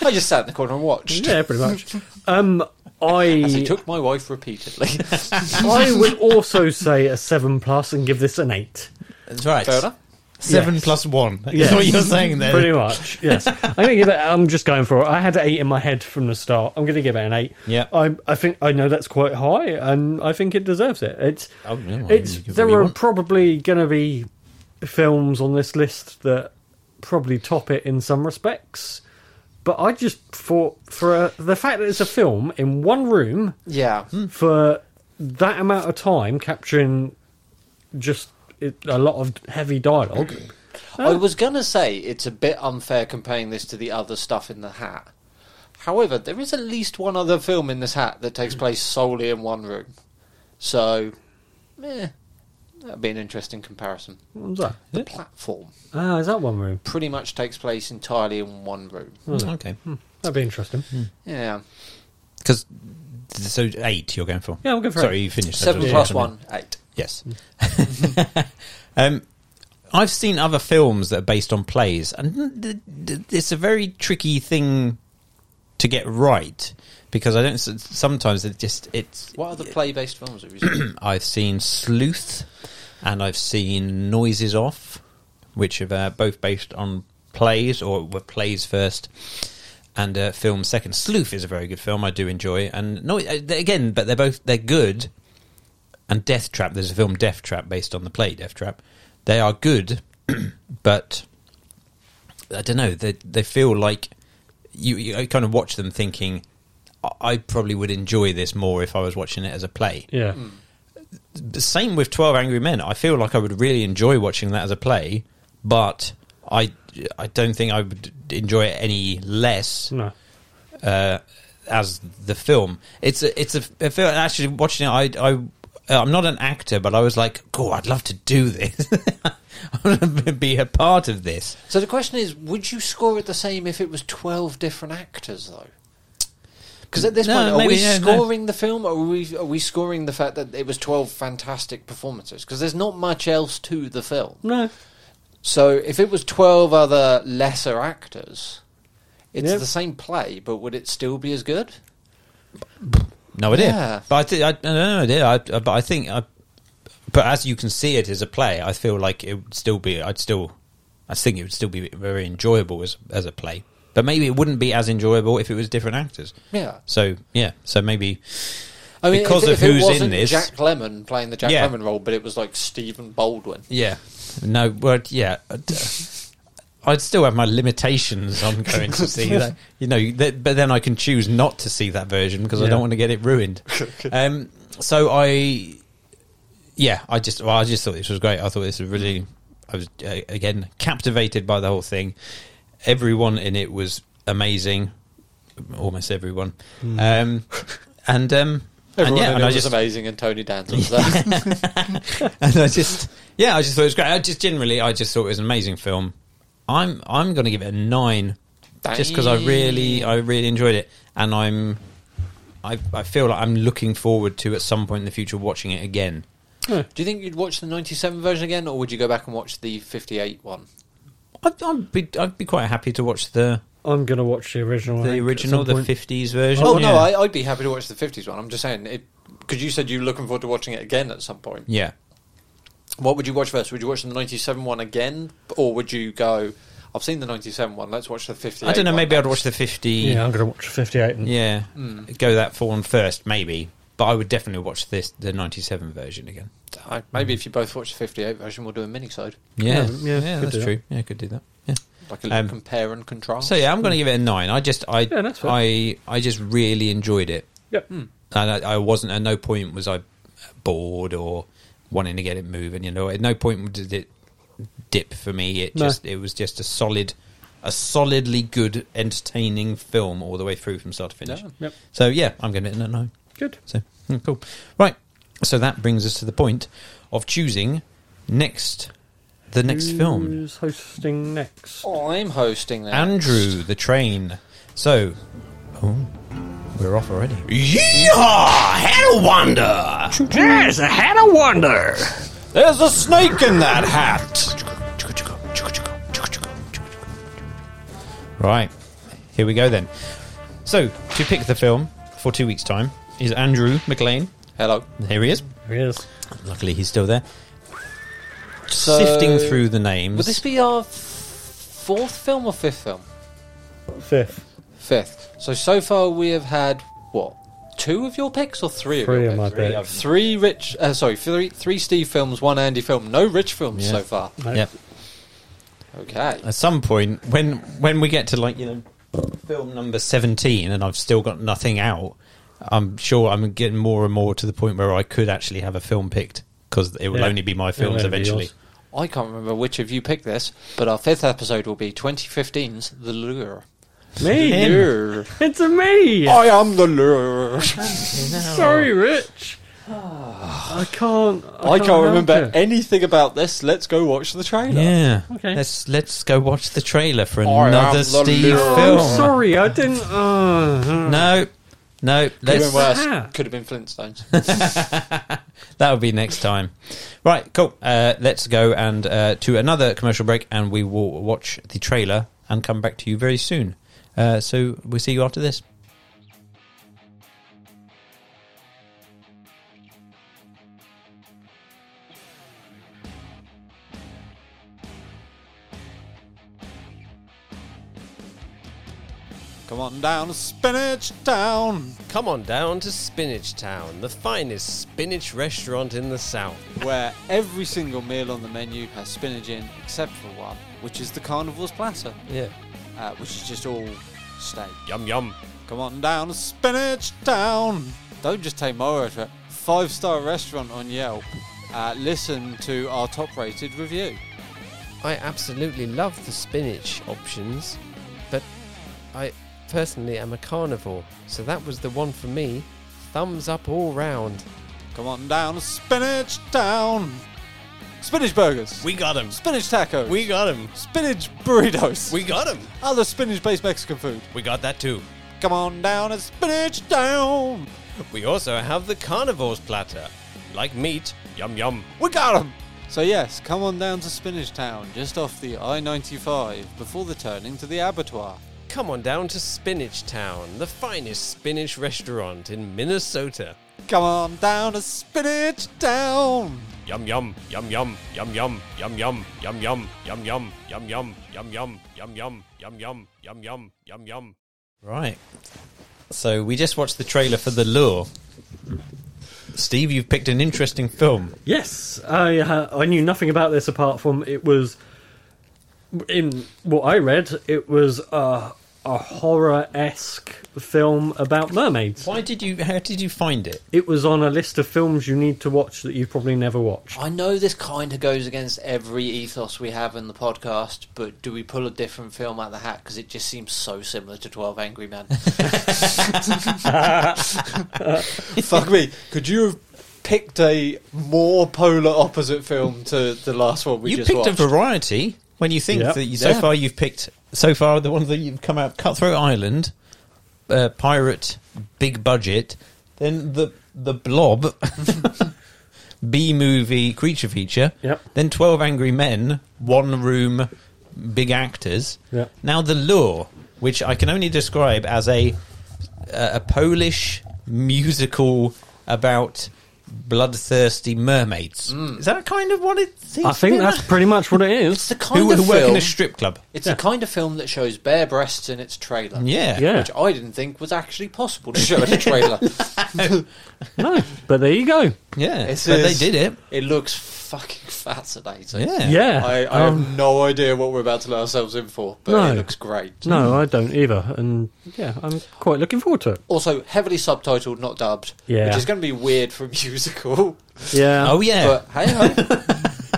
S7: I just sat in the corner and watched.
S1: yeah, pretty much. Um, I
S7: As he took my wife repeatedly.
S1: I would also say a seven plus and give this an eight.
S2: That's right.
S7: Fair enough.
S2: Seven
S1: Yes.
S2: plus one. That's
S1: Yes.
S2: what you're saying there.
S1: Pretty much, yes. I'm gonna give it. I'm just going for it. I had eight in my head from the start. I'm gonna give it an eight.
S2: Yeah.
S1: I, I think I know that's quite high, and I think it deserves it. It's,
S2: Oh, yeah, well,
S1: it's.
S2: you can
S1: There
S2: really
S1: are
S2: want-
S1: probably gonna be films on this list that probably top it in some respects, but I just thought for uh the fact that it's a film in one room
S7: Yeah.
S2: Mm.
S1: for that amount of time, capturing just it, a lot of heavy dialogue.
S7: I was going to say it's a bit unfair comparing this to the other stuff in the hat. However, there is at least one other film in this hat that takes place solely in one room. So, eh, that'd be an interesting comparison.
S1: What was that?
S7: The platform
S1: Ah, is that one room?
S7: pretty much takes place entirely in one room.
S2: Hmm. Okay.
S1: That'd be interesting.
S3: Hmm.
S7: Yeah.
S2: Because so eight you're going for.
S1: Yeah, we'll go for
S2: Sorry, you finished.
S7: Seven
S2: Yeah.
S7: plus one, Hmm. eight.
S2: Yes. um, I've seen other films that are based on plays, and th- th- it's a very tricky thing to get right because I don't. s- Sometimes it just it's.
S7: What other play based films have you seen?
S2: I've seen Sleuth, and I've seen Noises Off, which are uh, both based on plays or were plays first, and uh, film second. Sleuth is a very good film. I do enjoy, and no, again, but they're both they're good. And Death Trap, there's a film Death Trap based on the play Death Trap. They are good, but I don't know. They they feel like you, you kind of watch them thinking. "I- I probably would enjoy this more if I was watching it as a play
S1: Yeah.
S3: Hmm.
S2: the same with 12 angry men i feel like i would really enjoy watching that as a play but i i don't think i would enjoy it any less
S1: No.
S2: uh, as the film it's a it's a, a film actually watching it i i I'm not an actor, but I was like, "Cool, I'd love to do this. I want to be a part of this."
S7: so, the question is would you score it the same if it was 12 different actors, though? Because at this
S2: No,
S7: point, are
S2: maybe,
S7: we
S2: yeah, no.
S7: scoring the film, or are we are we scoring the fact that it was twelve fantastic performances? Because there's not much else to the film.
S1: No.
S7: So if it was twelve other lesser actors, it's
S1: Yep.
S7: the same play, but would it still be as good?
S2: No idea.
S7: Yeah.
S2: But I, thi- I, I don't know, idea. I, I- but I think, I, but as you can see it as a play, I feel like it would still be. I'd still, I think it would still be very enjoyable as as a play. But maybe it wouldn't be as enjoyable if it was different actors.
S7: Yeah.
S2: So yeah. So maybe
S7: I mean,
S2: Because
S7: if,
S2: of
S7: if it
S2: who's in
S7: wasn't
S2: this-
S7: Jack Lemmon playing the Jack
S2: Yeah.
S7: Lemmon role, but it was like Stephen Baldwin.
S2: yeah. No. But yeah. I'd- I'd still have my limitations on going to see that, you know. That, but then I can choose not to see that version because I
S1: Yeah.
S2: don't want to get it ruined. um, so I yeah, I just well, I just thought this was great. I thought this was really, I was uh, again captivated by the whole thing. Everyone in it was amazing, almost everyone, um, and um, and
S7: Hmm. Everyone
S2: yeah, and
S7: in it
S2: I
S7: was
S2: just
S7: amazing, and Tony Danza's there.
S2: and I just yeah, I just thought it was great. I just generally, I just thought it was an amazing film. I'm I'm going to give it a nine, just because I really I really enjoyed it, and I'm I I feel like I'm looking forward to at some point in the future watching it again.
S7: Do you think you'd watch the '97 version again, or would you go back and watch the '58 one?
S2: I'd, I'd be I'd be quite happy to watch the
S1: I'm going to watch the original. I
S2: the
S1: think, at
S2: original,
S1: some
S2: the
S1: point.
S2: fifties version.
S7: Oh
S2: yeah.
S7: no, I, I'd be happy to watch the '50s one. I'm just saying it because you said you were looking forward to watching it again at some point.
S2: yeah.
S7: What would you watch first? Would you watch the '97 one again, or would you go? I've seen the '97 one. Let's watch the '58.
S2: I don't know.
S7: one
S2: Maybe I'd
S7: next."
S2: watch the fifty.
S1: Yeah,
S2: Yeah,
S1: I'm going to watch 58. And,
S2: go that for one first, maybe. But I would definitely watch this the '97 version again.
S3: I, maybe if you both watch the 58 version, we'll do a mini side.
S2: Yeah,
S1: Yeah,
S2: yeah,
S1: yeah, could
S2: that's
S1: do that.
S2: true. Yeah, could do that. Yeah.
S3: Like a little
S2: Um,
S3: compare and contrast.
S2: So yeah, I'm going to give it a nine. I just, I,
S1: Hmm. Yeah, that's fair.
S2: I, I just really enjoyed it,
S1: Yep.
S3: Hmm.
S2: and I, I wasn't. At no point was I bored or wanting to get it moving. You know, at no point did it dip for me. It
S1: No.
S2: just, it was just a solid, a solidly good, entertaining film all the way through from start to finish.
S3: Yeah.
S1: Yep.
S2: So yeah, I'm going to a nine.
S1: Good.
S2: So mm, cool. Right. So that brings us to the point of choosing next the next film.
S1: Who's hosting next?
S3: I'm hosting that.
S2: Andrew the train. So, oh, we're off already.
S8: Yeehaw! Had a wonder! Yes, I had a wonder! There's a snake in that hat!
S2: Right, here we go then. So, to pick the film for two weeks' time is Andrew McLean.
S3: Hello.
S2: Here he is.
S1: There he is.
S2: Luckily, he's still there.
S3: So-
S2: Sifting through the names.
S3: Would this be our f- fourth film or fifth film?
S1: Fifth.
S3: Fifth. So, so far we have had, what, two of your picks or three of
S1: Three
S3: your
S1: of my
S3: picks?
S1: picks.
S3: Three Rich, uh, sorry, three, three Steve films, one Andy film. No Rich films
S2: Yeah.
S3: so far.
S2: Yep.
S3: Okay.
S2: At some point, when when we get to like you know film number seventeen, and I've still got nothing out, I'm sure I'm getting more and more to the point where I could actually have a film picked because it will
S1: Yeah.
S2: only be my
S1: It'll only
S2: films
S1: be
S2: eventually.
S1: yours.
S3: I can't remember which of you picked this, but our fifth episode will be 2015's The Lure.
S1: Me.
S2: Him.
S3: Lure.
S1: It's a me.
S3: I am the lure.
S1: Sorry, Rich.
S2: Ah.
S1: I can't. I,
S3: I can't
S1: help
S3: remember
S1: it.
S3: anything about this. Let's go watch the trailer.
S2: Yeah.
S1: Okay.
S2: Let's let's go watch the trailer for
S3: I am
S2: another
S3: the
S2: Steve
S3: lure.
S2: film.
S1: I'm sorry, I didn't. Uh,
S2: No. No,
S3: Could have been
S2: let's,
S3: worse. Could have been Flintstones.
S2: that'll be next time. Right, cool. Uh, let's go and uh, to another commercial break, and we will watch the trailer and come back to you very soon. Uh, so we'll see you after this.
S3: Come on down, spinach down.
S5: Come on down to Spinach Town, the finest spinach restaurant in the south.
S3: Where every single meal on the menu has spinach in, except for one, which is the carnival's platter,
S5: Yeah.
S3: uh, which is just all steak.
S5: Yum yum.
S3: Come on down, spinach down. Don't just take my word for it. Five star restaurant on Yelp. Uh, listen to our top rated review.
S5: I absolutely love the spinach options, but I personally am a carnivore, so that was the one for me. Thumbs up all round.
S3: Come on down, spinach down. Spinach burgers.
S8: We got him.
S3: spinach tacos.
S8: We got him.
S3: spinach burritos.
S8: We got him.
S3: other spinach based Mexican food.
S8: We got that too.
S3: Come on down and spinach down.
S8: We also have the carnivore's platter. Like meat. Yum yum.
S3: We got 'em. So, yes, come on down to Spinach Town, just off the I 95, before the turning to the abattoir.
S5: Come on down to Spinach Town, the finest spinach restaurant in Minnesota.
S3: Come on down to Spinach Town.
S8: Yum yum. Yum yum. Yum yum. Yum yum. Yum yum. Yum yum. Yum yum. Yum yum. Yum yum. Yum yum. Yum yum. Yum yum.
S2: Right. So we just watched the trailer for The Lure. Steve, you've picked an interesting film.
S1: Yes, I uh, I knew nothing about this apart from it was in what I read. It was uh, a horror esque film about mermaids.
S2: Why did you? How did you find it?
S1: It was on a list of films you need to watch that you've probably never watched.
S3: I know this kind of goes against every ethos we have in the podcast, but do we pull a different film out of the hat? Because it just seems so similar to 12 Angry Men. Fuck me. Could you have picked a more polar opposite film to the last one we
S2: you
S3: just
S2: picked
S3: watched?
S2: a variety. When you think
S1: Yep.
S2: that you, so
S3: Yeah.
S2: far you've picked so far the ones that you've come out, Cutthroat Island, uh, Pirate, Big Budget, then the the Blob, B movie creature feature,
S1: Yep.
S2: then Twelve Angry Men, One Room, big actors.
S1: Yep.
S2: Now the Lure, which I can only describe as a a Polish musical about bloodthirsty mermaids.
S3: Mm.
S2: Is that kind of what it seems
S1: I think
S2: to be?
S1: that's pretty much what it is.
S3: It's the kind
S2: who,
S3: of
S2: who work in
S3: film.
S2: a strip club.
S3: it's the kind of film that shows bare breasts in its trailer.
S2: Yeah.
S1: Yeah.
S3: Which I didn't think was actually possible to show in a trailer.
S1: No, but there you go.
S2: Yeah,
S7: This
S2: but
S7: is-
S2: they did it.
S7: It looks fucking fascinating.
S2: Yeah,
S1: Yeah.
S7: I, I
S1: um,
S7: have no idea what we're about to let ourselves in for, but
S1: No.
S7: it looks great.
S1: no, I don't either. And yeah, I'm quite looking forward to it.
S7: Also, heavily subtitled, not dubbed,
S1: Yeah.
S7: which is going to be weird for a musical.
S1: Yeah.
S2: Oh yeah,
S7: But hey ho,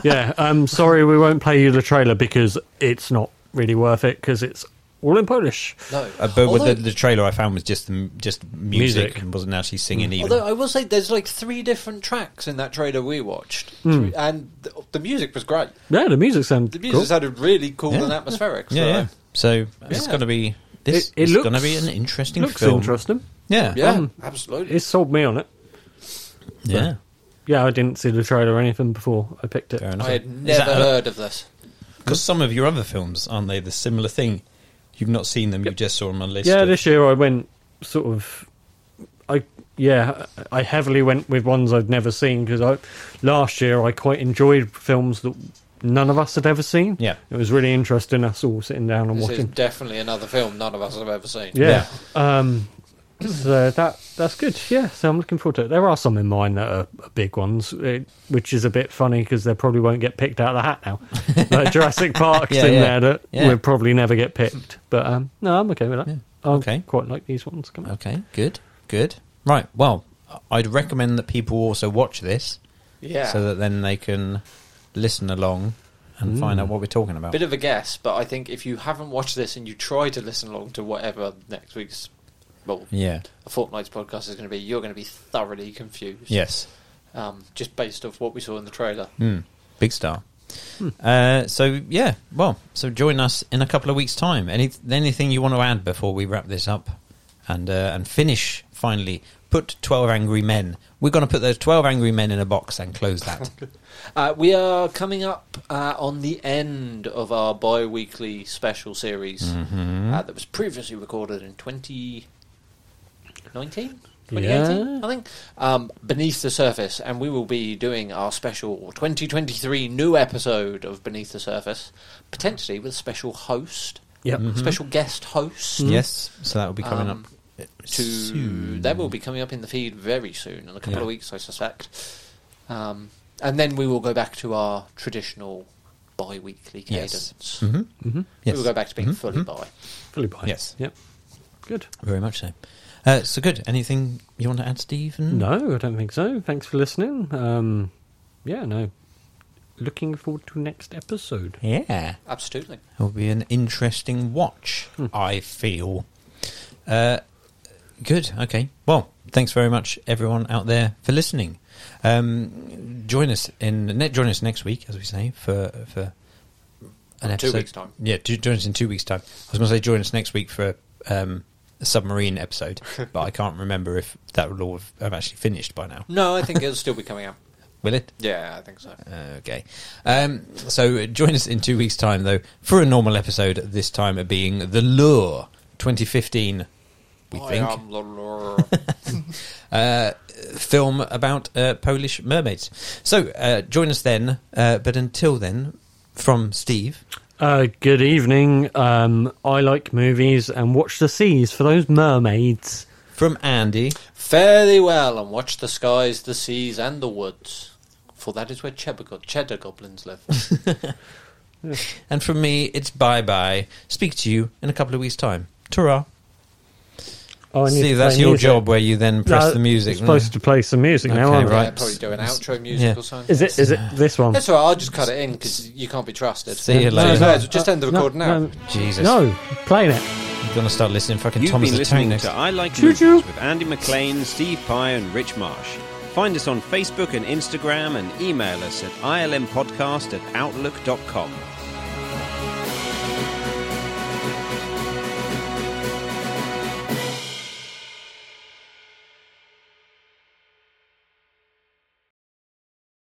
S1: yeah. I'm sorry we won't play you the trailer because it's not really worth it because it's all in Polish.
S7: no.
S2: Uh, but with
S7: although,
S2: the, the trailer I found was just the, m- just music,
S1: Music.
S2: and wasn't actually singing even.
S7: Mm. although I will say, there's like three different tracks in that trailer we watched, and the, the music was great.
S1: Yeah, the music sounds
S7: The
S1: cool.
S7: music sounded really cool
S2: Yeah.
S7: and atmospheric.
S2: yeah,
S7: so-
S2: yeah. So it's
S7: Yeah.
S2: going to be this.
S1: It- it
S2: is
S1: looks-
S2: going to be an interesting
S1: Looks
S2: film.
S1: interesting.
S2: Yeah,
S7: yeah,
S1: Um,
S7: absolutely.
S1: It sold me on it.
S2: yeah.
S1: Yeah, I didn't see the trailer or anything before I picked it.
S2: Fair enough.
S7: I had
S2: Is that
S7: never
S2: a-
S7: heard of this.
S2: Because some of your other films, aren't they, the similar thing? You've not seen them, you just saw them on a list.
S1: Yeah,
S2: of-
S1: this year I went sort of, I yeah, I heavily went with ones I'd never seen because I last year I quite enjoyed films that none of us had ever seen.
S2: Yeah.
S1: it was really interesting us all sitting down and
S7: This is
S1: watching.
S7: definitely another film none of us have ever seen.
S1: Yeah. Um, so that that's good. Yeah. So I'm looking forward to it. There are some in mine that are, are big ones, eh, which is a bit funny because they probably won't get picked out of the hat now. like Jurassic Park's
S2: Yeah,
S1: in
S2: yeah.
S1: there that
S2: Yeah.
S1: will probably never get picked. But um, no, I'm okay with that. I
S2: Okay. Uh,
S1: quite like these ones. Come on.
S2: Okay, good, good. Right, well, I'd recommend that people also watch this
S7: Yeah.
S2: so that then they can listen along and find out what we're talking about.
S7: Mm. Bit of a guess, but I think if you haven't watched this and you try to listen along to whatever next week's, well,
S2: yeah,
S7: a fortnight's podcast is going to be, you're going to be thoroughly confused.
S2: yes.
S7: Um, just based off what we saw in the trailer.
S2: Mm, big star.
S7: Hmm.
S2: Uh, so yeah, well, so join us in a couple of weeks' time. Any anything you want to add before we wrap this up and uh, and finish finally? Put twelve angry men. We're going to put those twelve angry men in a box and close that.
S7: Uh, we are coming up uh, on the end of our bi weekly special series
S1: Mm-hmm.
S7: uh, that was previously recorded in 2019? 2018,
S1: Yeah.
S7: I think. Um, Beneath the Surface, and we will be doing our special 2023 new episode of Beneath the Surface, potentially with a special host,
S1: Yep. Mm-hmm.
S7: special guest host.
S2: yes, so that will be coming
S7: Um,
S2: up uh,
S7: To
S2: soon.
S7: that will be coming up in the feed very soon, in a couple
S2: Yeah.
S7: of weeks, I suspect. Um, and then we will go back to our traditional bi-weekly
S2: Yes. Mm-hmm.
S7: cadence.
S2: Mhm.
S7: We will go back to being fully bi.
S1: Fully buy.
S2: Yes.
S1: Yep. Good.
S2: Very much so. Uh, so good. Anything you want to add, Steve? And-
S1: No, I don't think so. Thanks for listening. Um, yeah. No. Looking forward to next episode.
S2: Yeah.
S7: Absolutely.
S2: It'll be an interesting watch,
S7: Hmm.
S2: I feel. Uh, good. Okay. Well, thanks very much, everyone out there, for listening. Um, join us in ne- join us next week, as we say, for for an
S7: Two
S2: episode.
S7: weeks' time.
S2: Yeah, do, join us in two weeks' time. I was going to say join us next week for um, a submarine episode, but I can't remember if that will all have, have actually finished by now.
S7: No, I think it'll still be coming out.
S2: Will it?
S7: Yeah, I think so.
S2: Okay. Um, so join us in two weeks' time, though, for a normal episode, this time being The Lure 2015, we
S7: I
S2: think,
S7: am the Lord.
S2: uh, film about uh, Polish mermaids. So uh, join us then, uh, but until then, from Steve.
S1: Uh, good evening. Um, I like movies and watch the seas for those mermaids.
S2: From Andy,
S7: Fare thee well, and watch the skies, the seas, and the woods, for that is where cheddar, go- cheddar goblins live.
S2: and from me, it's bye bye. Speak to you in a couple of weeks' time. Ta-ra.
S1: Oh, I need
S2: Steve,
S1: to
S2: that's
S1: play
S2: your
S1: music.
S2: job where you then press
S1: No,
S2: the music.
S1: I'm supposed to play some music now.
S2: Okay,
S1: aren't I?
S2: right.
S7: Yeah, probably do an outro music
S2: Yeah.
S7: or something.
S1: Is it? Is it this one?
S7: That's all right. I'll just cut it in because you can't be trusted.
S2: See you
S7: So
S2: later.
S7: may as well just end the
S1: No,
S7: recording now.
S1: No,
S2: Jesus.
S1: no, playing it.
S2: You're going to start listening to fucking
S5: You've
S2: Thomas
S5: been
S2: the Tank
S5: listening
S2: next.
S5: to I Like
S1: Choo
S5: Movies
S1: choo.
S5: with Andy McLean, Steve Pye, and Rich Marsh. Find us on Facebook and Instagram and email us at ilmpodcast at outlook.com.